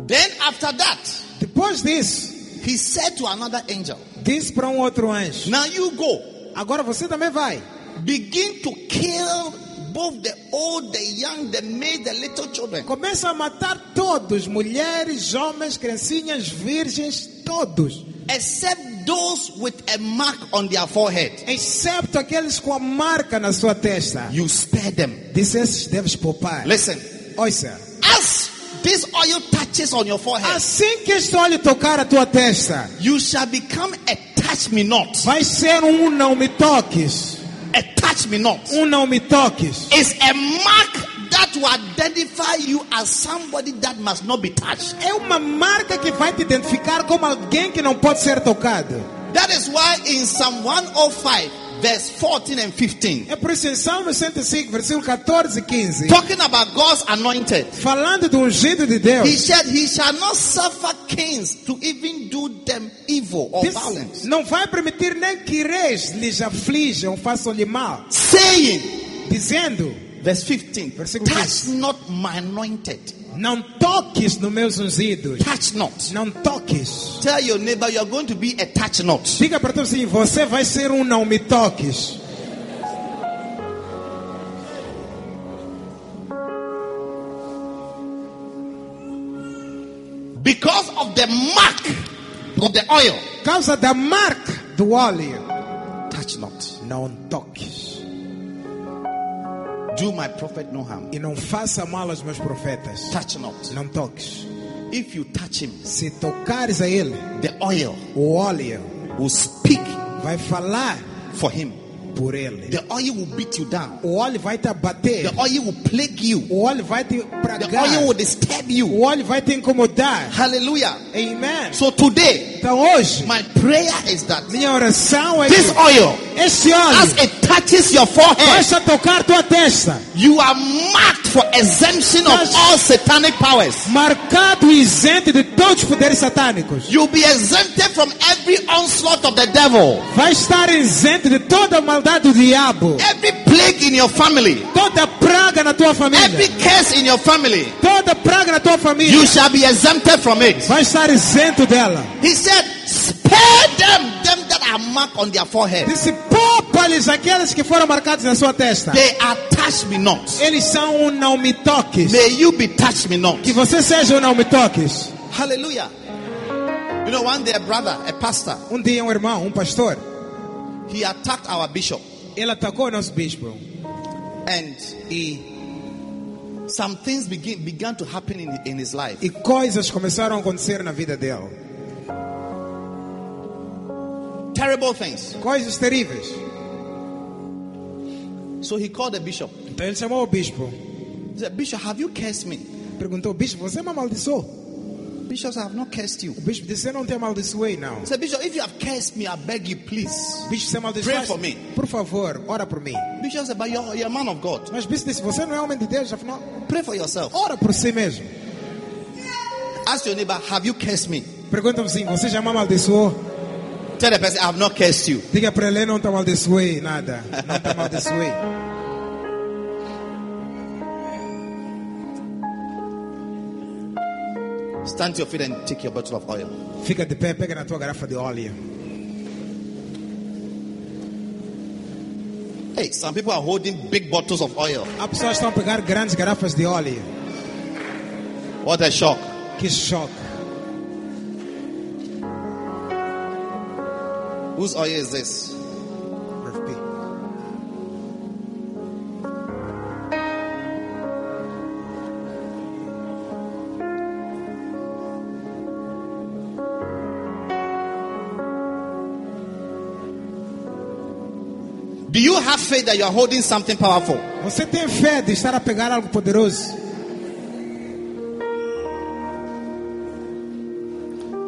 Speaker 2: Then after that,
Speaker 3: Depois disso,
Speaker 2: he said to another angel,
Speaker 3: Disse para um outro anjo:
Speaker 2: Now you go,
Speaker 3: Agora você também vai.
Speaker 2: begin to kill both the old, the young, the maid, the little children.
Speaker 3: Começa a matar todos: mulheres, homens, criancinhas, virgens, todos.
Speaker 2: Except those with a mark on their forehead.
Speaker 3: Excepto aqueles com a marca na sua testa.
Speaker 2: You spare them.
Speaker 3: Disse: Esses deves poupar.
Speaker 2: Listen,
Speaker 3: Ouça.
Speaker 2: as this oil touches on your forehead,
Speaker 3: Assim que este olho tocar a tua testa,
Speaker 2: you shall become a touch me not.
Speaker 3: vai ser um não me toques.
Speaker 2: A touch me not.
Speaker 3: Um não me toques.
Speaker 2: It's a mark that will identify you as somebody that must not be touched.
Speaker 3: É uma marca que vai te identificar como alguém que não pode ser tocado.
Speaker 2: That is why in Psalm 105, verse 14 and 15,
Speaker 3: É por isso em Salmo 105, versículo 14 e 15.
Speaker 2: talking about God's anointed,
Speaker 3: Falando do ungido de Deus.
Speaker 2: he said, He shall not suffer kings to even do them evil or
Speaker 3: Diz,
Speaker 2: violence,
Speaker 3: não vai permitir nem que reis lhes aflijam, façam-lhe mal,
Speaker 2: saying,
Speaker 3: dizendo:
Speaker 2: verse 15,
Speaker 3: Versículo
Speaker 2: touch not my anointed,
Speaker 3: Não toques nos meus ungidos,
Speaker 2: touch not.
Speaker 3: não toques.
Speaker 2: Tell your neighbor you are going to be a touch not.
Speaker 3: Diga para todos assim: Você vai ser um não me toques.
Speaker 2: Because of the mark of the oil,
Speaker 3: Causa da marca do óleo,
Speaker 2: touch not.
Speaker 3: não toques.
Speaker 2: Do my prophet no harm.
Speaker 3: E não faça mal aos meus profetas,
Speaker 2: Touch not.
Speaker 3: não toques.
Speaker 2: If you touch him,
Speaker 3: Se tocares a ele,
Speaker 2: the oil
Speaker 3: o óleo
Speaker 2: will speak
Speaker 3: vai falar
Speaker 2: for him.
Speaker 3: por ele.
Speaker 2: The oil will beat you down.
Speaker 3: O óleo vai te abater,
Speaker 2: The oil will plague you.
Speaker 3: o óleo vai te
Speaker 2: The
Speaker 3: pragar,
Speaker 2: oil will disturb
Speaker 3: o
Speaker 2: you.
Speaker 3: óleo vai te incomodar.
Speaker 2: Hallelujah.
Speaker 3: Amen.
Speaker 2: So today,
Speaker 3: Então hoje,
Speaker 2: my prayer is that
Speaker 3: minha oração é
Speaker 2: this
Speaker 3: que
Speaker 2: oil,
Speaker 3: este
Speaker 2: as
Speaker 3: óleo
Speaker 2: it touches your forehead,
Speaker 3: possa tocar tua testa,
Speaker 2: you are marked for exemption of
Speaker 3: Yes.
Speaker 2: all satanic powers.
Speaker 3: marcado e isento de todos os poderes satânicos.
Speaker 2: You'll be exempted from every onslaught of the devil,
Speaker 3: Vai estar isento de toda a maldade do diabo,
Speaker 2: every plague in your family,
Speaker 3: toda praga na tua
Speaker 2: every
Speaker 3: família,
Speaker 2: curse in your family.
Speaker 3: toda praga na tua
Speaker 2: You
Speaker 3: família.
Speaker 2: shall be exempted from it.
Speaker 3: Vai estar isento dela.
Speaker 2: He said, Spare them, them that are marked on their forehead.
Speaker 3: Disse: poupa-lhes aqueles que foram marcados na sua testa.
Speaker 2: They are touch me not.
Speaker 3: Eles são um não me toques.
Speaker 2: May you be touch me not.
Speaker 3: Que você seja um não me toques.
Speaker 2: Hallelujah. You know, one day a brother, a pastor,
Speaker 3: Um dia, um irmão, um pastor,
Speaker 2: he attacked our bishop
Speaker 3: ele atacou o nosso bispo.
Speaker 2: and he some things begin, began to happen in, in his life.
Speaker 3: E coisas começaram a acontecer na vida dele.
Speaker 2: Terrible things.
Speaker 3: Coisas terríveis.
Speaker 2: So he called the bishop.
Speaker 3: Então ele chamou o bispo.
Speaker 2: He said, Bishop, have you cursed me?
Speaker 3: Perguntou, bispo, você me amaldiçoou?
Speaker 2: Bishop said, I have not cursed you.
Speaker 3: O bispo disse, eu não te amaldiçoei, não.
Speaker 2: He said, Bishop, if you have cursed me, I beg you, please.
Speaker 3: Bispo, você amaldiçoou.
Speaker 2: Pray for me.
Speaker 3: Por favor, ora por mim.
Speaker 2: Bishop said, but you're, you're a man of God.
Speaker 3: Mas bispo disse, você não é homem de Deus, afinal,
Speaker 2: Pray for yourself.
Speaker 3: ora por si mesmo.
Speaker 2: Ask your neighbor, have you cursed me?
Speaker 3: Pergunta assim, você já me amaldiçoou?
Speaker 2: Tell the person, I have not cursed you.
Speaker 3: Diga para ele, eu não te amaldiçoei, nada. Não te amaldiçoei.
Speaker 2: Stand to your feet and take your bottle of oil.
Speaker 3: Fica de pé, pega na tua garrafa de óleo.
Speaker 2: Hey, some people are holding big bottles of oil.
Speaker 3: Há pessoas que estão a pegar grandes garrafas de óleo.
Speaker 2: What a shock.
Speaker 3: Que choque.
Speaker 2: Whose oil is this? Do you have faith that you are holding something powerful?
Speaker 3: Você tem fé de estar a pegar algo poderoso?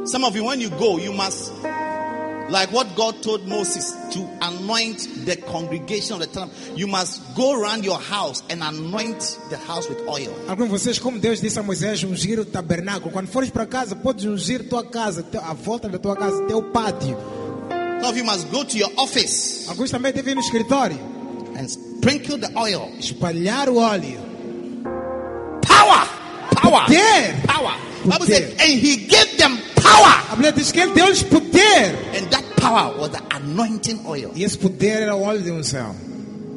Speaker 2: Some of you, when you go, you must, like what God told Moses to anoint the congregation of the temple, you must go around your house and anoint the house with oil.
Speaker 3: Alguns de vocês, como Deus disse a Moisés, ungir o tabernáculo. Quando fores para casa, podes ungir tua casa, teu- a volta da tua casa, teu pátio.
Speaker 2: Some of you must go to your office
Speaker 3: Alguns também devem ir no escritório,
Speaker 2: and sprinkle the oil.
Speaker 3: espalhar o óleo.
Speaker 2: Power! Power!
Speaker 3: Poder.
Speaker 2: Power! Bible
Speaker 3: Poder.
Speaker 2: said, and he gave them power.
Speaker 3: A Bíblia diz que ele deu-lhes poder.
Speaker 2: And that power was the anointing oil.
Speaker 3: E esse poder era o óleo de unção.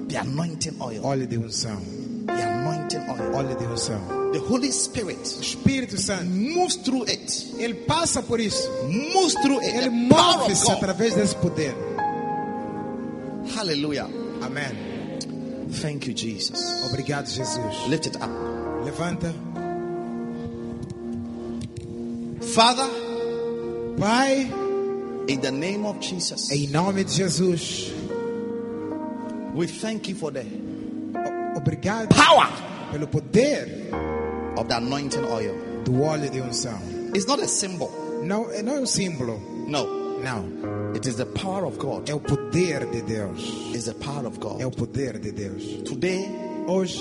Speaker 2: The anointing oil.
Speaker 3: Óleo de unção.
Speaker 2: The anointing oil.
Speaker 3: Óleo de unção.
Speaker 2: The Holy
Speaker 3: O
Speaker 2: Spirit
Speaker 3: Espírito Santo,
Speaker 2: moves through it.
Speaker 3: ele passa por isso.
Speaker 2: Moves through it.
Speaker 3: Ele
Speaker 2: The é power of
Speaker 3: move-se
Speaker 2: God.
Speaker 3: através desse poder.
Speaker 2: Hallelujah.
Speaker 3: Amém.
Speaker 2: Thank you, Jesus.
Speaker 3: Obrigado, Jesus.
Speaker 2: Lift it up.
Speaker 3: Levanta.
Speaker 2: Father,
Speaker 3: Pai,
Speaker 2: in the name of Jesus,
Speaker 3: em nome de Jesus.
Speaker 2: we thank you for the
Speaker 3: o- Obrigado
Speaker 2: power
Speaker 3: pelo poder
Speaker 2: of the anointing oil.
Speaker 3: do óleo de unção.
Speaker 2: It's not a symbol.
Speaker 3: Não, é- não é um símbolo.
Speaker 2: No,
Speaker 3: Não.
Speaker 2: it is the power of God.
Speaker 3: É o poder de Deus.
Speaker 2: It's the power of
Speaker 3: É o
Speaker 2: God.
Speaker 3: poder de Deus.
Speaker 2: Today,
Speaker 3: Hoje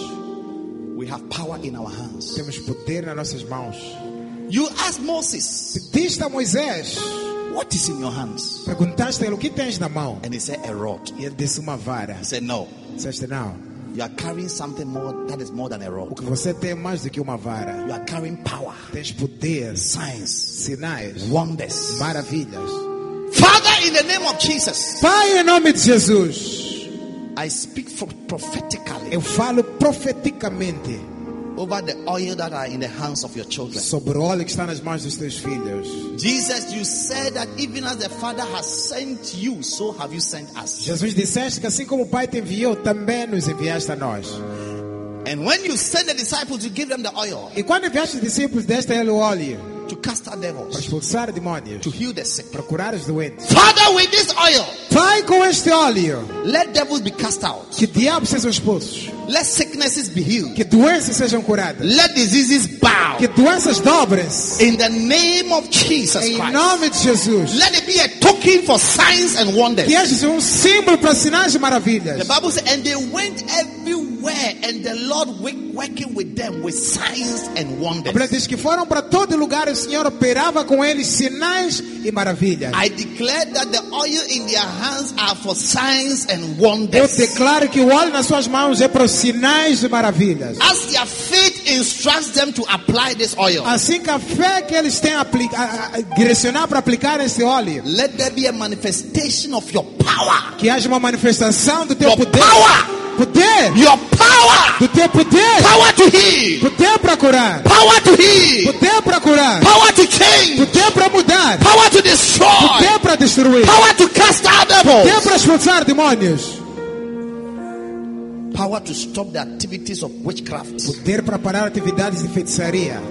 Speaker 2: we have power in our hands.
Speaker 3: temos poder nas nossas mãos.
Speaker 2: You asked Moses,
Speaker 3: Pediste a Moisés,
Speaker 2: What is in your hands?
Speaker 3: perguntaste a ele o que tens na mão.
Speaker 2: And he said, A rod.
Speaker 3: E ele disse uma vara.
Speaker 2: He said, No,
Speaker 3: Disseste não.
Speaker 2: you are carrying something more that is more than a
Speaker 3: O
Speaker 2: rod.
Speaker 3: que você tem é mais do que uma vara.
Speaker 2: You are carrying power,
Speaker 3: Tens poder,
Speaker 2: signs,
Speaker 3: sinais,
Speaker 2: wonders.
Speaker 3: maravilhas.
Speaker 2: Father, in the name of Jesus,
Speaker 3: Pai, em nome de Jesus.
Speaker 2: I speak for prophetically.
Speaker 3: Eu falo profeticamente
Speaker 2: over the oil that are in the hands of your children.
Speaker 3: sobre o óleo que está nas mãos dos teus filhos.
Speaker 2: Jesus, you said that even as the Father has sent you, so have you sent us.
Speaker 3: Jesus disseste que assim como o Pai te enviou, também nos enviaste a nós.
Speaker 2: And when you send the disciples, you give them the oil
Speaker 3: E quando enviaste os discípulos, deste a ele o óleo
Speaker 2: to cast out
Speaker 3: para
Speaker 2: devils,
Speaker 3: expulsar demônios,
Speaker 2: to heal the sick.
Speaker 3: para curar os doentes.
Speaker 2: Father, with this oil,
Speaker 3: Pai, com este óleo,
Speaker 2: let devils be cast out.
Speaker 3: que diabos sejam expulsos,
Speaker 2: Let sicknesses be healed.
Speaker 3: que doenças sejam curadas,
Speaker 2: Let diseases bow.
Speaker 3: que doenças dobrem-se.
Speaker 2: In the name of Jesus
Speaker 3: Em
Speaker 2: Christ.
Speaker 3: nome de Jesus.
Speaker 2: Let it be a token for signs and wonders.
Speaker 3: Que este seja um símbolo para sinais e
Speaker 2: The
Speaker 3: maravilhas.
Speaker 2: Bible says, and they went everywhere, and the Lord wo- working with them with signs and
Speaker 3: A Bíblia
Speaker 2: wonders.
Speaker 3: diz que foram para todo lugar e o Senhor operava com eles sinais e maravilhas.
Speaker 2: I declare that the oil in their hands are for signs and
Speaker 3: Eu
Speaker 2: wonders.
Speaker 3: declaro que o óleo nas suas mãos é para os sinais e maravilhas.
Speaker 2: As their faith instructs them to apply this oil,
Speaker 3: Assim que a fé que eles têm a apli- a- a- a direcionar para aplicar esse óleo,
Speaker 2: let there be a manifestation of your power.
Speaker 3: que haja uma manifestação do teu
Speaker 2: Your
Speaker 3: poder.
Speaker 2: power.
Speaker 3: Poder!
Speaker 2: Your power!
Speaker 3: Do teu poder!
Speaker 2: Power to heal!
Speaker 3: Poder para curar!
Speaker 2: Power to heal!
Speaker 3: Poder para curar!
Speaker 2: Power to change!
Speaker 3: Poder para mudar!
Speaker 2: Power to destroy!
Speaker 3: Poder para destruir!
Speaker 2: Power to cast out
Speaker 3: Poder
Speaker 2: devils!
Speaker 3: para expulsar demônios!
Speaker 2: Power to stop the activities of witchcraft.
Speaker 3: Poder para parar atividades de feitiçaria.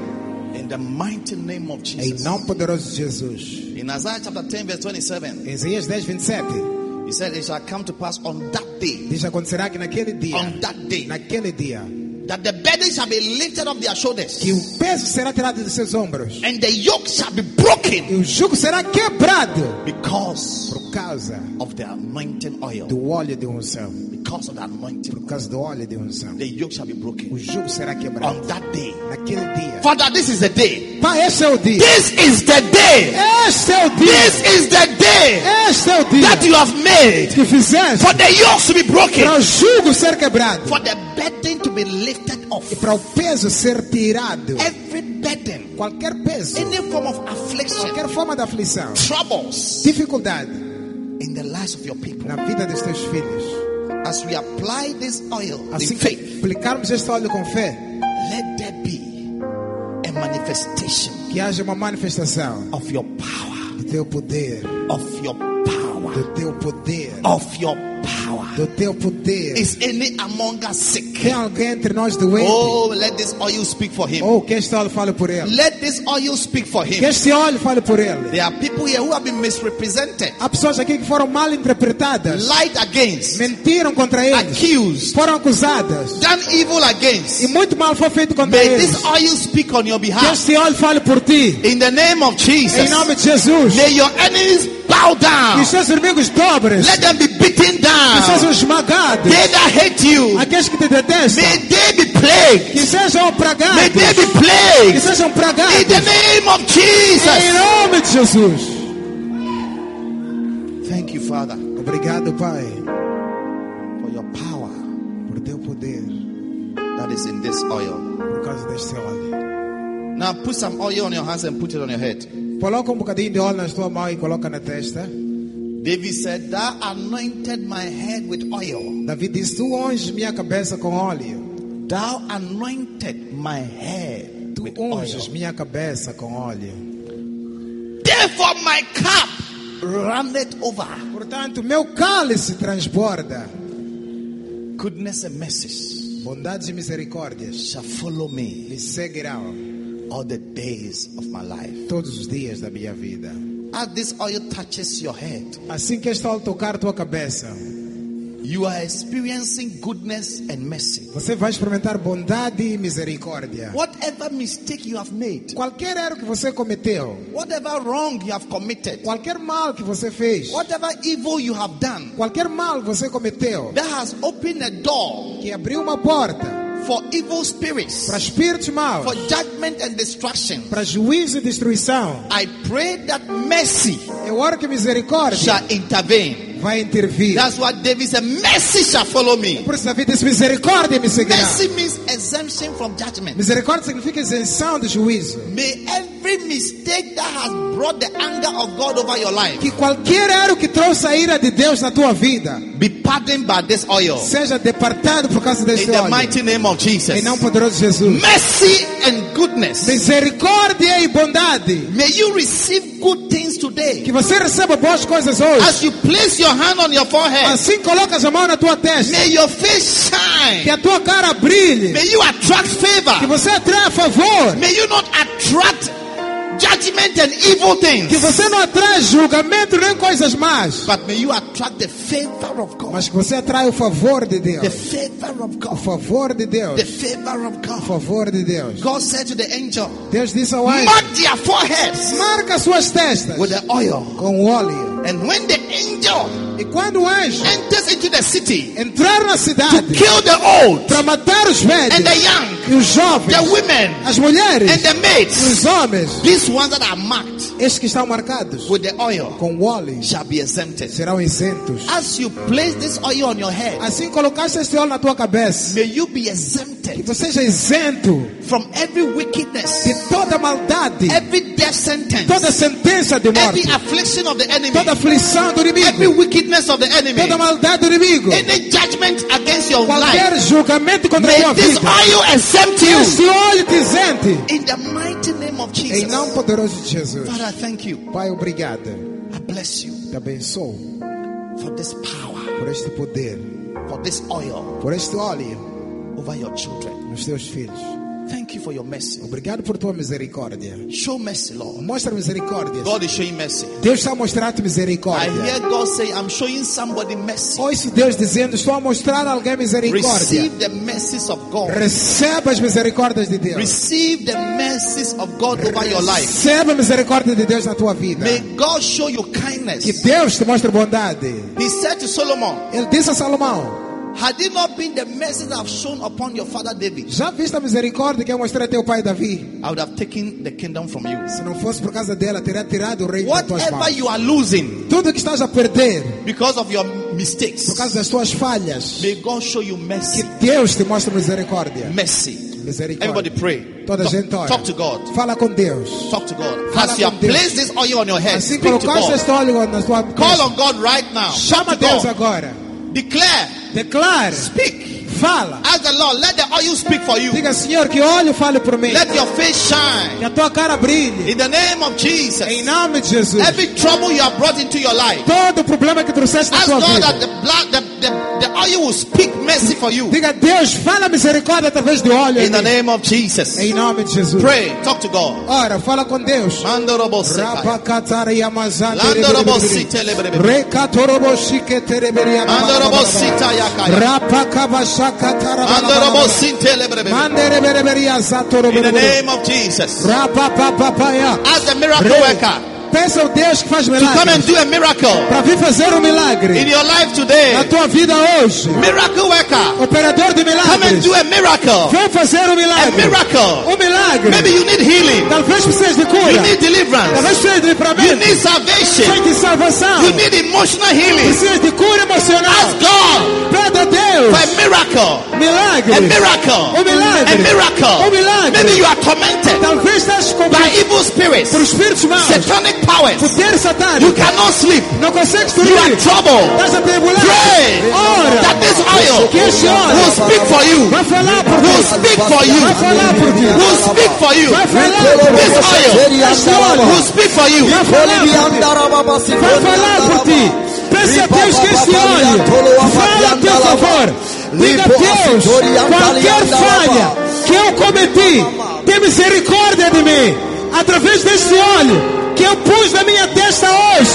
Speaker 2: In the mighty name of
Speaker 3: Em
Speaker 2: Jesus.
Speaker 3: nome poderoso de Jesus.
Speaker 2: In Isaiah chapter 10, verse 27,
Speaker 3: Em Isaías 10, 27.
Speaker 2: he said, It shall come to pass on that day,
Speaker 3: Diz acontecerá que naquele dia,
Speaker 2: on that day,
Speaker 3: naquele dia,
Speaker 2: that the burden shall be lifted off their shoulders,
Speaker 3: que o peso será tirado de seus ombros
Speaker 2: and the yoke shall be
Speaker 3: e
Speaker 2: broken
Speaker 3: o jugo será quebrado
Speaker 2: because
Speaker 3: por causa
Speaker 2: of the anointing oil.
Speaker 3: do óleo de unção,
Speaker 2: Because of the anointing,
Speaker 3: por causa do óleo de unção.
Speaker 2: the yoke shall be
Speaker 3: O
Speaker 2: broken
Speaker 3: jugo será quebrado
Speaker 2: on that day.
Speaker 3: naquele dia.
Speaker 2: Father, this is the day.
Speaker 3: Pai, esse é o dia.
Speaker 2: This is the day.
Speaker 3: Este é o dia.
Speaker 2: This is the day
Speaker 3: Este é o
Speaker 2: that
Speaker 3: dia
Speaker 2: you have made
Speaker 3: que fizeste
Speaker 2: for the yokes to be
Speaker 3: para
Speaker 2: broken,
Speaker 3: o jugo ser quebrado
Speaker 2: for the burden to be lifted off.
Speaker 3: e para o peso ser tirado.
Speaker 2: Every burden,
Speaker 3: Qualquer peso,
Speaker 2: any form of affliction,
Speaker 3: qualquer forma de aflição,
Speaker 2: troubles
Speaker 3: dificuldade
Speaker 2: in the lives of your people.
Speaker 3: na vida dos teus filhos.
Speaker 2: As we apply this oil in
Speaker 3: Assim que
Speaker 2: faith,
Speaker 3: aplicarmos este óleo com fé,
Speaker 2: let there be a manifestation
Speaker 3: que haja uma manifestação
Speaker 2: of your power,
Speaker 3: do teu poder,
Speaker 2: of your power,
Speaker 3: do teu poder,
Speaker 2: of your power.
Speaker 3: do teu poder.
Speaker 2: Is any among us
Speaker 3: Tem
Speaker 2: sick?
Speaker 3: alguém entre nós doente?
Speaker 2: Oh, let this oil speak for him.
Speaker 3: Ou que este óleo fale por ele?
Speaker 2: Let this oil speak for
Speaker 3: Que
Speaker 2: him.
Speaker 3: este óleo fale por ele.
Speaker 2: There are people here who have been misrepresented,
Speaker 3: Há pessoas aqui que foram mal interpretadas,
Speaker 2: lied against,
Speaker 3: mentiram contra eles,
Speaker 2: accused,
Speaker 3: foram acusadas
Speaker 2: done evil
Speaker 3: e
Speaker 2: against.
Speaker 3: muito mal foi feito contra
Speaker 2: May
Speaker 3: eles.
Speaker 2: this oil speak on your
Speaker 3: Que
Speaker 2: behalf.
Speaker 3: este óleo fale por ti.
Speaker 2: In the name of
Speaker 3: Em
Speaker 2: Jesus.
Speaker 3: nome de Jesus.
Speaker 2: May your enemies bow
Speaker 3: Que
Speaker 2: down.
Speaker 3: os seus inimigos dobres.
Speaker 2: Let them be beaten
Speaker 3: Que sejam
Speaker 2: down.
Speaker 3: esmagados.
Speaker 2: They that hate you,
Speaker 3: Aqueles que te detestam.
Speaker 2: may they be plagued.
Speaker 3: Que sejam
Speaker 2: May
Speaker 3: pragados.
Speaker 2: they be
Speaker 3: Que
Speaker 2: plagued.
Speaker 3: sejam
Speaker 2: In
Speaker 3: pragados.
Speaker 2: the name of
Speaker 3: Em
Speaker 2: Jesus.
Speaker 3: nome de Jesus.
Speaker 2: Thank you, Father,
Speaker 3: Obrigado, Pai,
Speaker 2: for your power
Speaker 3: por teu poder.
Speaker 2: that is in this oil.
Speaker 3: Por causa deste óleo.
Speaker 2: Now put some oil on your hands and put it on your head.
Speaker 3: Coloca um bocadinho de óleo na tua mão e coloca na testa.
Speaker 2: David said, Thou anointed my head with oil.
Speaker 3: Davi disse: Tu unges minha cabeça com óleo.
Speaker 2: Thou anointed my head
Speaker 3: Tu
Speaker 2: with
Speaker 3: unges
Speaker 2: oil.
Speaker 3: minha cabeça com óleo.
Speaker 2: Therefore, my cup runneth over.
Speaker 3: Portanto, meu cálice transborda.
Speaker 2: Goodness and mercy
Speaker 3: Bondades e misericórdias
Speaker 2: shall follow me
Speaker 3: me seguirão.
Speaker 2: all the days of my life.
Speaker 3: todos os dias da minha vida.
Speaker 2: As this oil touches your head,
Speaker 3: Assim que este óleo tocar tua cabeça,
Speaker 2: you are experiencing goodness and mercy.
Speaker 3: você vai experimentar bondade e misericórdia.
Speaker 2: Whatever mistake you have made,
Speaker 3: Qualquer erro que você cometeu,
Speaker 2: whatever wrong you have committed,
Speaker 3: qualquer mal que você fez,
Speaker 2: whatever evil you have done,
Speaker 3: qualquer mal que você cometeu,
Speaker 2: that has opened a door
Speaker 3: que abriu uma porta
Speaker 2: for evil
Speaker 3: para
Speaker 2: spirits,
Speaker 3: espíritos
Speaker 2: for
Speaker 3: maus,
Speaker 2: judgment and destruction.
Speaker 3: para juízo e destruição,
Speaker 2: I pray that mercy
Speaker 3: eu oro que misericórdia
Speaker 2: shall intervene.
Speaker 3: vai intervir.
Speaker 2: That's what David said. Mercy shall follow me.
Speaker 3: Por isso Davi disse, misericórdia me seguirá.
Speaker 2: Mercy means exemption from judgment.
Speaker 3: Misericórdia significa isenção do juízo.
Speaker 2: May every mistake that has brought the anger of God over your life
Speaker 3: Que qualquer erro que trouxe a ira de Deus na tua vida,
Speaker 2: be pardoned by this oil.
Speaker 3: seja departado por causa deste
Speaker 2: In the
Speaker 3: óleo.
Speaker 2: mighty name of
Speaker 3: Em
Speaker 2: Jesus.
Speaker 3: nome poderoso de Jesus.
Speaker 2: Mercy and goodness.
Speaker 3: Misericórdia e bondade.
Speaker 2: May you receive good things
Speaker 3: Que
Speaker 2: today.
Speaker 3: você receba boas coisas hoje.
Speaker 2: As you place your hand on your forehead,
Speaker 3: Assim colocas a mão na tua testa.
Speaker 2: may your face
Speaker 3: Que
Speaker 2: shine.
Speaker 3: a tua cara brilhe.
Speaker 2: May you attract
Speaker 3: Que
Speaker 2: favor.
Speaker 3: você atraia favor.
Speaker 2: May you not attract judgment and evil
Speaker 3: Que
Speaker 2: things,
Speaker 3: você não atraia julgamento nem coisas más.
Speaker 2: but may you attract the favor of God.
Speaker 3: Mas que você atraia o favor de
Speaker 2: The
Speaker 3: Deus.
Speaker 2: favor of
Speaker 3: O
Speaker 2: God.
Speaker 3: favor de Deus.
Speaker 2: The favor of
Speaker 3: O
Speaker 2: God.
Speaker 3: favor de Deus.
Speaker 2: God said to the angel,
Speaker 3: Deus disse ao anjo.
Speaker 2: Mark their foreheads
Speaker 3: Marca suas testas
Speaker 2: with the oil.
Speaker 3: com óleo.
Speaker 2: And when the angel
Speaker 3: E quando o anjo
Speaker 2: enters into the city,
Speaker 3: entrar na cidade
Speaker 2: kill the old
Speaker 3: para matar os
Speaker 2: and the
Speaker 3: velhos
Speaker 2: young,
Speaker 3: e os jovens,
Speaker 2: the women
Speaker 3: as mulheres
Speaker 2: and the
Speaker 3: e os
Speaker 2: maids.
Speaker 3: homens.
Speaker 2: These ones that are marked
Speaker 3: Estes que estão marcados
Speaker 2: with the oil
Speaker 3: com óleo
Speaker 2: shall be exempted.
Speaker 3: serão isentos.
Speaker 2: As you place this oil on your head,
Speaker 3: Assim colocaste este óleo na tua cabeça,
Speaker 2: may you be
Speaker 3: que
Speaker 2: exempted
Speaker 3: você seja isento
Speaker 2: from every wickedness.
Speaker 3: de toda maldade,
Speaker 2: Every death sentence,
Speaker 3: toda sentença de
Speaker 2: every
Speaker 3: morte,
Speaker 2: affliction of the enemy,
Speaker 3: toda aflição do
Speaker 2: every
Speaker 3: inimigo,
Speaker 2: wickedness of the enemy,
Speaker 3: toda maldade do inimigo,
Speaker 2: any judgment against your life,
Speaker 3: qualquer julgamento contra a
Speaker 2: may
Speaker 3: tua
Speaker 2: this
Speaker 3: vida.
Speaker 2: oil exempt
Speaker 3: Que
Speaker 2: you.
Speaker 3: Este óleo te isente.
Speaker 2: In the mighty name of
Speaker 3: Em
Speaker 2: Jesus.
Speaker 3: nome poderoso de Jesus.
Speaker 2: Father, I thank you.
Speaker 3: Pai, obrigado.
Speaker 2: I bless you
Speaker 3: Te abençoo
Speaker 2: for this power,
Speaker 3: por este poder,
Speaker 2: for this oil
Speaker 3: por este óleo
Speaker 2: over your children.
Speaker 3: nos teus filhos.
Speaker 2: Thank you for your mercy.
Speaker 3: Obrigado por tua misericórdia.
Speaker 2: Show mercy, Lord.
Speaker 3: Mostra misericórdia.
Speaker 2: God is showing mercy.
Speaker 3: Deus está a mostrar-te
Speaker 2: I
Speaker 3: misericórdia.
Speaker 2: hear God say, I'm showing somebody mercy.
Speaker 3: Ouço Deus dizendo: Estou a mostrar a alguém misericórdia.
Speaker 2: Receive the mercies of God.
Speaker 3: Receba as misericórdias de Deus.
Speaker 2: Receive the mercies of God over your life.
Speaker 3: Receba a misericórdia de Deus na tua vida.
Speaker 2: May God show you
Speaker 3: Que
Speaker 2: kindness.
Speaker 3: Deus te mostre bondade.
Speaker 2: He said to Solomon,
Speaker 3: Ele disse a Salomão:
Speaker 2: Had it not been the mercies I've shown upon your father David,
Speaker 3: Já viste a misericórdia que eu mostrei a teu pai Davi?
Speaker 2: I would have taken the kingdom from you.
Speaker 3: Se não fosse por causa dela, teria tirado o rei das tuas
Speaker 2: Whatever
Speaker 3: mãos.
Speaker 2: you are losing
Speaker 3: Tudo que estás a perder
Speaker 2: because of your
Speaker 3: por
Speaker 2: mistakes,
Speaker 3: causa das tuas falhas,
Speaker 2: may God show you
Speaker 3: que
Speaker 2: mercy.
Speaker 3: Deus te mostre misericórdia.
Speaker 2: Mercy. Everybody
Speaker 3: Misericórdia.
Speaker 2: pray.
Speaker 3: Toda gente
Speaker 2: Talk,
Speaker 3: ora.
Speaker 2: talk to God.
Speaker 3: Fala com Deus.
Speaker 2: Talk to God.
Speaker 3: Fala
Speaker 2: As you
Speaker 3: com
Speaker 2: have
Speaker 3: Deus.
Speaker 2: placed this oil on your head,
Speaker 3: Assim
Speaker 2: speak to
Speaker 3: colocaste
Speaker 2: God.
Speaker 3: este óleo na tua
Speaker 2: Call
Speaker 3: testa.
Speaker 2: on God right now.
Speaker 3: Chama
Speaker 2: Talk to
Speaker 3: Deus
Speaker 2: God.
Speaker 3: agora.
Speaker 2: Declare.
Speaker 3: Declara.
Speaker 2: Speak.
Speaker 3: Fala.
Speaker 2: Ask the Lord. Let the oil speak for you.
Speaker 3: Diga, Senhor, que olho fale por mim.
Speaker 2: Let your face shine.
Speaker 3: Que a tua cara brilhe.
Speaker 2: In the name of Jesus.
Speaker 3: Em nome de Jesus.
Speaker 2: Every trouble you have brought into your life.
Speaker 3: Todo o problema que trouxeste na
Speaker 2: Ask
Speaker 3: tua
Speaker 2: God that the
Speaker 3: vida.
Speaker 2: blood, the, the, the oil will speak mercy for you.
Speaker 3: Diga, Deus, fala misericórdia através de óleo.
Speaker 2: In the
Speaker 3: Em mim.
Speaker 2: name of Jesus.
Speaker 3: Em nome de Jesus.
Speaker 2: Pray. Talk to God.
Speaker 3: Ora, fala com Deus.
Speaker 2: Mandorobosekai. Landorobosite leberebe.
Speaker 3: Rapa
Speaker 2: Mandorobositayakaya. Mandorobosinte leberebe. In the name of Jesus. Ask the miracle worker
Speaker 3: Peça ao Deus que faz
Speaker 2: to come and
Speaker 3: milagres
Speaker 2: do a miracle
Speaker 3: para vir fazer um
Speaker 2: in
Speaker 3: milagre
Speaker 2: your life
Speaker 3: na
Speaker 2: today.
Speaker 3: tua vida hoje.
Speaker 2: Miracle worker.
Speaker 3: Operador de
Speaker 2: Come and
Speaker 3: milagres,
Speaker 2: do a miracle.
Speaker 3: vem fazer um
Speaker 2: A
Speaker 3: milagre.
Speaker 2: miracle.
Speaker 3: Um milagre.
Speaker 2: Maybe you need healing.
Speaker 3: Talvez precise de
Speaker 2: You
Speaker 3: cura.
Speaker 2: need
Speaker 3: Talvez
Speaker 2: deliverance.
Speaker 3: precise de
Speaker 2: You
Speaker 3: livramento.
Speaker 2: need salvation.
Speaker 3: Precisa de salvação.
Speaker 2: You need emotional healing.
Speaker 3: Precisa de cura emocional.
Speaker 2: Ask God
Speaker 3: Pede a
Speaker 2: for
Speaker 3: Deus.
Speaker 2: a miracle.
Speaker 3: Milagre.
Speaker 2: A miracle.
Speaker 3: Um milagre.
Speaker 2: A miracle.
Speaker 3: Um milagre.
Speaker 2: Maybe you are tormented
Speaker 3: Talvez estás
Speaker 2: by
Speaker 3: compreendido
Speaker 2: evil spirits,
Speaker 3: por espíritos maus.
Speaker 2: satanic powers.
Speaker 3: Poder
Speaker 2: tá- You
Speaker 3: satânico.
Speaker 2: cannot sleep.
Speaker 3: Não consegues
Speaker 2: You are
Speaker 3: dormir.
Speaker 2: troubled.
Speaker 3: Estás atribulado.
Speaker 2: Pray
Speaker 3: Ora.
Speaker 2: that this oil
Speaker 3: Que é esse
Speaker 2: will
Speaker 3: óleo
Speaker 2: speak for you.
Speaker 3: vai falar por
Speaker 2: Will
Speaker 3: Deus.
Speaker 2: speak for you.
Speaker 3: Vai falar por ti.
Speaker 2: Will speak for you.
Speaker 3: Vai falar por
Speaker 2: This
Speaker 3: ti.
Speaker 2: oil
Speaker 3: Esse óleo
Speaker 2: will speak for you.
Speaker 3: vai falar por ti. Vai falar por ti. Peça a Deus que este olhe. Fala a teu favor. Diga a Deus, qualquer falha que eu cometi, tem misericórdia de mim. Através deste olho que eu pus na minha testa hoje,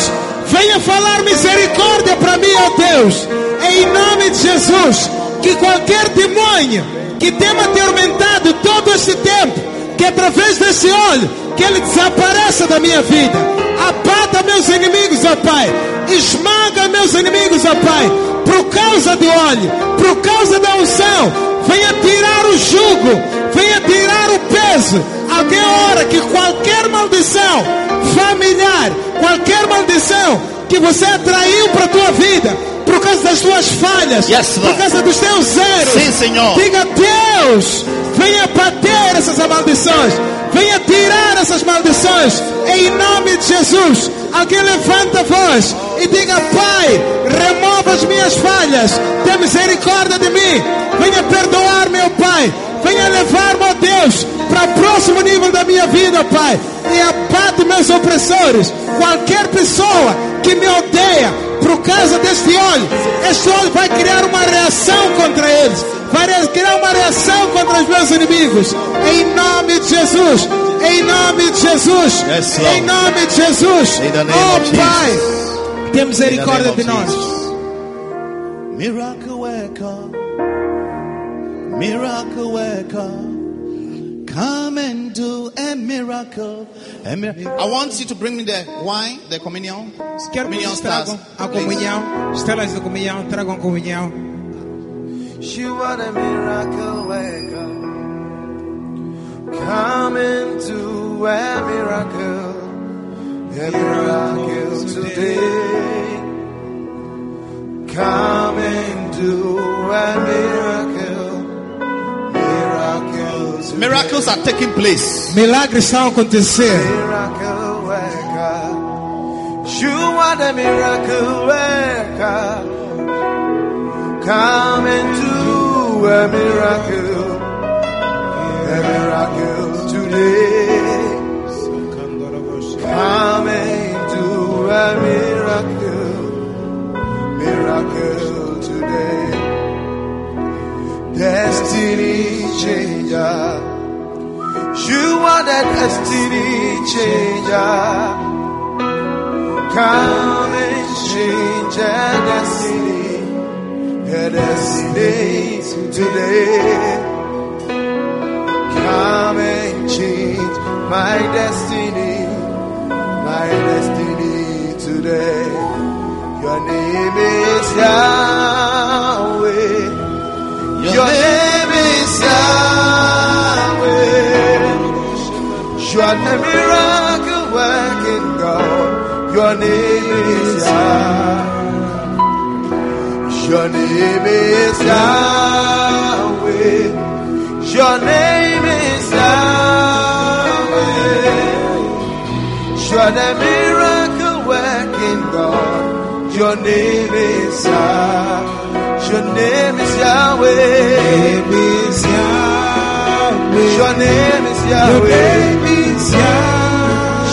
Speaker 3: venha falar misericórdia para mim, ó Deus. Em nome de Jesus, que qualquer demônio que tenha atormentado todo este tempo, que através desse olho que ele desapareça da minha vida. Abata meus inimigos, ó Pai. Esmaga meus inimigos, ó Pai. Por causa do óleo, por causa da unção, venha tirar o jugo, venha tirar o peso. Alguém ora que qualquer maldição familiar, qualquer maldição que você atraiu para a tua vida, por causa das tuas falhas,
Speaker 2: Yes, Lord.
Speaker 3: por causa dos teus erros,
Speaker 2: Sim, Senhor.
Speaker 3: Diga, Deus, venha bater essas maldições. Venha tirar essas maldições. Em nome de Jesus. Alguém levanta a voz e diga, Pai, remova as minhas falhas. Tenha misericórdia de mim. Venha perdoar, meu Pai. Venha levar, meu Deus, para o próximo nível da minha vida, Pai. E abate meus opressores. Qualquer pessoa que me odeia, por causa deste óleo, este óleo vai criar uma reação contra eles, vai criar uma reação contra os meus inimigos, em nome de Jesus, em nome de Jesus,
Speaker 4: Yes, Lord.
Speaker 3: em nome de Jesus,
Speaker 4: In the name
Speaker 3: oh
Speaker 4: of
Speaker 3: Pai, tem misericórdia
Speaker 4: In
Speaker 3: de
Speaker 4: the name of
Speaker 3: nós.
Speaker 4: Miracle worker, miracle worker, come and do a miracle. A mir-
Speaker 2: I want you to bring me the wine, the communion.
Speaker 3: Quero que
Speaker 2: Communion
Speaker 3: vocês
Speaker 2: stars.
Speaker 3: tragam a
Speaker 2: please.
Speaker 3: comunhão, estrelas da comunhão, tragam a comunhão.
Speaker 5: You are a miracle worker. Come and do a miracle, a miracle today. Come and do a miracle, miracle today.
Speaker 2: Miracles are taking place.
Speaker 3: Milagres estão a acontecer.
Speaker 5: Miracle worker, you are the miracle worker. Come and do a miracle, a miracle today. Come and do a miracle, miracle today. Destiny changer. You are the destiny changer. Come and change a destiny, a destiny today. Come and change my destiny, my destiny today. Your name is Yahweh. Your name is Yahweh. You are the miracle working God. Your name is Yahweh. Your name is Yahweh. Your name is Yahweh. You are the miracle working God. Your name is Yah. Your name is Yahweh.
Speaker 3: is Yahweh.
Speaker 5: Your name is
Speaker 3: Your
Speaker 5: Yahweh.
Speaker 3: name is Yah.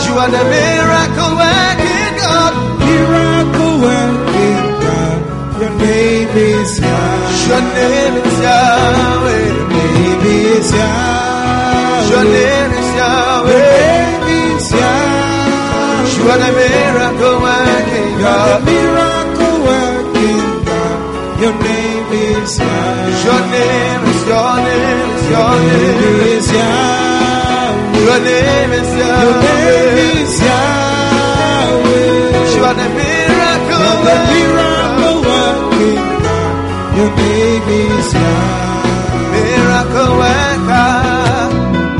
Speaker 5: You are the miracle working God.
Speaker 3: Miracle working God. Your name is Yah.
Speaker 5: Your name is Yahweh.
Speaker 3: name is Yah.
Speaker 5: Your name is
Speaker 3: Your
Speaker 5: Yahweh.
Speaker 3: name is Yah.
Speaker 5: You are the miracle working
Speaker 3: You're the
Speaker 5: God.
Speaker 3: miracle working God. Your name is Yah.
Speaker 5: Your name is your name is your
Speaker 3: name
Speaker 5: name.
Speaker 3: is Yahweh.
Speaker 5: Your name is
Speaker 3: Your name
Speaker 5: Yahweh.
Speaker 3: is Yahweh.
Speaker 5: You are the miracle
Speaker 3: You're the
Speaker 5: working
Speaker 3: miracle working God. Your name is Yah.
Speaker 5: Miracle worker,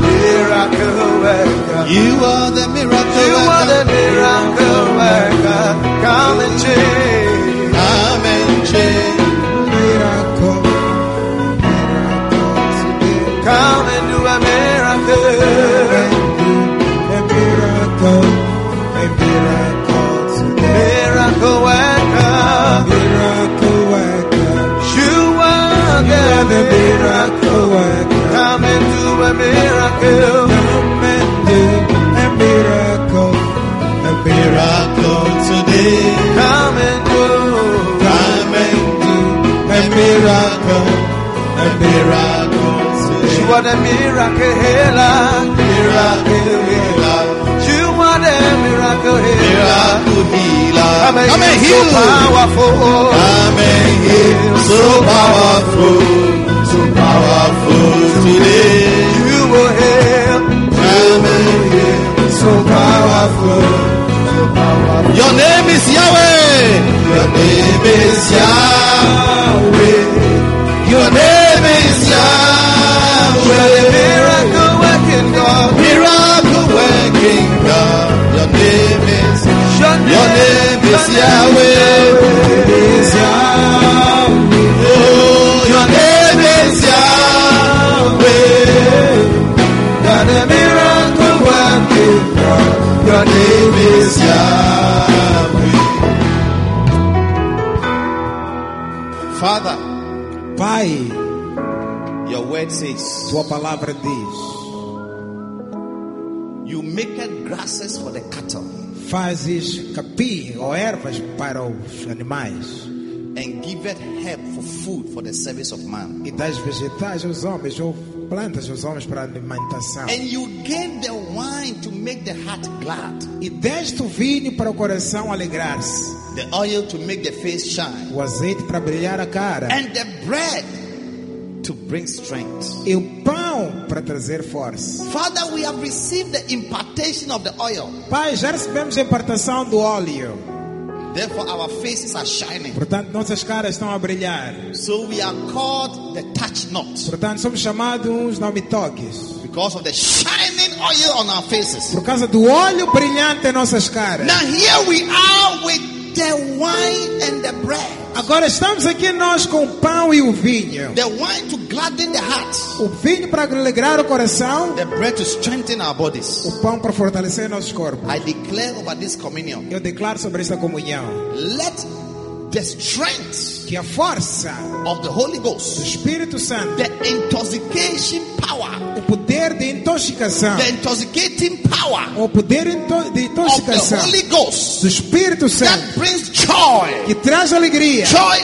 Speaker 5: miracle worker.
Speaker 6: You are the miracle
Speaker 5: You are
Speaker 6: worker.
Speaker 5: the miracle worker. Come and change.
Speaker 6: Come and change.
Speaker 3: Miracle, miracle today.
Speaker 5: Come and do a miracle.
Speaker 3: A miracle, a miracle today.
Speaker 5: Miracle worker.
Speaker 3: Miracle worker.
Speaker 5: You are
Speaker 3: You are
Speaker 5: the
Speaker 3: the
Speaker 5: miracle.
Speaker 3: miracle worker.
Speaker 5: Come and do
Speaker 3: Come and do a
Speaker 5: a miracle.
Speaker 3: miracle, a miracle,
Speaker 6: Miracle today.
Speaker 5: Come and do.
Speaker 6: Come and
Speaker 3: do a miracle, a miracle.
Speaker 6: miracle today.
Speaker 5: You are the miracle healer. Miracle healer. You are the miracle healer.
Speaker 6: Miracle healer.
Speaker 5: Come and,
Speaker 6: Come and heal.
Speaker 5: So powerful.
Speaker 6: Come and heal. So powerful. So powerful today.
Speaker 5: You will help.
Speaker 6: Come and heal. So powerful. Your name is Yahweh. Your name is Yahweh. Your name is
Speaker 5: You're the
Speaker 6: Yahweh.
Speaker 5: miracle working God.
Speaker 6: Miracle working God. Your name is.
Speaker 5: Your name,
Speaker 6: Your name is Yahweh. Is Yahweh. Oh, your name is Yahweh.
Speaker 5: You're the miracle working God.
Speaker 6: Your name is Yahweh. Father,
Speaker 3: Pai,
Speaker 6: your word says,
Speaker 3: tua palavra diz:
Speaker 6: You make grasses for the cattle
Speaker 3: fazes capim ou ervas para os animais
Speaker 6: and give it herb for food for the service of man.
Speaker 3: e das vegetais aos homens ou plantas aos homens para alimentação.
Speaker 6: And you gave the wine to make the heart glad,
Speaker 3: E deste o vinho para o coração alegrar-se,
Speaker 6: the oil to make the face shine,
Speaker 3: o azeite para brilhar a cara
Speaker 6: and the bread to bring strength.
Speaker 3: e o pão para trazer força.
Speaker 6: Father, we have received the impartation of the oil.
Speaker 3: Pai, já recebemos a impartação do óleo,
Speaker 6: Therefore, our faces are shining.
Speaker 3: portanto nossas caras estão a brilhar.
Speaker 6: So we are called the touch not
Speaker 3: Portanto somos chamados uns não me toques.
Speaker 6: because of the shining oil on our faces.
Speaker 3: Por causa do óleo brilhante em nossas caras.
Speaker 6: Now here we are with the wine and the bread.
Speaker 3: Agora estamos aqui nós com o pão e o vinho.
Speaker 6: The wine to gladden the heart,
Speaker 3: O vinho para alegrar o coração,
Speaker 6: the bread to strengthen our bodies.
Speaker 3: o pão para fortalecer nossos corpos.
Speaker 6: I declare over this communion,
Speaker 3: Eu declaro sobre esta comunhão
Speaker 6: let the strength
Speaker 3: que a força
Speaker 6: of the Holy
Speaker 3: do
Speaker 6: Ghost,
Speaker 3: Espírito Santo,
Speaker 6: the intoxication power,
Speaker 3: o poder de intoxicação,
Speaker 6: the intoxicating power
Speaker 3: o poder into- de
Speaker 6: of the
Speaker 3: intoxicação
Speaker 6: Holy Ghost
Speaker 3: do Espírito Santo,
Speaker 6: that brings joy,
Speaker 3: que traz alegria,
Speaker 2: joy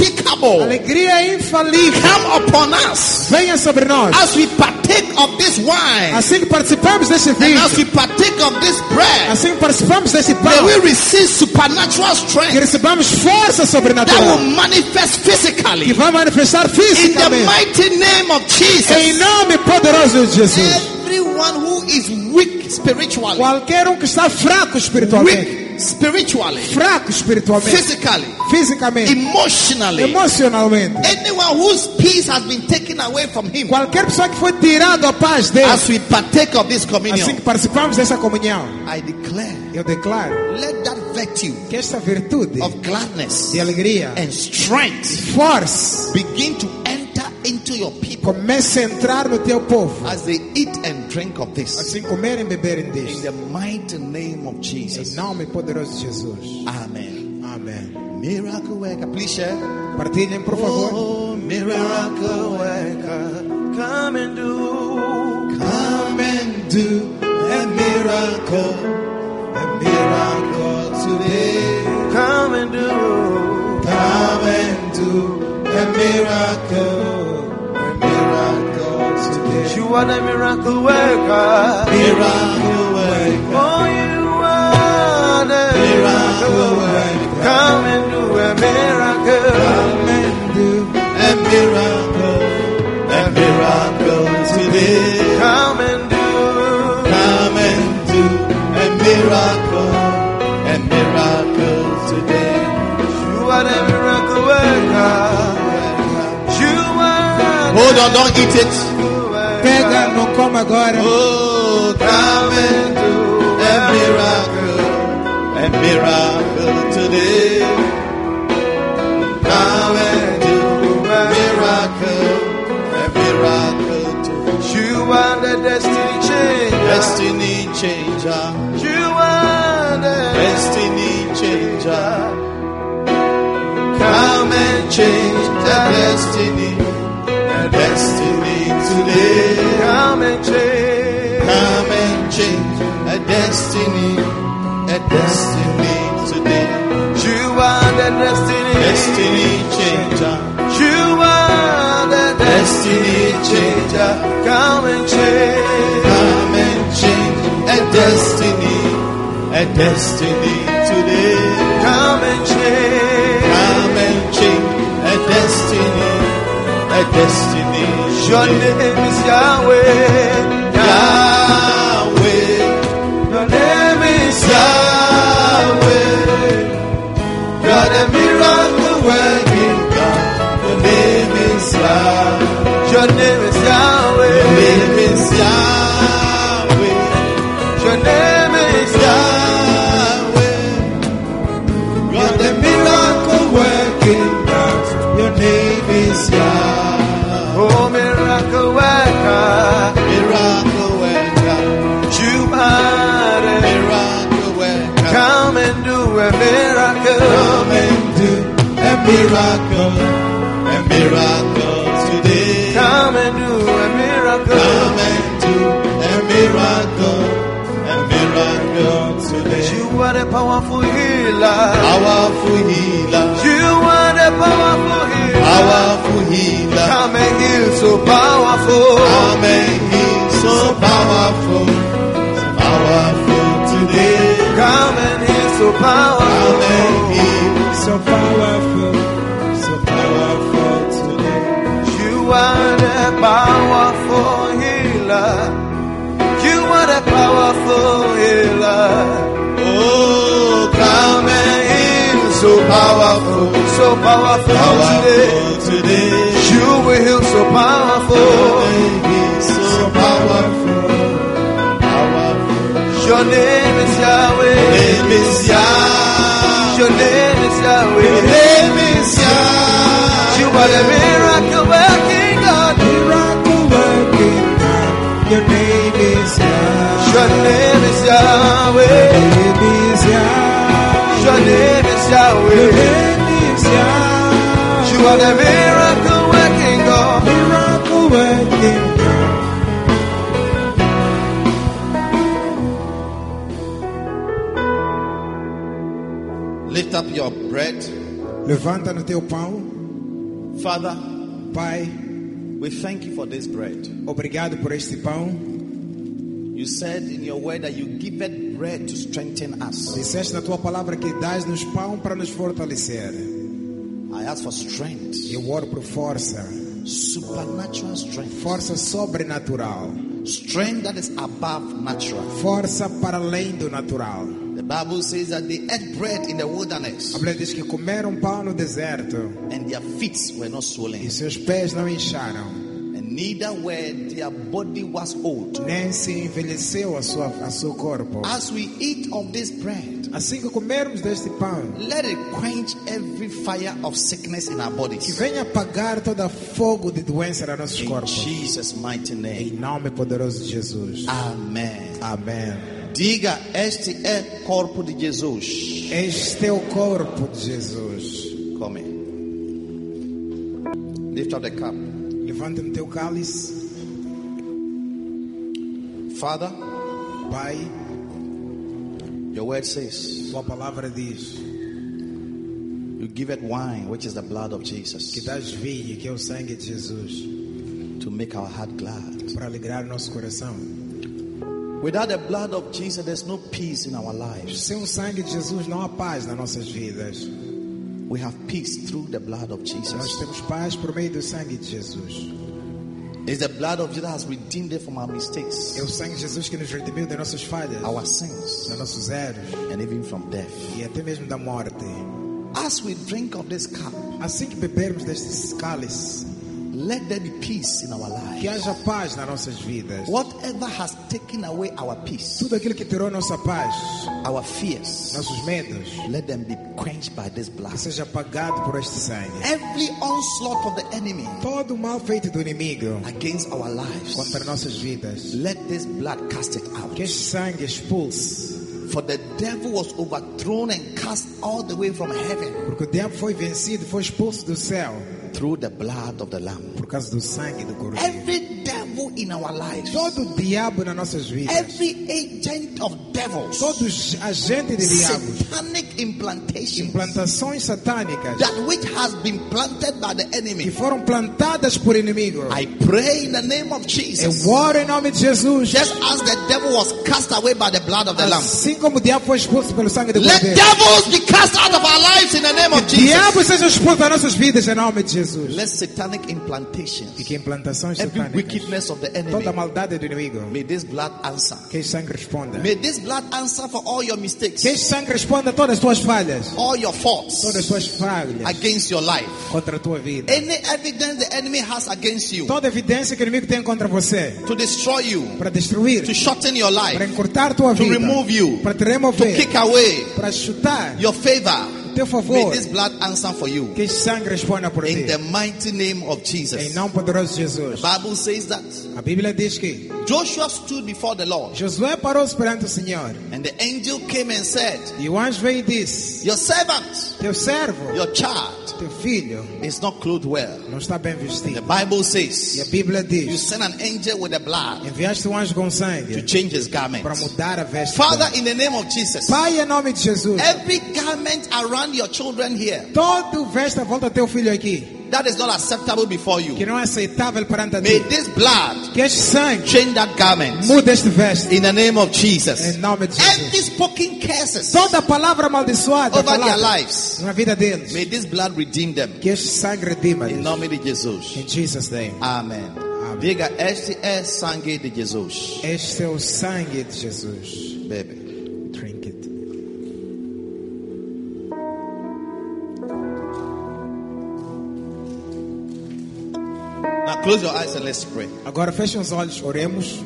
Speaker 2: unspeakable
Speaker 3: alegria infalível,
Speaker 2: come upon us
Speaker 3: venha sobre nós.
Speaker 2: as we partake of this wine
Speaker 3: Assim que participamos deste
Speaker 2: and as
Speaker 3: vinho,
Speaker 2: we partake of this bread.
Speaker 3: assim que participamos deste
Speaker 2: May
Speaker 3: pão,
Speaker 2: we receive supernatural
Speaker 3: que
Speaker 2: strength
Speaker 3: recebamos força
Speaker 2: that
Speaker 3: sobrenatural,
Speaker 2: will manifest
Speaker 3: que
Speaker 2: physically
Speaker 3: vai manifestar
Speaker 2: in the
Speaker 3: fisicamente.
Speaker 2: mighty name of
Speaker 3: Em
Speaker 2: Jesus.
Speaker 3: nome poderoso de Jesus.
Speaker 2: Everyone who is weak spiritually,
Speaker 3: Qualquer um que está fraco espiritualmente,
Speaker 2: weak spiritually,
Speaker 3: fraco espiritualmente,
Speaker 2: physically,
Speaker 3: fisicamente,
Speaker 2: emotionally,
Speaker 3: emocionalmente,
Speaker 2: anyone whose peace has been taken away from him,
Speaker 3: qualquer pessoa que foi tirada a paz dele,
Speaker 2: as we partake of this
Speaker 3: assim
Speaker 2: communion,
Speaker 3: que participamos dessa comunhão,
Speaker 2: I declare,
Speaker 3: eu declaro
Speaker 2: let that virtue
Speaker 3: que esta virtude
Speaker 2: of É. gladness
Speaker 3: de alegria,
Speaker 2: and strength
Speaker 3: força,
Speaker 2: begin to enter into your people
Speaker 3: comece a entrar no teu povo,
Speaker 2: as they eat and drink of this.
Speaker 3: assim comerem e beberem
Speaker 2: In
Speaker 3: disto.
Speaker 2: the mighty name of
Speaker 3: Em
Speaker 2: Jesus.
Speaker 3: nome poderoso de Jesus.
Speaker 2: Amen.
Speaker 3: Amém.
Speaker 2: Miracle worker, please share.
Speaker 3: Partilhem, por favor.
Speaker 2: Oh, miracle
Speaker 5: Come and do.
Speaker 6: Come and do a miracle, a miracle today.
Speaker 5: Come and do.
Speaker 6: Come and do a miracle, a miracle today.
Speaker 5: You are the miracle worker.
Speaker 6: Miracle
Speaker 5: Oh,
Speaker 6: worker,
Speaker 5: you are the miracle worker. Come and do a miracle.
Speaker 6: come and do a miracle, a miracle today.
Speaker 5: Come and do.
Speaker 6: Come and do a miracle, a miracle today.
Speaker 5: You are the miracle worker. You are the
Speaker 2: Hold on, don't eat it.
Speaker 5: miracle
Speaker 3: Pega,
Speaker 5: worker.
Speaker 3: não coma agora.
Speaker 6: Oh, come and do a miracle, a miracle today. Come and do a miracle, a miracle today.
Speaker 5: You are the destiny changer.
Speaker 6: Destiny changer,
Speaker 5: You are the
Speaker 6: destiny changer. Come and change the destiny, the destiny today.
Speaker 5: come and change.
Speaker 6: Come and change a destiny, a destiny today.
Speaker 5: You are the destiny.
Speaker 6: Destiny changer,
Speaker 5: You are the
Speaker 6: destiny
Speaker 5: destiny
Speaker 6: changer.
Speaker 5: Come and change.
Speaker 6: Come and change a destiny, a destiny today.
Speaker 5: Come and change.
Speaker 6: Come and change a destiny, a destiny.
Speaker 5: Your
Speaker 6: today.
Speaker 5: name is Yahweh.
Speaker 6: Yahweh,
Speaker 5: Your name is
Speaker 6: Yahweh, you're the miracle working God. Your name is Yahweh.
Speaker 5: Yahweh. Your name is
Speaker 6: Your
Speaker 5: Yahweh.
Speaker 6: name is Yahweh,
Speaker 5: Your name is Yahweh.
Speaker 6: Yahweh. You're the miracle working God. Your name is Yah.
Speaker 5: Oh, miracle worker.
Speaker 6: Miracle worker,
Speaker 5: You are the
Speaker 6: miracle worker.
Speaker 5: Come and do a miracle.
Speaker 6: Come and do a miracle, a miracle today.
Speaker 5: Come and do a miracle.
Speaker 6: Come and do a miracle, a miracle today.
Speaker 5: You are the powerful healer.
Speaker 6: Powerful healer.
Speaker 5: You are the powerful healer.
Speaker 6: Powerful healer.
Speaker 5: Come and heal so powerful.
Speaker 6: Come and heal so powerful. So powerful today.
Speaker 5: Come and heal so
Speaker 6: Come and
Speaker 5: powerful.
Speaker 6: heal so powerful. So powerful today.
Speaker 5: You are the powerful healer. You are the powerful healer.
Speaker 6: Oh,
Speaker 5: Come
Speaker 6: come and
Speaker 5: and heal
Speaker 6: heal so powerful.
Speaker 5: so powerful today.
Speaker 6: Powerful today.
Speaker 5: You will heal so
Speaker 6: Come
Speaker 5: powerful.
Speaker 6: and heal so powerful. Powerful.
Speaker 5: Your name is Yahweh.
Speaker 6: Name is Yah.
Speaker 5: Your name is
Speaker 6: Your
Speaker 5: Yahweh.
Speaker 6: name is Yah.
Speaker 5: You are the miracle working God.
Speaker 3: Miracle working God. Your name is Yah.
Speaker 5: Your name is Yahweh.
Speaker 3: Your name is Yah.
Speaker 5: Your name is
Speaker 3: Your
Speaker 5: Yahweh.
Speaker 3: name is Yah.
Speaker 5: You are the miracle working God.
Speaker 3: Miracle working God.
Speaker 2: Lift up your bread
Speaker 3: Levanta no teu pão,
Speaker 2: Father,
Speaker 3: Pai.
Speaker 2: we thank you for this bread.
Speaker 3: Obrigado por este pão.
Speaker 2: You said in your word that you give it bread to strengthen us.
Speaker 3: Disseste na tua palavra que dás-nos pão para nos fortalecer.
Speaker 2: I ask for strength,
Speaker 3: Eu oro por força,
Speaker 2: supernatural strength,
Speaker 3: força sobrenatural,
Speaker 2: strength that is above natural.
Speaker 3: força para além do natural.
Speaker 2: The Bible says that they ate bread in the
Speaker 3: A
Speaker 2: wilderness
Speaker 3: Bíblia diz que comeram pão no deserto
Speaker 2: and their feet were not
Speaker 3: e
Speaker 2: swollen,
Speaker 3: seus pés não incharam,
Speaker 2: and neither were their body was old.
Speaker 3: nem se envelheceu a sua a seu corpo.
Speaker 2: As we eat of this bread,
Speaker 3: Assim que comermos deste pão,
Speaker 2: let it quench every fire of sickness in our
Speaker 3: que
Speaker 2: bodies.
Speaker 3: venha apagar todo fogo de doença nos nossos
Speaker 2: In
Speaker 3: corpos.
Speaker 2: Jesus' mighty
Speaker 3: Em
Speaker 2: name.
Speaker 3: nome poderoso de Jesus.
Speaker 2: Amen.
Speaker 3: Amém.
Speaker 2: Diga, este é corpo de Jesus.
Speaker 3: Este é o corpo de Jesus.
Speaker 2: Come. Lift up the cup.
Speaker 3: Levanta no teu cálice,
Speaker 2: Father,
Speaker 3: Pai.
Speaker 2: your word says,
Speaker 3: Tua palavra diz
Speaker 2: you give it wine, which is the blood of
Speaker 3: que
Speaker 2: Jesus,
Speaker 3: dás vinho, que é o sangue de Jesus,
Speaker 2: to make our heart glad.
Speaker 3: para alegrar nosso coração.
Speaker 2: Without the blood of Jesus, there's no peace in our lives.
Speaker 3: Sem o sangue de Jesus não há paz nas nossas vidas.
Speaker 2: We have peace through the blood of
Speaker 3: Nós
Speaker 2: Jesus.
Speaker 3: temos paz por meio do sangue de Jesus.
Speaker 2: It's the blood of Jesus that has redeemed us from our mistakes,
Speaker 3: É o sangue de Jesus que nos redimiu das nossas falhas,
Speaker 2: our sins,
Speaker 3: dos nossos erros
Speaker 2: and even from death.
Speaker 3: e até mesmo da morte.
Speaker 2: As we drink of this cup,
Speaker 3: Assim que bebermos deste cálice,
Speaker 2: let there be peace in our
Speaker 3: que
Speaker 2: lives.
Speaker 3: haja paz nas nossas vidas.
Speaker 2: Whatever has taken away our peace,
Speaker 3: Tudo aquilo que tirou nossa paz,
Speaker 2: our fears,
Speaker 3: nossos medos,
Speaker 2: let them be quenched by this blood.
Speaker 3: que seja apagado por este sangue.
Speaker 2: Every onslaught of the enemy
Speaker 3: Todo o mal feito do inimigo
Speaker 2: against our
Speaker 3: contra
Speaker 2: lives,
Speaker 3: nossas vidas.
Speaker 2: let this blood cast it out.
Speaker 3: Que este sangue expulse,
Speaker 2: For the devil was overthrown and cast all the way from heaven
Speaker 3: porque o diabo foi vencido, foi expulso do céu
Speaker 2: through the blood of the Lamb.
Speaker 3: por causa do sangue do Cordeiro.
Speaker 2: Every devil in our lives,
Speaker 3: Todo o diabo nas nossas
Speaker 2: É
Speaker 3: vidas,
Speaker 2: every agent of devils,
Speaker 3: todos os agentes de diabo,
Speaker 2: satanic implantation,
Speaker 3: implantações satânicas
Speaker 2: that which has been planted by the
Speaker 3: que
Speaker 2: enemy.
Speaker 3: foram plantadas por inimigo.
Speaker 2: I pray in the name of Jesus.
Speaker 3: Eu oro em nome de Jesus.
Speaker 2: Just as the devil was cast away by the blood of the Lamb.
Speaker 3: Assim como o diabo foi expulso pelo sangue do
Speaker 2: Let
Speaker 3: Cordeiro.
Speaker 2: devils be cast out of our lives in the name of Jesus.
Speaker 3: Diabo seja expulso das nossas vidas em nome de Jesus.
Speaker 2: Let satanic implantations,
Speaker 3: E que implantações
Speaker 2: every
Speaker 3: satânicas,
Speaker 2: wickedness of the
Speaker 3: toda a
Speaker 2: enemy,
Speaker 3: maldade do inimigo,
Speaker 2: may this blood answer.
Speaker 3: que este sangue responda.
Speaker 2: May this blood answer for all your
Speaker 3: Que
Speaker 2: mistakes,
Speaker 3: este sangue responda a todas as tuas falhas,
Speaker 2: all your
Speaker 3: todas as
Speaker 2: faults
Speaker 3: tuas falhas
Speaker 2: against your life.
Speaker 3: contra a tua vida.
Speaker 2: Any evidence the enemy has against you
Speaker 3: Toda evidência que o inimigo tem contra você
Speaker 2: to destroy you,
Speaker 3: para destruir,
Speaker 2: to shorten your
Speaker 3: para
Speaker 2: life,
Speaker 3: encurtar a tua
Speaker 2: to
Speaker 3: vida,
Speaker 2: remove you,
Speaker 3: para te
Speaker 2: to
Speaker 3: remover,
Speaker 2: kick away
Speaker 3: para chutar
Speaker 2: your favor,
Speaker 3: o teu
Speaker 2: may
Speaker 3: favor.
Speaker 2: this blood answer for you.
Speaker 3: Que este sangue responda por ti.
Speaker 2: In the mighty name of
Speaker 3: Em
Speaker 2: Jesus.
Speaker 3: nome poderoso de Jesus.
Speaker 2: Bible says that
Speaker 3: A Bíblia diz que
Speaker 2: Joshua stood before the Lord.
Speaker 3: Josué parou-se perante o Senhor.
Speaker 2: And the angel came and said,
Speaker 3: E o anjo veio e disse:
Speaker 2: Your servant,
Speaker 3: Teu servo,
Speaker 2: your child,
Speaker 3: teu filho,
Speaker 2: is not clothed well.
Speaker 3: não está bem
Speaker 2: The
Speaker 3: vestido.
Speaker 2: Bible
Speaker 3: E a
Speaker 2: says,
Speaker 3: Bíblia
Speaker 2: You
Speaker 3: diz:
Speaker 2: sent an angel with the blood
Speaker 3: Enviaste um anjo com
Speaker 2: to
Speaker 3: sangue
Speaker 2: change his garment.
Speaker 3: para mudar a veste.
Speaker 2: Father, in the name of Jesus,
Speaker 3: Pai, em nome de Jesus,
Speaker 2: every garment around your children here
Speaker 3: todo veste à volta do teu filho aqui,
Speaker 2: that is not acceptable before
Speaker 3: que
Speaker 2: you,
Speaker 3: não é aceitável perante a
Speaker 2: may
Speaker 3: ti.
Speaker 2: this blood
Speaker 3: Que este sangue
Speaker 2: change that garment.
Speaker 3: mude este veste.
Speaker 2: In the name of
Speaker 3: Em
Speaker 2: Jesus,
Speaker 3: nome de
Speaker 2: every
Speaker 3: Jesus.
Speaker 2: spoken curses
Speaker 3: Toda palavra amaldiçoada
Speaker 2: over their
Speaker 3: falada
Speaker 2: lives,
Speaker 3: na vida deles,
Speaker 2: may this blood redeem them.
Speaker 3: que este sangue redima.
Speaker 2: Em nome de Jesus.
Speaker 3: Em Jesus' name.
Speaker 2: Amém.
Speaker 3: Amém.
Speaker 2: Diga, este é sangue de Jesus.
Speaker 3: Este é o sangue de Jesus.
Speaker 2: Bebe.
Speaker 3: Drink it.
Speaker 2: Now close your eyes and let's pray.
Speaker 3: Agora fechem os olhos, oremos.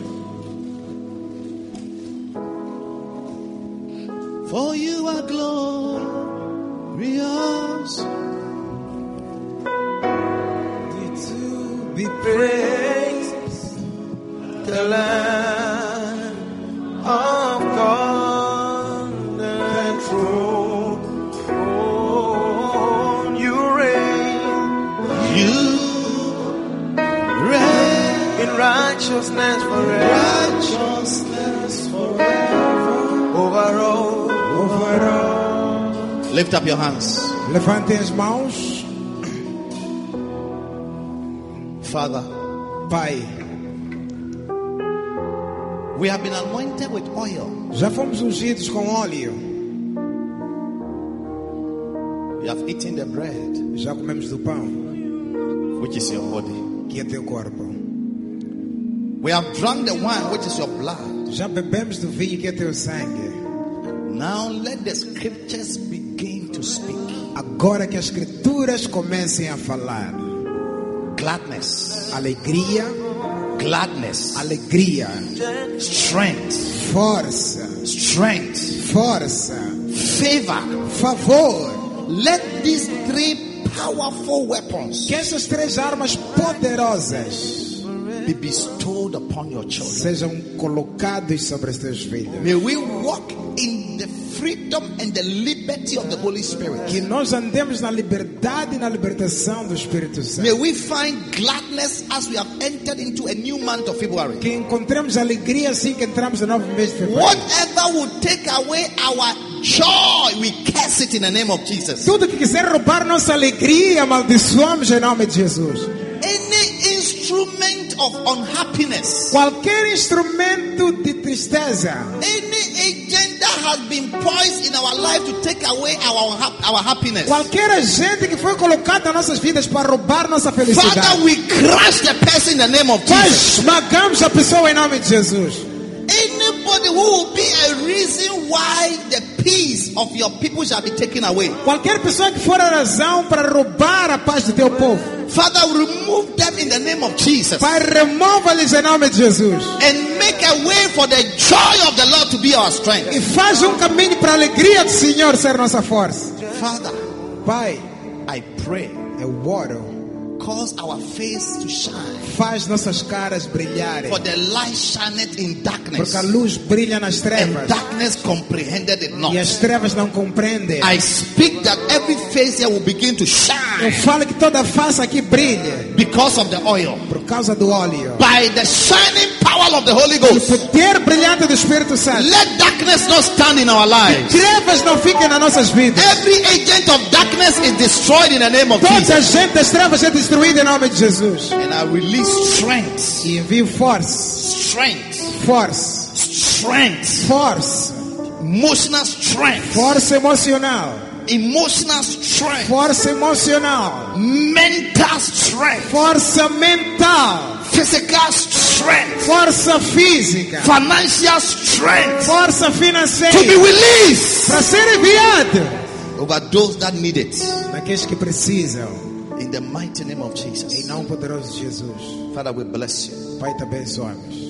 Speaker 2: For you are glorious.
Speaker 5: to be praised, the Lamb of God, the throne. You reign
Speaker 2: You reign
Speaker 5: in righteousness forever,
Speaker 2: righteousness forever.
Speaker 5: over all.
Speaker 2: Lift up your hands.
Speaker 3: Levantem as mãos.
Speaker 2: Father,
Speaker 3: Pai,
Speaker 2: we have been anointed with oil.
Speaker 3: já fomos ungidos com óleo.
Speaker 2: We have eaten the bread,
Speaker 3: Já comemos do pão,
Speaker 2: which is your body.
Speaker 3: que é teu corpo.
Speaker 2: We have drunk the wine, which is your blood.
Speaker 3: Já bebemos do vinho, que é teu sangue.
Speaker 2: Now let the scriptures begin to speak.
Speaker 3: Agora que as escrituras comecem a falar.
Speaker 2: Gladness,
Speaker 3: Alegria,
Speaker 2: gladness,
Speaker 3: alegria,
Speaker 2: strength,
Speaker 3: força,
Speaker 2: strength,
Speaker 3: força,
Speaker 2: favor.
Speaker 3: favor.
Speaker 2: Let these three powerful weapons
Speaker 3: Que essas três armas poderosas
Speaker 2: be bestowed upon your children.
Speaker 3: sejam colocadas sobre os teus filhos.
Speaker 2: May we walk in the freedom and the liberty of the Holy Spirit.
Speaker 3: Que nós andemos na liberdade e na libertação do Espírito
Speaker 2: May
Speaker 3: Santo.
Speaker 2: we find gladness as we have entered into a new month of February.
Speaker 3: Que encontremos alegria assim que entramos no novo mês de fevereiro.
Speaker 2: Whatever will take away our joy, we curse it in the name of Jesus.
Speaker 3: Tudo que quiser roubar nossa alegria, amaldiçoamos em nome de Jesus.
Speaker 2: Any instrument of unhappiness,
Speaker 3: Qualquer instrumento de tristeza,
Speaker 2: any agenda has been poised in our life to take away our, unha- our happiness.
Speaker 3: Qualquer agente que foi colocado nas nossas vidas para roubar nossa
Speaker 2: Father,
Speaker 3: felicidade.
Speaker 2: we crush the person in the name of
Speaker 3: Nós
Speaker 2: Jesus.
Speaker 3: esmagamos a pessoa em nome de Jesus.
Speaker 2: Anybody who will be a reason why the peace of your people shall be taken away.
Speaker 3: Qualquer pessoa que for a razão para roubar a paz do teu povo.
Speaker 2: Father, remove them in the name of Jesus.
Speaker 3: Pai, remova-lhes em nome de Jesus.
Speaker 2: and make a way for the joy of the Lord to be our strength.
Speaker 3: E faz um caminho para a alegria do Senhor ser nossa força.
Speaker 2: Father,
Speaker 3: Pai,
Speaker 2: I pray,
Speaker 3: eu oro.
Speaker 2: cause our face to shine,
Speaker 3: Faz nossas caras brilharem.
Speaker 2: for the light shineth in darkness,
Speaker 3: Porque a luz brilha nas
Speaker 2: and
Speaker 3: trevas.
Speaker 2: darkness comprehended it not.
Speaker 3: E as trevas não compreendem.
Speaker 2: I speak that every face here will begin to
Speaker 3: Eu
Speaker 2: shine
Speaker 3: falo que toda face aqui brilha.
Speaker 2: because of the oil,
Speaker 3: Por causa do óleo.
Speaker 2: by the shining power of the Holy
Speaker 3: O
Speaker 2: Ghost.
Speaker 3: poder brilhante do Espírito Santo.
Speaker 2: Let darkness not stand in our lives.
Speaker 3: Trevas não fiquem nas nossas vidas.
Speaker 2: Every agent of darkness is destroyed in the name of
Speaker 3: Toda a
Speaker 2: Jesus.
Speaker 3: gente das trevas é destruída em nome de Jesus.
Speaker 2: And I release strength,
Speaker 3: E envio força,
Speaker 2: strength,
Speaker 3: força,
Speaker 2: strength.
Speaker 3: força,
Speaker 2: emotional strength,
Speaker 3: força emocional,
Speaker 2: emotional strength,
Speaker 3: força emocional,
Speaker 2: mental strength,
Speaker 3: força mental,
Speaker 2: physical strength,
Speaker 3: força física,
Speaker 2: financial strength
Speaker 3: força
Speaker 2: to be
Speaker 3: financeira
Speaker 2: released
Speaker 3: para ser enviado
Speaker 2: over those that need it
Speaker 3: daqueles que precisam.
Speaker 2: in the mighty name of
Speaker 3: Em
Speaker 2: Jesus.
Speaker 3: nome poderoso de Jesus,
Speaker 2: Father, we bless you.
Speaker 3: Pai, te abençoamos.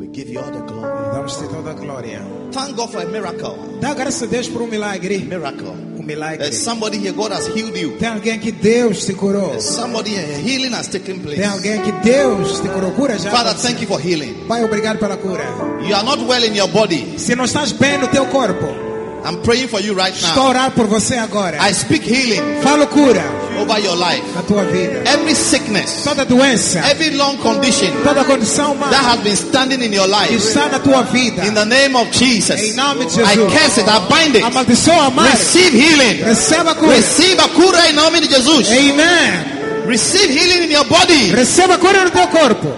Speaker 2: We give you all the glory.
Speaker 3: Damos-te toda a glória.
Speaker 2: Thank God for a miracle.
Speaker 3: Dá graças a Deus por um milagre.
Speaker 2: Miracle.
Speaker 3: Um milagre.
Speaker 2: There's somebody here, God has healed you.
Speaker 3: Tem alguém que Deus te curou.
Speaker 2: There's somebody here, healing has taken
Speaker 3: Tem
Speaker 2: place.
Speaker 3: alguém que Deus te curou. Cura já.
Speaker 2: Father, thank you for healing.
Speaker 3: Pai, obrigado pela cura.
Speaker 2: You are not well in your body.
Speaker 3: Se não estás bem no teu corpo,
Speaker 2: I'm praying for you right
Speaker 3: estou a
Speaker 2: now.
Speaker 3: orar por você agora.
Speaker 2: I speak healing
Speaker 3: Falo cura
Speaker 2: over your life.
Speaker 3: na tua vida.
Speaker 2: Every sickness,
Speaker 3: Toda doença,
Speaker 2: every long condition
Speaker 3: toda condição
Speaker 2: that
Speaker 3: humana
Speaker 2: has been standing in your
Speaker 3: que
Speaker 2: life,
Speaker 3: está na tua vida.
Speaker 2: in the name of Jesus,
Speaker 3: Em nome de Jesus.
Speaker 2: I curse it, I bind
Speaker 3: A
Speaker 2: it.
Speaker 3: maldição amada.
Speaker 2: Receive healing.
Speaker 3: Receba a cura.
Speaker 2: Receive a cura em nome de Jesus.
Speaker 3: Amém.
Speaker 2: Receive healing in your body.
Speaker 3: Receba a cura no teu corpo.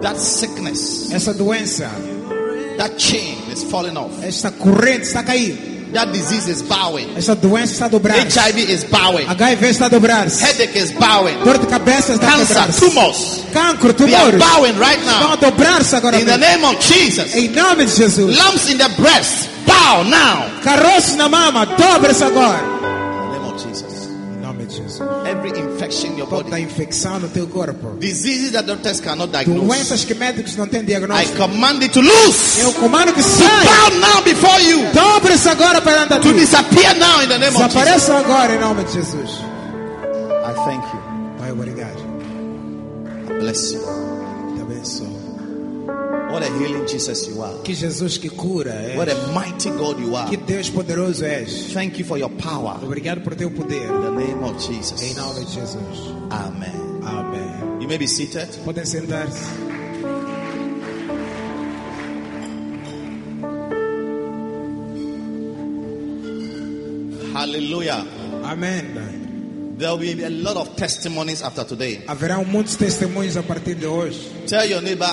Speaker 2: That sickness,
Speaker 3: Essa doença,
Speaker 2: that chain is falling off.
Speaker 3: esta corrente está caindo.
Speaker 2: That disease is bowing.
Speaker 3: Esta doença está dobrada.
Speaker 2: HIV is bowing.
Speaker 3: HIV está dobrada.
Speaker 2: Headache is bowing.
Speaker 3: Dor de cabeça está dobrada.
Speaker 2: Cancer, tumors,
Speaker 3: Cancro,
Speaker 2: they are
Speaker 3: tumores.
Speaker 2: bowing right
Speaker 3: Vão a
Speaker 2: now.
Speaker 3: dobrar-se agora.
Speaker 2: In the
Speaker 3: mesmo.
Speaker 2: name of Jesus.
Speaker 3: Em nome de Jesus.
Speaker 2: Lumps in the breast, bow now.
Speaker 3: Caroço na mama, dobra-se agora.
Speaker 2: In the name of Jesus.
Speaker 3: Em nome de Jesus.
Speaker 2: Every infection in your body.
Speaker 3: Toda infecção no teu corpo.
Speaker 2: Diseases that doctors cannot diagnose.
Speaker 3: Doenças que médicos não têm
Speaker 2: I
Speaker 3: diagnóstico.
Speaker 2: command it to lose.
Speaker 3: Eu comando que
Speaker 2: To
Speaker 3: saia.
Speaker 2: bow now before you.
Speaker 3: Dobre-se agora perante a
Speaker 2: To
Speaker 3: ti.
Speaker 2: disappear now in the name of Jesus.
Speaker 3: Desapareça agora em nome de Jesus.
Speaker 2: I thank you.
Speaker 3: Pai, obrigado.
Speaker 2: I bless you.
Speaker 3: Te abençoo.
Speaker 2: What a healing Jesus you are.
Speaker 3: Que Jesus que cura é.
Speaker 2: What a mighty God you are.
Speaker 3: Que Deus poderoso és.
Speaker 2: Thank you for your power.
Speaker 3: Obrigado por teu poder.
Speaker 2: In the name of
Speaker 3: Em
Speaker 2: Jesus.
Speaker 3: nome de Jesus.
Speaker 2: Amen.
Speaker 3: Amém.
Speaker 2: You may be seated.
Speaker 3: Podem sentar-se.
Speaker 2: Hallelujah.
Speaker 3: Amém.
Speaker 2: There will be a lot of testimonies after today.
Speaker 3: Haverá muitos testemunhos a partir de hoje.
Speaker 2: Tell your neighbor,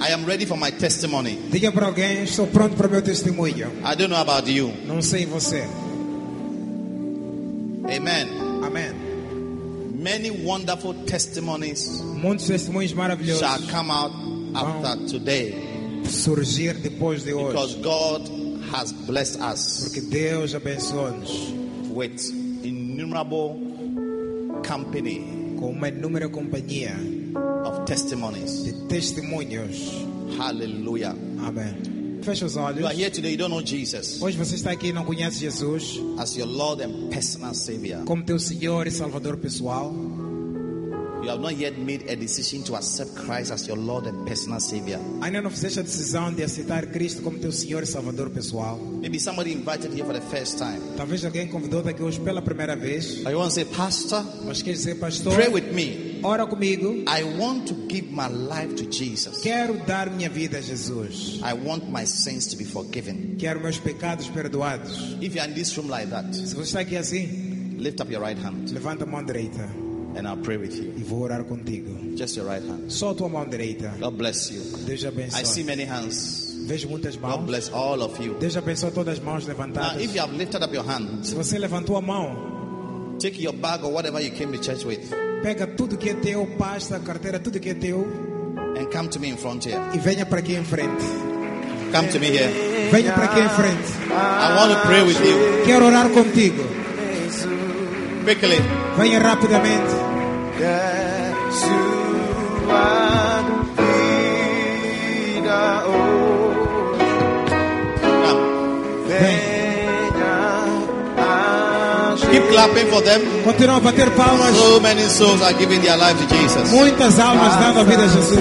Speaker 2: I am ready for my testimony.
Speaker 3: Diga para alguém, estou pronto para o meu testemunho.
Speaker 2: I don't know about you.
Speaker 3: Não sei você.
Speaker 2: Amen.
Speaker 3: Amém.
Speaker 2: Many wonderful testimonies
Speaker 3: Muitos Um testemunhos
Speaker 2: shall
Speaker 3: maravilhosos
Speaker 2: come out after today
Speaker 3: surgir depois de
Speaker 2: because
Speaker 3: hoje.
Speaker 2: God has blessed us
Speaker 3: Porque Deus abençoa-nos
Speaker 2: with innumerable company
Speaker 3: com uma inúmera companhia
Speaker 2: of testimonies.
Speaker 3: de testemunhos.
Speaker 2: Hallelujah.
Speaker 3: Amém. Feche os
Speaker 2: You
Speaker 3: olhos.
Speaker 2: are here today, you don't know Jesus
Speaker 3: Hoje você está aqui e não conhece Jesus
Speaker 2: as your Lord and personal Savior.
Speaker 3: como teu Senhor e Salvador pessoal.
Speaker 2: You have not yet made a decision to accept Christ as your Lord and personal Savior.
Speaker 3: Ainda não fizeste a decisão de aceitar Cristo como teu Senhor e Salvador pessoal.
Speaker 2: Maybe somebody invited you for the first time.
Speaker 3: Talvez alguém convidou-te aqui hoje pela primeira vez.
Speaker 2: Or you want to say, Pastor,
Speaker 3: Mas quer dizer, pastor,
Speaker 2: pray with me.
Speaker 3: ora comigo.
Speaker 2: I want to give my life to Jesus.
Speaker 3: Quero dar minha vida a Jesus.
Speaker 2: I want my sins to be forgiven.
Speaker 3: Quero meus pecados perdoados.
Speaker 2: If you're in this room like that,
Speaker 3: Se você está aqui assim,
Speaker 2: lift up your right hand
Speaker 3: levanta a mão direita
Speaker 2: and I'll pray with you.
Speaker 3: e vou orar contigo.
Speaker 2: Just your right hand.
Speaker 3: Só a tua mão direita.
Speaker 2: God bless you.
Speaker 3: Deus te
Speaker 2: I see
Speaker 3: abençoe.
Speaker 2: many hands.
Speaker 3: Vejo muitas
Speaker 2: God
Speaker 3: mãos.
Speaker 2: bless all of you.
Speaker 3: Deus te abençoe todas as mãos
Speaker 2: Now,
Speaker 3: levantadas.
Speaker 2: if you have lifted up your hand,
Speaker 3: Se você levantou a mão,
Speaker 2: take your bag or whatever you came to church with
Speaker 3: Pega tudo que é teu, pasta, carteira, tudo que é teu
Speaker 2: and come to me in front here.
Speaker 3: e venha para aqui em frente.
Speaker 2: Come to me here.
Speaker 3: Venha para aqui em frente.
Speaker 2: I want to pray with you.
Speaker 3: Quero orar contigo.
Speaker 2: Quickly.
Speaker 3: Venha rapidamente.
Speaker 5: oh,
Speaker 2: Come.
Speaker 3: Vem.
Speaker 2: Keep clapping for them.
Speaker 3: Continua a bater palmas.
Speaker 2: So many souls are giving their life to Jesus.
Speaker 3: Muitas almas dando a vida a Jesus.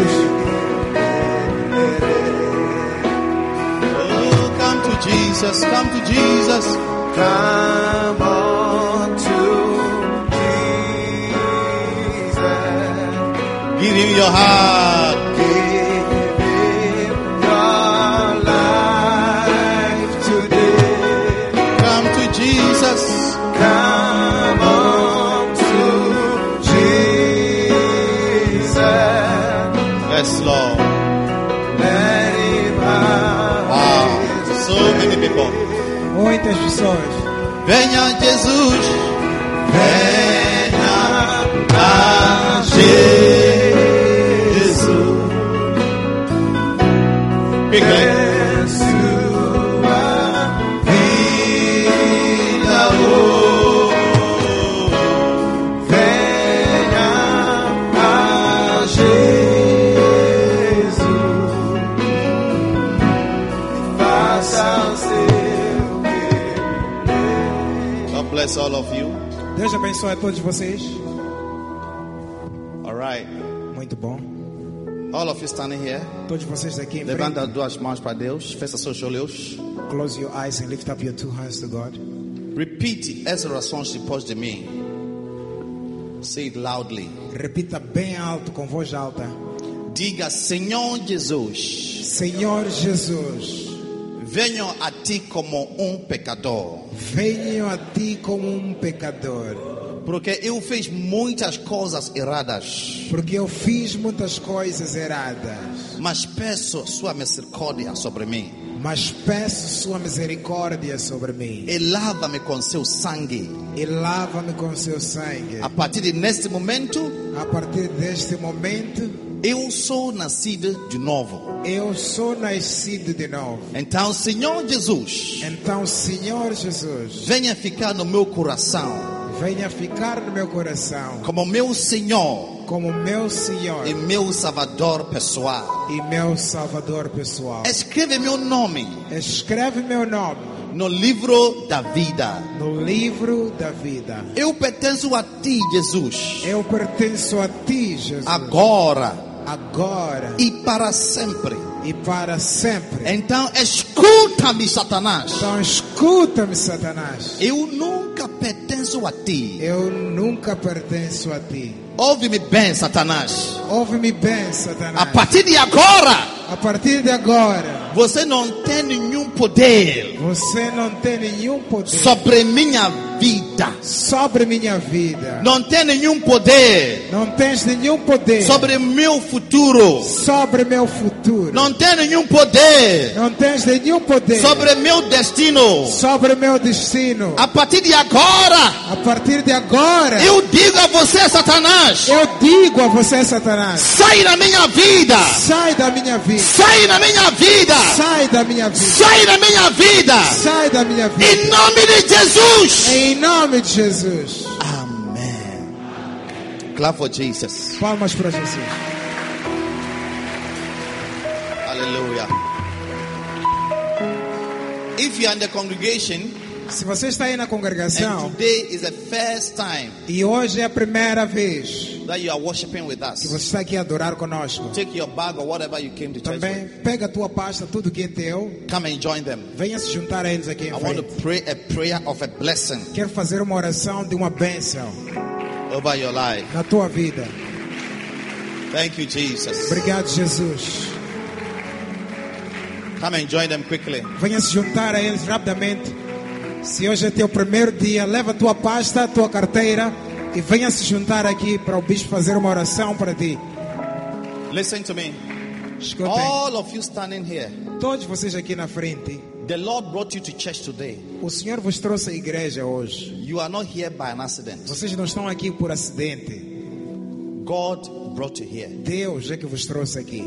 Speaker 2: Oh, come to Jesus, come to Jesus.
Speaker 5: Come on to Jesus.
Speaker 2: Give him your heart. Come to Jesus. Yes, Lord. Wow. So many people.
Speaker 3: Muitas pessoas.
Speaker 2: Venha Jesus. Quickly. God bless all of you.
Speaker 3: Deus abençoe a todos vocês.
Speaker 2: All right.
Speaker 3: Muito bom.
Speaker 2: All of you standing here.
Speaker 3: Todos vocês aqui em frente.
Speaker 2: Levanta as duas mãos para Deus. Faça seus olhos.
Speaker 3: Close your eyes and lift up your two hands to God.
Speaker 2: Repeat essa oração depois de mim. Say it loudly.
Speaker 3: Repita bem alto, com voz alta.
Speaker 2: Diga, Senhor Jesus,
Speaker 3: Senhor Jesus,
Speaker 2: venho a ti como um pecador.
Speaker 3: venho a ti como um pecador.
Speaker 2: Porque eu fiz muitas coisas erradas,
Speaker 3: Porque eu fiz muitas coisas erradas,
Speaker 2: mas peço sua misericórdia sobre mim.
Speaker 3: mas peço sua misericórdia sobre mim
Speaker 2: E lava-me com seu sangue.
Speaker 3: e lava-me com seu sangue.
Speaker 2: A partir de neste momento,
Speaker 3: A partir deste momento,
Speaker 2: eu sou nascido de novo.
Speaker 3: eu sou nascido de novo.
Speaker 2: Então, Senhor Jesus,
Speaker 3: Então, Senhor Jesus,
Speaker 2: venha ficar no meu coração
Speaker 3: venha ficar no meu coração
Speaker 2: como meu Senhor
Speaker 3: como meu Senhor
Speaker 2: e É meu Salvador pessoal.
Speaker 3: e meu Salvador pessoal.
Speaker 2: Escreve meu nome
Speaker 3: Escreve meu nome
Speaker 2: no livro da vida.
Speaker 3: no livro da vida.
Speaker 2: Eu pertenço a ti, Jesus,
Speaker 3: Eu pertenço a ti, Jesus,
Speaker 2: agora
Speaker 3: agora
Speaker 2: e para sempre.
Speaker 3: e para sempre.
Speaker 2: Então escuta-me, Satanás.
Speaker 3: Então escuta-me, Satanás.
Speaker 2: Eu nunca pertenço a ti.
Speaker 3: Eu nunca pertenço a ti.
Speaker 2: Ouve-me bem, Satanás.
Speaker 3: Ouve-me bem,
Speaker 2: A
Speaker 3: Satanás.
Speaker 2: partir de agora,
Speaker 3: A partir de agora,
Speaker 2: você não tem nenhum poder
Speaker 3: você não tem nenhum poder
Speaker 2: sobre minha vida.
Speaker 3: sobre minha vida.
Speaker 2: Não tem nenhum poder
Speaker 3: Não tens nenhum poder
Speaker 2: sobre meu futuro.
Speaker 3: sobre meu futuro.
Speaker 2: Não tem nenhum poder
Speaker 3: Não tens nenhum poder
Speaker 2: sobre meu destino.
Speaker 3: sobre meu destino.
Speaker 2: A partir de agora,
Speaker 3: A partir de agora,
Speaker 2: eu digo a você, Satanás:
Speaker 3: eu digo a você, Satanás,
Speaker 2: sai da minha vida!
Speaker 3: sai da minha vida.
Speaker 2: Sai da minha vida!
Speaker 3: Sai da minha vida.
Speaker 2: Sai da minha vida!
Speaker 3: Sai da minha vida.
Speaker 2: Em nome de Jesus!
Speaker 3: Em nome de Jesus.
Speaker 2: Amen. Clap for Jesus.
Speaker 3: Palmas para Jesus.
Speaker 2: Hallelujah. If you are in the congregation
Speaker 3: Se você está aí na
Speaker 2: and
Speaker 3: congregação
Speaker 2: today is the first time
Speaker 3: e hoje é a primeira vez
Speaker 2: that you are worshiping with
Speaker 3: que
Speaker 2: us,
Speaker 3: você está aqui a adorar conosco,
Speaker 2: take your bag or whatever you came to church
Speaker 3: também
Speaker 2: with.
Speaker 3: pega a tua pasta, tudo que é teu,
Speaker 2: Come and join them.
Speaker 3: venha se juntar a eles aqui em
Speaker 2: I want
Speaker 3: frente.
Speaker 2: to pray a prayer of a blessing
Speaker 3: Quero fazer uma oração de uma bênção
Speaker 2: over your life.
Speaker 3: na tua vida.
Speaker 2: Thank you, Jesus.
Speaker 3: Obrigado, Jesus.
Speaker 2: Come and join them quickly.
Speaker 3: Venha se juntar a eles rapidamente. Se hoje é teu primeiro dia, leva a tua pasta, a tua carteira e venha se juntar aqui para o bispo fazer uma oração para ti.
Speaker 2: Listen to me.
Speaker 3: Escutem,
Speaker 2: All of you standing here,
Speaker 3: todos vocês aqui na frente,
Speaker 2: the Lord brought you to church today.
Speaker 3: o Senhor vos trouxe à igreja hoje.
Speaker 2: You are not here by an accident.
Speaker 3: Vocês não estão aqui por acidente.
Speaker 2: God brought you here.
Speaker 3: Deus é que vos trouxe aqui.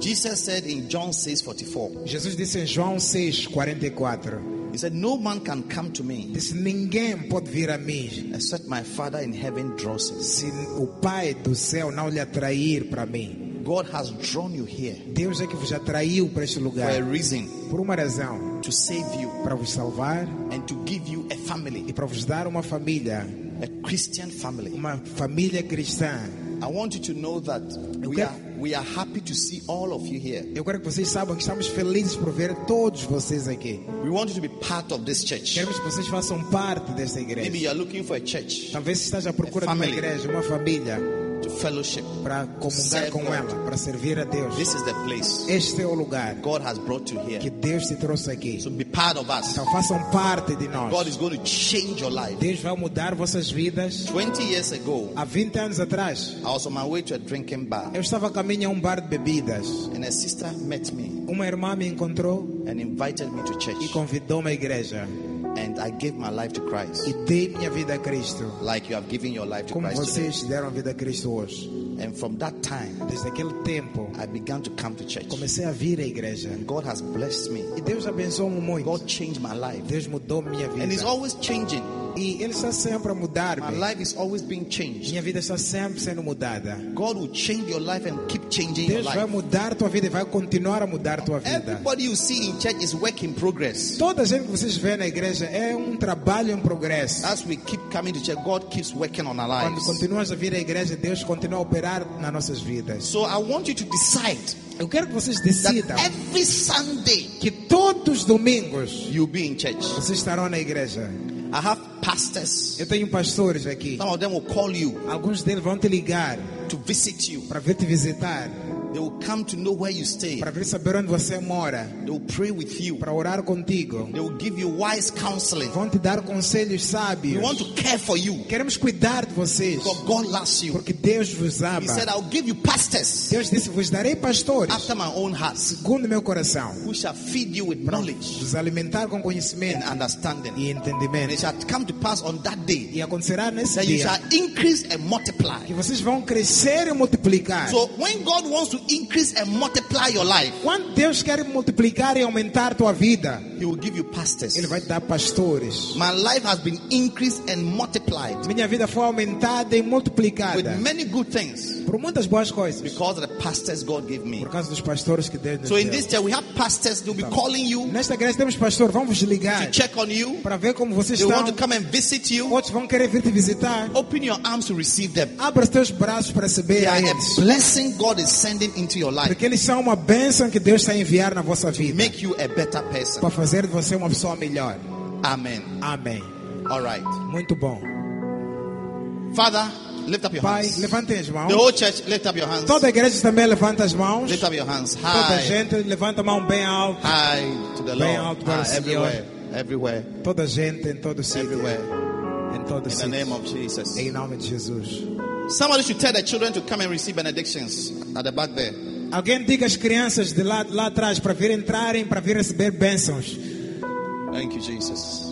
Speaker 2: Jesus said in John 6 44,
Speaker 3: Jesus disse em João 6, 44.
Speaker 2: He said, No man can come to me
Speaker 3: Disse, ninguém pode vir a mim
Speaker 2: except my Father in heaven draws him.
Speaker 3: se o Pai do céu não lhe atrair para mim.
Speaker 2: God has drawn you here
Speaker 3: Deus é que vos atraiu para este
Speaker 2: for a
Speaker 3: lugar
Speaker 2: reason
Speaker 3: por uma razão.
Speaker 2: to save you
Speaker 3: Para vos salvar
Speaker 2: and to give you a
Speaker 3: e
Speaker 2: family,
Speaker 3: para vos dar uma família,
Speaker 2: a Christian family.
Speaker 3: uma família cristã.
Speaker 2: I want you to know that we
Speaker 3: Okay.
Speaker 2: are, we are happy to see all of you here.
Speaker 3: Eu quero que vocês saibam que estamos felizes por ver todos vocês aqui.
Speaker 2: We want you to be part of this church.
Speaker 3: Queremos que vocês façam parte desta
Speaker 2: Maybe
Speaker 3: igreja.
Speaker 2: you are looking for a church
Speaker 3: Talvez esteja à procura de uma
Speaker 2: Family.
Speaker 3: igreja, uma família,
Speaker 2: to fellowship.
Speaker 3: para comungar
Speaker 2: Serve
Speaker 3: com
Speaker 2: God.
Speaker 3: ela, para servir a Deus.
Speaker 2: This is the place
Speaker 3: Este é o lugar
Speaker 2: God has brought you here.
Speaker 3: que Deus te trouxe aqui.
Speaker 2: So be part of us.
Speaker 3: Então façam parte de
Speaker 2: God is
Speaker 3: nós.
Speaker 2: going to change your life.
Speaker 3: Deus vai mudar vossas vidas.
Speaker 2: 20 years ago,
Speaker 3: Há 20 anos atrás,
Speaker 2: I was on my way to a drinking bar,
Speaker 3: eu estava a caminho a um bar de bebidas.
Speaker 2: and a sister met me
Speaker 3: Uma irmã me encontrou
Speaker 2: and invited me to
Speaker 3: e
Speaker 2: church.
Speaker 3: convidou-me à igreja.
Speaker 2: And I gave my life to Christ,
Speaker 3: E dei minha vida a Cristo.
Speaker 2: like you have given your life to
Speaker 3: Como
Speaker 2: Christ today.
Speaker 3: vocês deram a vida a Cristo hoje.
Speaker 2: And from that time,
Speaker 3: Desde aquele tempo,
Speaker 2: I began to come to church.
Speaker 3: comecei a vir à igreja.
Speaker 2: God has blessed me.
Speaker 3: E Deus abençoou-me muito.
Speaker 2: God changed my life.
Speaker 3: Deus mudou minha
Speaker 2: And it's
Speaker 3: vida.
Speaker 2: always changing.
Speaker 3: E Ele está sempre a
Speaker 2: My
Speaker 3: mudar-me.
Speaker 2: life is always being changed.
Speaker 3: Minha vida está sempre sendo mudada.
Speaker 2: God will change your life and keep changing your
Speaker 3: Deus vai
Speaker 2: life.
Speaker 3: mudar tua vida e vai continuar a mudar tua vida.
Speaker 2: Everybody you see in church is work in progress.
Speaker 3: Toda gente que vocês vê na igreja é um trabalho em progresso.
Speaker 2: As we keep coming to church, God keeps working on our
Speaker 3: Quando
Speaker 2: lives.
Speaker 3: continuas a vir à igreja, Deus continua a operar nas nossas vidas.
Speaker 2: So I want you to decide
Speaker 3: Eu quero que vocês
Speaker 2: that
Speaker 3: decidam
Speaker 2: every Sunday
Speaker 3: que todos os domingos
Speaker 2: you'll be in church.
Speaker 3: vocês estarão na igreja.
Speaker 2: I have pastors.
Speaker 3: Eu tenho pastores aqui.
Speaker 2: Some of them will call you
Speaker 3: Alguns deles vão te ligar
Speaker 2: to visit you.
Speaker 3: para vir te visitar,
Speaker 2: They will come to know where you stay.
Speaker 3: para vir saber onde você mora,
Speaker 2: They will pray with you.
Speaker 3: para orar contigo.
Speaker 2: They will give you wise counseling.
Speaker 3: Vão te dar conselhos
Speaker 2: We
Speaker 3: sábios.
Speaker 2: want to care for you
Speaker 3: Queremos cuidar de vocês,
Speaker 2: because God loves you.
Speaker 3: porque Deus vos
Speaker 2: He
Speaker 3: ama.
Speaker 2: said, I'll give you pastors
Speaker 3: Deus disse: Vos darei pastores,
Speaker 2: after my own heart
Speaker 3: segundo meu coração,
Speaker 2: who shall feed you with knowledge
Speaker 3: vos alimentar com
Speaker 2: and
Speaker 3: conhecimento
Speaker 2: understanding.
Speaker 3: e
Speaker 2: And it
Speaker 3: entendimento.
Speaker 2: shall come to pass on that day
Speaker 3: E acontecerá nesse
Speaker 2: that you shall
Speaker 3: dia
Speaker 2: increase and multiply.
Speaker 3: que vocês vão crescer e multiplicar.
Speaker 2: So when God wants to increase and multiply your life,
Speaker 3: Quando Deus quer multiplicar e aumentar tua vida,
Speaker 2: He will give you pastors.
Speaker 3: Ele vai te dar pastores.
Speaker 2: My life has been increased and multiplied
Speaker 3: Minha vida foi aumentada e
Speaker 2: with
Speaker 3: multiplicada
Speaker 2: many good things
Speaker 3: por muitas boas coisas,
Speaker 2: because of the pastors God gave me.
Speaker 3: por causa dos pastores que Deus nos
Speaker 2: So in
Speaker 3: deu.
Speaker 2: this church, we have pastors. They'll be calling you
Speaker 3: Nesta igreja temos pastor, vamos vos ligar
Speaker 2: to check on you.
Speaker 3: para ver como vocês
Speaker 2: They want to
Speaker 3: estão.
Speaker 2: come and visit you.
Speaker 3: Outros vão querer vir te visitar.
Speaker 2: Open your arms to receive them.
Speaker 3: Abra os teus braços para
Speaker 2: They
Speaker 3: receber
Speaker 2: are
Speaker 3: a
Speaker 2: a
Speaker 3: eles,
Speaker 2: blessing God is sending into your life.
Speaker 3: porque eles são uma bênção que Deus está a enviar na vossa vida
Speaker 2: Make you a better person.
Speaker 3: para fazer de você uma pessoa melhor.
Speaker 2: Amen.
Speaker 3: Amém.
Speaker 2: All right.
Speaker 3: Muito bom.
Speaker 2: Father, lift up your
Speaker 3: Pai,
Speaker 2: hands. The
Speaker 3: levantem as mãos.
Speaker 2: whole church, lift up your hands.
Speaker 3: Toda a igreja também levanta as mãos.
Speaker 2: Lift up your hands.
Speaker 3: Toda a
Speaker 2: High.
Speaker 3: gente levanta a mão bem alto.
Speaker 2: High to the
Speaker 3: Bem
Speaker 2: Lord.
Speaker 3: alto para o
Speaker 2: High
Speaker 3: Senhor.
Speaker 2: everywhere. Everywhere.
Speaker 3: Toda a gente em todo sítio.
Speaker 2: Everywhere.
Speaker 3: todos
Speaker 2: In the
Speaker 3: eles.
Speaker 2: name of Jesus.
Speaker 3: Em nome de Jesus.
Speaker 2: Somebody should tell the children to come and receive benedictions at the back there.
Speaker 3: Alguém diga às crianças de lá, lá atrás para vir entrarem, para vir receber bênçãos.
Speaker 2: Thank you, Jesus.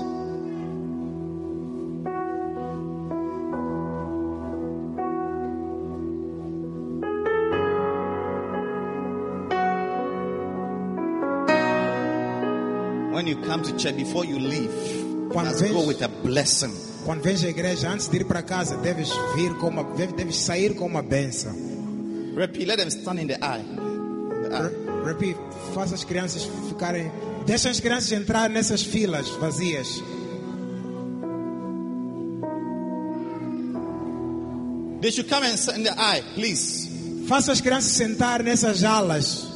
Speaker 2: When you come to church, before you leave,
Speaker 3: Quando
Speaker 2: let's
Speaker 3: vens-
Speaker 2: go with a blessing.
Speaker 3: Quando vens à igreja, antes de ir para casa, deves vir com uma, deve- deves sair com uma bênção.
Speaker 2: Repeat, let them stand in the eye. In the eye.
Speaker 3: Re- Repito, faça as crianças ficarem, deixa as crianças entrar nessas filas vazias.
Speaker 2: They should come and stand in the eye, please.
Speaker 3: Faça as crianças sentar nessas alas.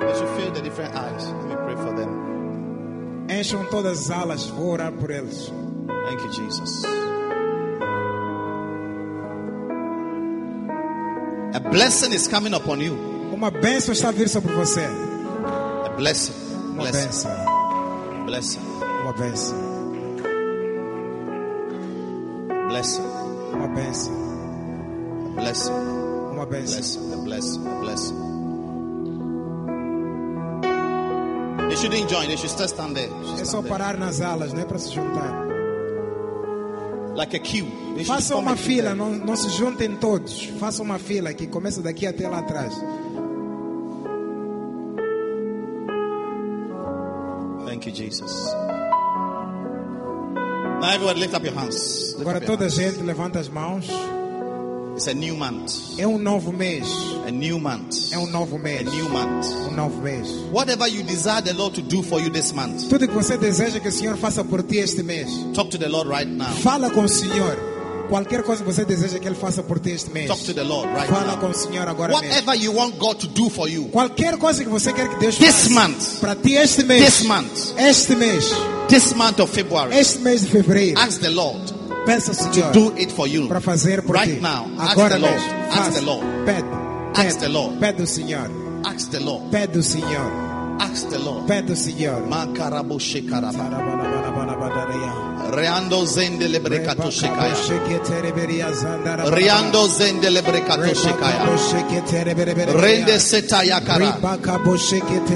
Speaker 2: They should feel the different eyes. Let me pray for them.
Speaker 3: Encham todas as alas, vou orar por eles.
Speaker 2: Thank you, Jesus. A blessing is coming upon you.
Speaker 3: Uma bênção está a vir sobre você.
Speaker 2: A blessing.
Speaker 3: Uma
Speaker 2: Blessing.
Speaker 3: bênção.
Speaker 2: Blessing.
Speaker 3: Uma bênção.
Speaker 2: Blessing.
Speaker 3: Uma bênção.
Speaker 2: Blessing.
Speaker 3: Uma bênção.
Speaker 2: Blessing. A blessing. A blessing. They shouldn't join. They should still stand there. They should
Speaker 3: É
Speaker 2: stand
Speaker 3: só
Speaker 2: there.
Speaker 3: parar nas alas, não é para se juntar.
Speaker 2: Like a queue. They should
Speaker 3: Faça
Speaker 2: form
Speaker 3: uma
Speaker 2: a queue
Speaker 3: fila,
Speaker 2: there.
Speaker 3: não, não se juntem todos. Faça uma fila que começa daqui até lá atrás.
Speaker 2: Thank you, Jesus. Now, everyone, lift up your hands. Lift
Speaker 3: Agora
Speaker 2: up your
Speaker 3: toda a
Speaker 2: hands.
Speaker 3: gente levanta as mãos.
Speaker 2: It's a new month.
Speaker 3: É um novo mês.
Speaker 2: A new month.
Speaker 3: É um novo
Speaker 2: A
Speaker 3: mês.
Speaker 2: new month.
Speaker 3: Um novo mês.
Speaker 2: Whatever you desire the Lord to do for you this month,
Speaker 3: Tudo que você deseja que o Senhor faça por ti este mês.
Speaker 2: talk to the Lord right now.
Speaker 3: Fala com o Senhor. Qualquer coisa que você deseja que Ele faça por ti este mês.
Speaker 2: Talk to the Lord right
Speaker 3: Fala com o
Speaker 2: now.
Speaker 3: Senhor agora mesmo.
Speaker 2: Whatever you want God to do for you
Speaker 3: Qualquer coisa que você quer que Deus
Speaker 2: this
Speaker 3: faça
Speaker 2: month,
Speaker 3: para ti este mês.
Speaker 2: this month,
Speaker 3: Este mês.
Speaker 2: this month of February,
Speaker 3: Este mês de fevereiro.
Speaker 2: ask the Lord
Speaker 3: Peça ao Senhor
Speaker 2: do it for you.
Speaker 3: para fazer por
Speaker 2: Right
Speaker 3: ti.
Speaker 2: now, ask
Speaker 3: Agora
Speaker 2: the Lord.
Speaker 3: mesmo.
Speaker 2: Ask
Speaker 3: Faça.
Speaker 2: the Lord.
Speaker 3: Pede.
Speaker 2: Ask
Speaker 3: Pede.
Speaker 2: the Lord.
Speaker 3: Pede o Senhor.
Speaker 2: Ask the Lord.
Speaker 3: Pede o Senhor.
Speaker 2: Ask the Lord.
Speaker 3: Pede o Senhor.
Speaker 2: Makarabo shekaraba. Reando zende lebrecato shekaya. Reando zende lebrecato shekaya. Rende setaya kara.
Speaker 3: The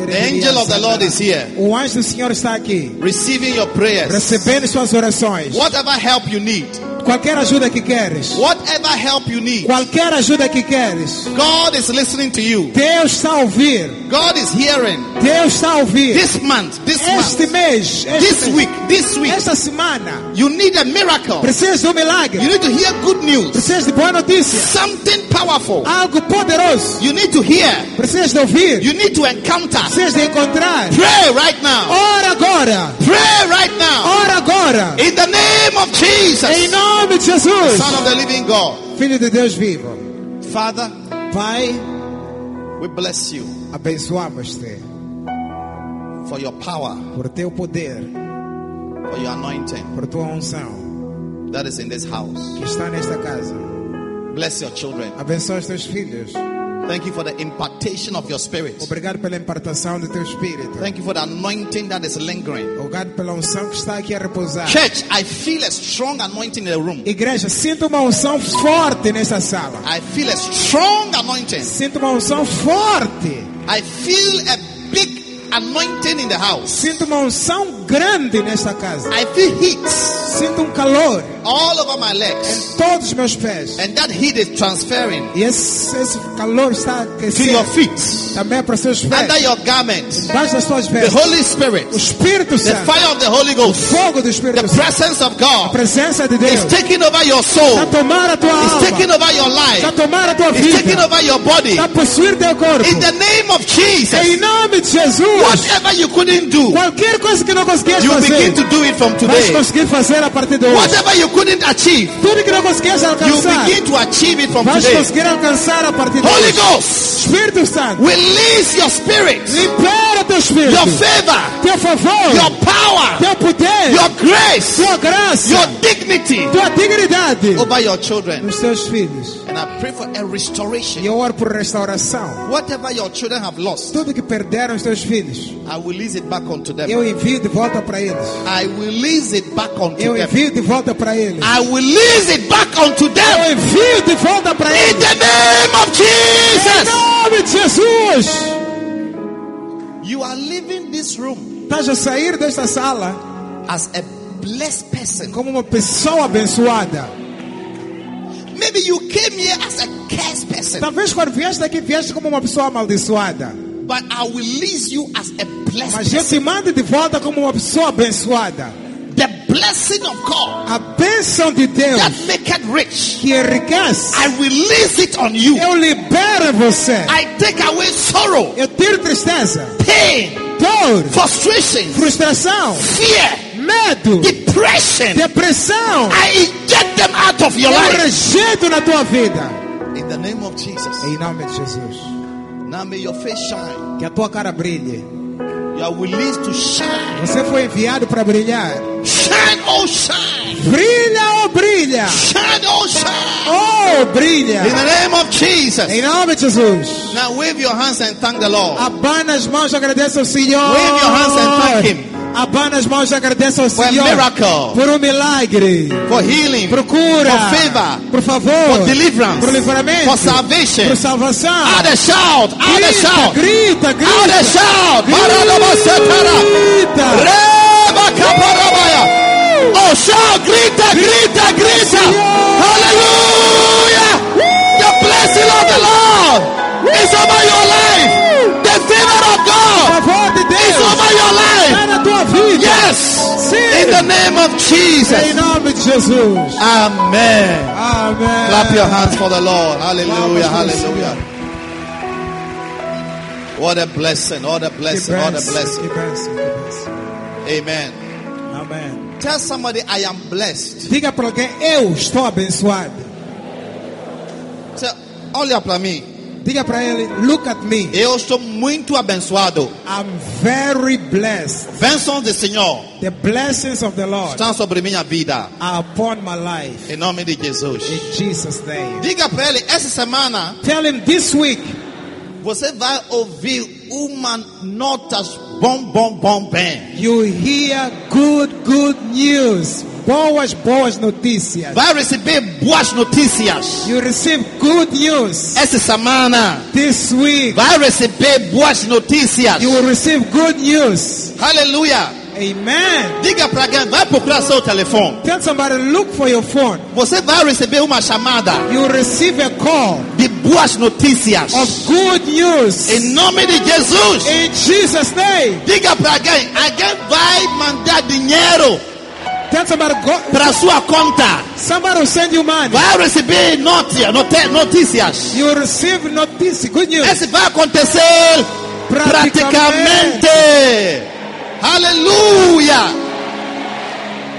Speaker 2: The angel of the Lord is here,
Speaker 3: O anjo do Senhor está aqui,
Speaker 2: receiving your prayers.
Speaker 3: recebendo suas orações.
Speaker 2: Whatever help you need,
Speaker 3: Qualquer ajuda que queres,
Speaker 2: whatever help you need,
Speaker 3: qualquer ajuda que queres,
Speaker 2: God is listening to you.
Speaker 3: Deus está a ouvir.
Speaker 2: God is hearing.
Speaker 3: Deus está a ouvir.
Speaker 2: This month, this
Speaker 3: Este
Speaker 2: month,
Speaker 3: mês,
Speaker 2: this
Speaker 3: este mês,
Speaker 2: week, this week,
Speaker 3: esta semana,
Speaker 2: you need a miracle.
Speaker 3: precisas de um
Speaker 2: You
Speaker 3: milagre,
Speaker 2: need to hear good news.
Speaker 3: precisas de boa notícia,
Speaker 2: Something powerful.
Speaker 3: algo poderoso.
Speaker 2: You need to hear.
Speaker 3: Precisas de ouvir,
Speaker 2: You need to encounter.
Speaker 3: precisas de encontrar.
Speaker 2: Pray right now.
Speaker 3: Ora agora,
Speaker 2: Pray right now.
Speaker 3: ora agora,
Speaker 2: In the name of
Speaker 3: em
Speaker 2: Jesus,
Speaker 3: nome de Jesus,
Speaker 2: Son of the living God.
Speaker 3: Filho de Deus vivo.
Speaker 2: Father,
Speaker 3: Pai,
Speaker 2: we bless you
Speaker 3: abençoamos-te
Speaker 2: for your power,
Speaker 3: por teu poder,
Speaker 2: for your anointing
Speaker 3: por tua unção
Speaker 2: that is in this house.
Speaker 3: que está nesta casa.
Speaker 2: Bless your children.
Speaker 3: Abençoa os teus filhos.
Speaker 2: Thank you for the impartation of your spirit.
Speaker 3: Obrigado pela impartação do teu espírito.
Speaker 2: Thank you for the anointing that is lingering.
Speaker 3: Obrigado pela unção que está aqui a repousar.
Speaker 2: Church, I feel a strong anointing in the room.
Speaker 3: Igreja, sinto uma unção forte nesta sala.
Speaker 2: I feel a strong anointing.
Speaker 3: Sinto uma unção forte.
Speaker 2: I feel a big anointing in the house.
Speaker 3: Sinto uma unção grande nesta casa.
Speaker 2: I feel heat
Speaker 3: Sinto um calor
Speaker 2: all over my legs.
Speaker 3: em todos os meus pés.
Speaker 2: And that heat is transferring
Speaker 3: E esse, esse calor está
Speaker 2: to your
Speaker 3: aquecendo
Speaker 2: feet,
Speaker 3: também para os seus
Speaker 2: under
Speaker 3: pés.
Speaker 2: your garments.
Speaker 3: Embaixo das tuas
Speaker 2: The
Speaker 3: vestes.
Speaker 2: Holy Spirit,
Speaker 3: O Espírito
Speaker 2: the
Speaker 3: Santo.
Speaker 2: fire of the Holy Ghost,
Speaker 3: fogo do
Speaker 2: the
Speaker 3: Espírito Santo.
Speaker 2: presence of
Speaker 3: A
Speaker 2: God
Speaker 3: presença de
Speaker 2: is
Speaker 3: Deus
Speaker 2: taking over your
Speaker 3: está
Speaker 2: soul,
Speaker 3: a tomar a tua
Speaker 2: is taking
Speaker 3: alma,
Speaker 2: over your
Speaker 3: está a
Speaker 2: life,
Speaker 3: tomar a tua
Speaker 2: is taking
Speaker 3: vida,
Speaker 2: over your body.
Speaker 3: está a possuir teu corpo.
Speaker 2: In the name of
Speaker 3: Em
Speaker 2: Jesus,
Speaker 3: nome de Jesus,
Speaker 2: whatever you couldn't do,
Speaker 3: qualquer coisa que não conseguias
Speaker 2: you
Speaker 3: fazer,
Speaker 2: begin to do it from
Speaker 3: vais
Speaker 2: today.
Speaker 3: conseguir fazer a partir de hoje.
Speaker 2: Whatever you couldn't achieve,
Speaker 3: Tudo que não conseguias
Speaker 2: you
Speaker 3: alcançar,
Speaker 2: begin to achieve it from
Speaker 3: vais
Speaker 2: today.
Speaker 3: conseguir alcançar a partir de
Speaker 2: Holy
Speaker 3: hoje.
Speaker 2: Ghost,
Speaker 3: Espírito Santo,
Speaker 2: release your spirit.
Speaker 3: libera o teu espírito,
Speaker 2: your favor,
Speaker 3: teu favor,
Speaker 2: your power,
Speaker 3: teu poder,
Speaker 2: your grace,
Speaker 3: tua graça,
Speaker 2: your Oh. dignity
Speaker 3: tua dignidade
Speaker 2: over your children.
Speaker 3: nos teus filhos.
Speaker 2: And I pray for a
Speaker 3: E
Speaker 2: restoration.
Speaker 3: eu oro por restauração.
Speaker 2: Whatever your children have lost,
Speaker 3: Tudo que perderam os teus filhos,
Speaker 2: I will lease it back onto
Speaker 3: eu
Speaker 2: them.
Speaker 3: envio de volta para eles.
Speaker 2: I will lease it back onto
Speaker 3: Eu
Speaker 2: them.
Speaker 3: envio de volta para eles.
Speaker 2: I will lease it back onto
Speaker 3: Eu
Speaker 2: them.
Speaker 3: envio de volta para
Speaker 2: In
Speaker 3: eles.
Speaker 2: the name of
Speaker 3: Em
Speaker 2: Jesus.
Speaker 3: nome de Jesus.
Speaker 2: You are leaving this room
Speaker 3: Estás a sair Tá, desta sala
Speaker 2: as a blessed person.
Speaker 3: como uma pessoa abençoada.
Speaker 2: Maybe you came here as a cursed person,
Speaker 3: Talvez quando vieste daqui, vieste como uma pessoa amaldiçoada.
Speaker 2: but I will lease you as a blessed
Speaker 3: Mas eu te
Speaker 2: person.
Speaker 3: mando de volta como uma pessoa abençoada.
Speaker 2: The blessing of God
Speaker 3: A bênção de Deus
Speaker 2: that maketh rich.
Speaker 3: que enriquece.
Speaker 2: I release it on you.
Speaker 3: Eu libero você.
Speaker 2: I take away sorrow,
Speaker 3: Eu tiro tristeza,
Speaker 2: pain,
Speaker 3: dor,
Speaker 2: frustration,
Speaker 3: frustração,
Speaker 2: fear,
Speaker 3: medo,
Speaker 2: depression.
Speaker 3: depressão.
Speaker 2: I inject them out of your
Speaker 3: Eu
Speaker 2: life.
Speaker 3: rejeito na tua vida.
Speaker 2: In the name of Jesus.
Speaker 3: Em nome de Jesus.
Speaker 2: Now may your face shine.
Speaker 3: Que a tua cara brilhe.
Speaker 2: You are released to shine.
Speaker 3: Você foi enviado para brilhar.
Speaker 2: Shine, oh shine.
Speaker 3: Brilha ou brilha?
Speaker 2: Shine, oh shine.
Speaker 3: Oh, brilha.
Speaker 2: In the name of
Speaker 3: Em
Speaker 2: Jesus.
Speaker 3: nome de Jesus.
Speaker 2: Now wave your hands and thank the Lord.
Speaker 3: Abana as mãos e agradeça ao Senhor.
Speaker 2: Wave your hands and thank him.
Speaker 3: Abana as mãos e agradeça ao
Speaker 2: For a
Speaker 3: Senhor.
Speaker 2: miracle.
Speaker 3: Por um milagre.
Speaker 2: For healing.
Speaker 3: Por cura.
Speaker 2: For favor.
Speaker 3: Por favor.
Speaker 2: For deliverance.
Speaker 3: Por livramento.
Speaker 2: For salvation.
Speaker 3: Por salvação.
Speaker 2: Out a shout. Out a shout.
Speaker 3: Grita, grita.
Speaker 2: Out a
Speaker 3: grita.
Speaker 2: shout. Maradabasatara.
Speaker 3: Grita.
Speaker 2: Reba kaparabaya. Oh, shout, grita, grita, grita. Hallelujah. The blessing of the Lord is over your life. The favor of
Speaker 3: Por
Speaker 2: God
Speaker 3: favor de
Speaker 2: is
Speaker 3: Deus.
Speaker 2: over your
Speaker 3: Está
Speaker 2: life.
Speaker 3: na tua vida.
Speaker 2: Yes.
Speaker 3: Sim.
Speaker 2: In the name of
Speaker 3: Em
Speaker 2: Jesus.
Speaker 3: nome de Jesus.
Speaker 2: Amen.
Speaker 3: Amém.
Speaker 2: Clap your hands for the Lord. Hallelujah.
Speaker 3: Vamos,
Speaker 2: Hallelujah. What a blessing. What a
Speaker 3: Que
Speaker 2: blessing. What a
Speaker 3: bênção,
Speaker 2: blessing.
Speaker 3: que bênção, que bênção.
Speaker 2: Amen.
Speaker 3: Amém.
Speaker 2: Tell somebody I am blessed.
Speaker 3: Diga para alguém, eu estou abençoado.
Speaker 2: Tell- Olha para mim.
Speaker 3: Diga para ele, look at me.
Speaker 2: Eu estou muito abençoado.
Speaker 3: I'm very blessed.
Speaker 2: Bênçãos do Senhor
Speaker 3: The blessings of the Lord
Speaker 2: estão sobre minha vida.
Speaker 3: are upon my life.
Speaker 2: Em nome de Jesus.
Speaker 3: In Jesus' name.
Speaker 2: Diga para ele, essa semana
Speaker 3: Tell him this week
Speaker 2: você vai ouvir uma notas bom, bom, bom, bem.
Speaker 3: you hear good, good news. Boas, boas notícias.
Speaker 2: Vai receber boas notícias.
Speaker 3: You receive good news.
Speaker 2: Essa semana
Speaker 3: This week
Speaker 2: vai receber boas notícias.
Speaker 3: you will receive good news.
Speaker 2: Aleluia.
Speaker 3: Amen.
Speaker 2: Diga para quem vai procurar seu telefone.
Speaker 3: Tell somebody, look for your phone.
Speaker 2: Você vai receber uma chamada
Speaker 3: You will receive a call
Speaker 2: de boas notícias.
Speaker 3: of good news.
Speaker 2: Em nome de Jesus.
Speaker 3: In Jesus' name.
Speaker 2: Diga para alguém, alguém vai mandar dinheiro
Speaker 3: Tell somebody, go,
Speaker 2: para sua conta.
Speaker 3: somebody will send you money.
Speaker 2: Vai receber notia, note- notícias.
Speaker 3: You receive notice, good news.
Speaker 2: Isso vai acontecer
Speaker 3: Praticamente.
Speaker 2: praticamente. Aleluia.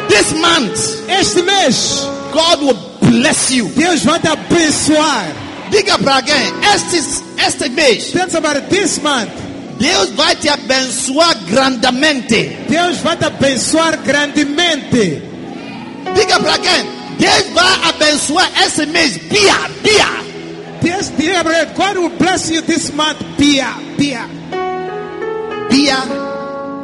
Speaker 2: This month,
Speaker 3: Este mês,
Speaker 2: God will bless you.
Speaker 3: Deus vai te abençoar.
Speaker 2: Diga para alguém, este, este mês,
Speaker 3: Tell somebody this month,
Speaker 2: Deus vai te abençoar grandemente.
Speaker 3: Deus vai te abençoar grandemente.
Speaker 2: Diga para alguém, Deus vai abençoar esse mês. Bia, bia.
Speaker 3: Deus, diga pra ele, God will bless you this month. Pia, pia.
Speaker 2: Bia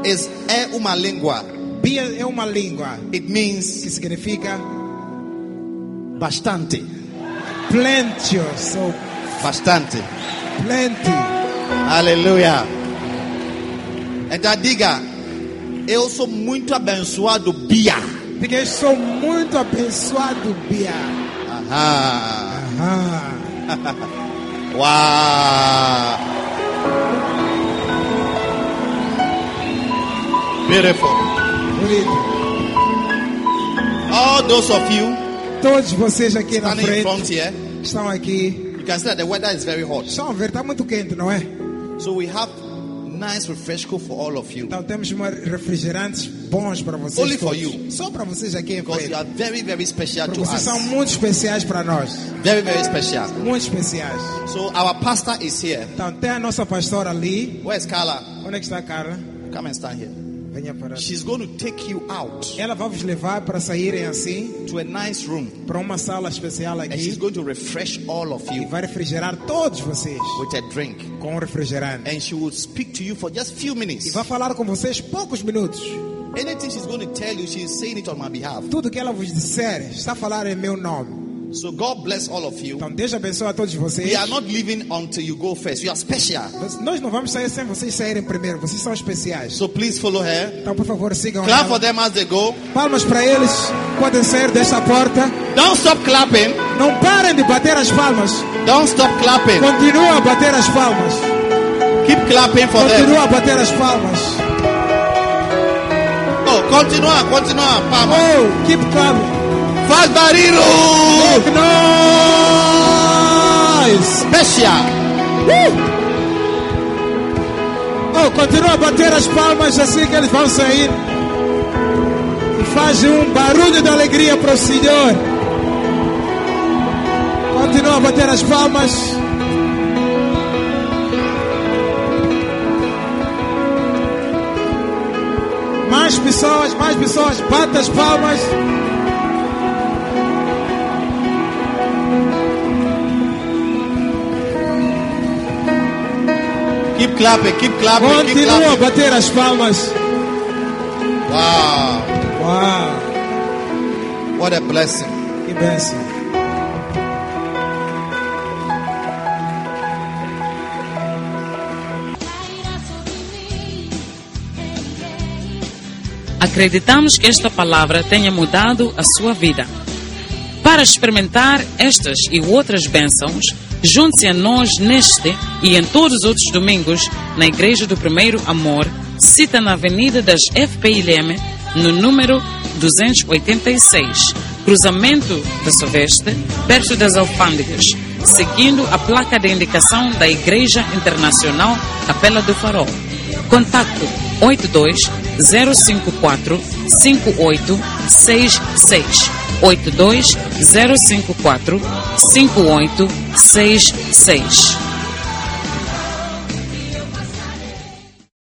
Speaker 2: is, é uma língua.
Speaker 3: Pia é uma língua
Speaker 2: It means
Speaker 3: que significa
Speaker 2: bastante,
Speaker 3: plenteous ou
Speaker 2: bastante.
Speaker 3: plenty.
Speaker 2: Aleluia. Então diga, eu sou muito abençoado, Bia.
Speaker 3: Diga, eu sou muito abençoado, Pia.
Speaker 2: Ahá.
Speaker 3: Ah,
Speaker 2: Uau. Beautiful.
Speaker 3: bonito.
Speaker 2: All those of you
Speaker 3: Todos vocês aqui na
Speaker 2: standing in
Speaker 3: frente
Speaker 2: front here,
Speaker 3: estão aqui.
Speaker 2: you can see that the weather is very hot.
Speaker 3: Estão a ver, está muito quente, não é?
Speaker 2: So we have nice refresco for all of you
Speaker 3: Então temos uma- refrigerantes bons para vocês.
Speaker 2: Only for
Speaker 3: todos.
Speaker 2: you.
Speaker 3: Só para vocês aqui em
Speaker 2: because
Speaker 3: frente.
Speaker 2: you are very, very special
Speaker 3: Porque
Speaker 2: to
Speaker 3: vocês
Speaker 2: us.
Speaker 3: são muito especiais para nós.
Speaker 2: Very, very special.
Speaker 3: Muito especiais.
Speaker 2: So our pastor is here.
Speaker 3: Então tem a nossa pastora ali.
Speaker 2: Where's Carla?
Speaker 3: Onde Onde é que está a Carla?
Speaker 2: Come and stand here.
Speaker 3: Venha para.
Speaker 2: She's going to take you out
Speaker 3: Ela vai vos levar para saírem assim
Speaker 2: to a nice room
Speaker 3: para uma sala especial
Speaker 2: and she's
Speaker 3: aqui
Speaker 2: going to refresh all of
Speaker 3: e
Speaker 2: you
Speaker 3: vai refrigerar todos vocês
Speaker 2: with a drink.
Speaker 3: com um refrigerante.
Speaker 2: And she will speak to you for just few
Speaker 3: E
Speaker 2: minutes.
Speaker 3: vai falar com vocês poucos minutos.
Speaker 2: Anything she's going to tell you, she's saying it on my behalf.
Speaker 3: Tudo que ela vos disser está a falar em meu nome.
Speaker 2: So God bless all of you.
Speaker 3: Então Deus abençoe a todos vocês.
Speaker 2: We are not leaving until you go first. You are special.
Speaker 3: Nós- Nós não vamos sair sem vocês saírem primeiro. Vocês são especiais.
Speaker 2: So please follow her.
Speaker 3: Então por favor sigam.
Speaker 2: Clap for
Speaker 3: ela.
Speaker 2: them as they go.
Speaker 3: Palmas para eles. Podem sair desta porta.
Speaker 2: Don't stop clapping.
Speaker 3: Não parem de bater as palmas.
Speaker 2: Don't stop clapping.
Speaker 3: Continua a bater as palmas.
Speaker 2: Keep clapping
Speaker 3: Oh, é.
Speaker 2: for them.
Speaker 3: Continua a bater as palmas.
Speaker 2: Oh, continua, continua. Palma.
Speaker 3: Oh, keep coming.
Speaker 2: Faz
Speaker 3: Oh.
Speaker 2: barulho.
Speaker 3: Make noise.
Speaker 2: Special.
Speaker 3: Oh, continua a bater as palmas assim que eles vão sair. E faz um barulho de alegria para o Senhor. Continua a bater as palmas. Mais pessoas, mais pessoas, bata as palmas.
Speaker 2: Keep clapping. Keep clapping. Keep
Speaker 3: Continua a
Speaker 2: clapping.
Speaker 3: bater as palmas.
Speaker 2: Wow.
Speaker 3: Uau,
Speaker 2: What a blessing.
Speaker 3: que bênção.
Speaker 1: Acreditamos que esta palavra tenha mudado a sua vida. Para experimentar estas e outras bênçãos, junte-se a nós neste e em todos os outros domingos na Igreja do Primeiro Amor, cita na Avenida das FPILM, no número 286, cruzamento da Soveste, perto das Alfândegas, seguindo a placa de indicação da Igreja Internacional Capela do Farol. Contato 82 054 5866 82 054 5866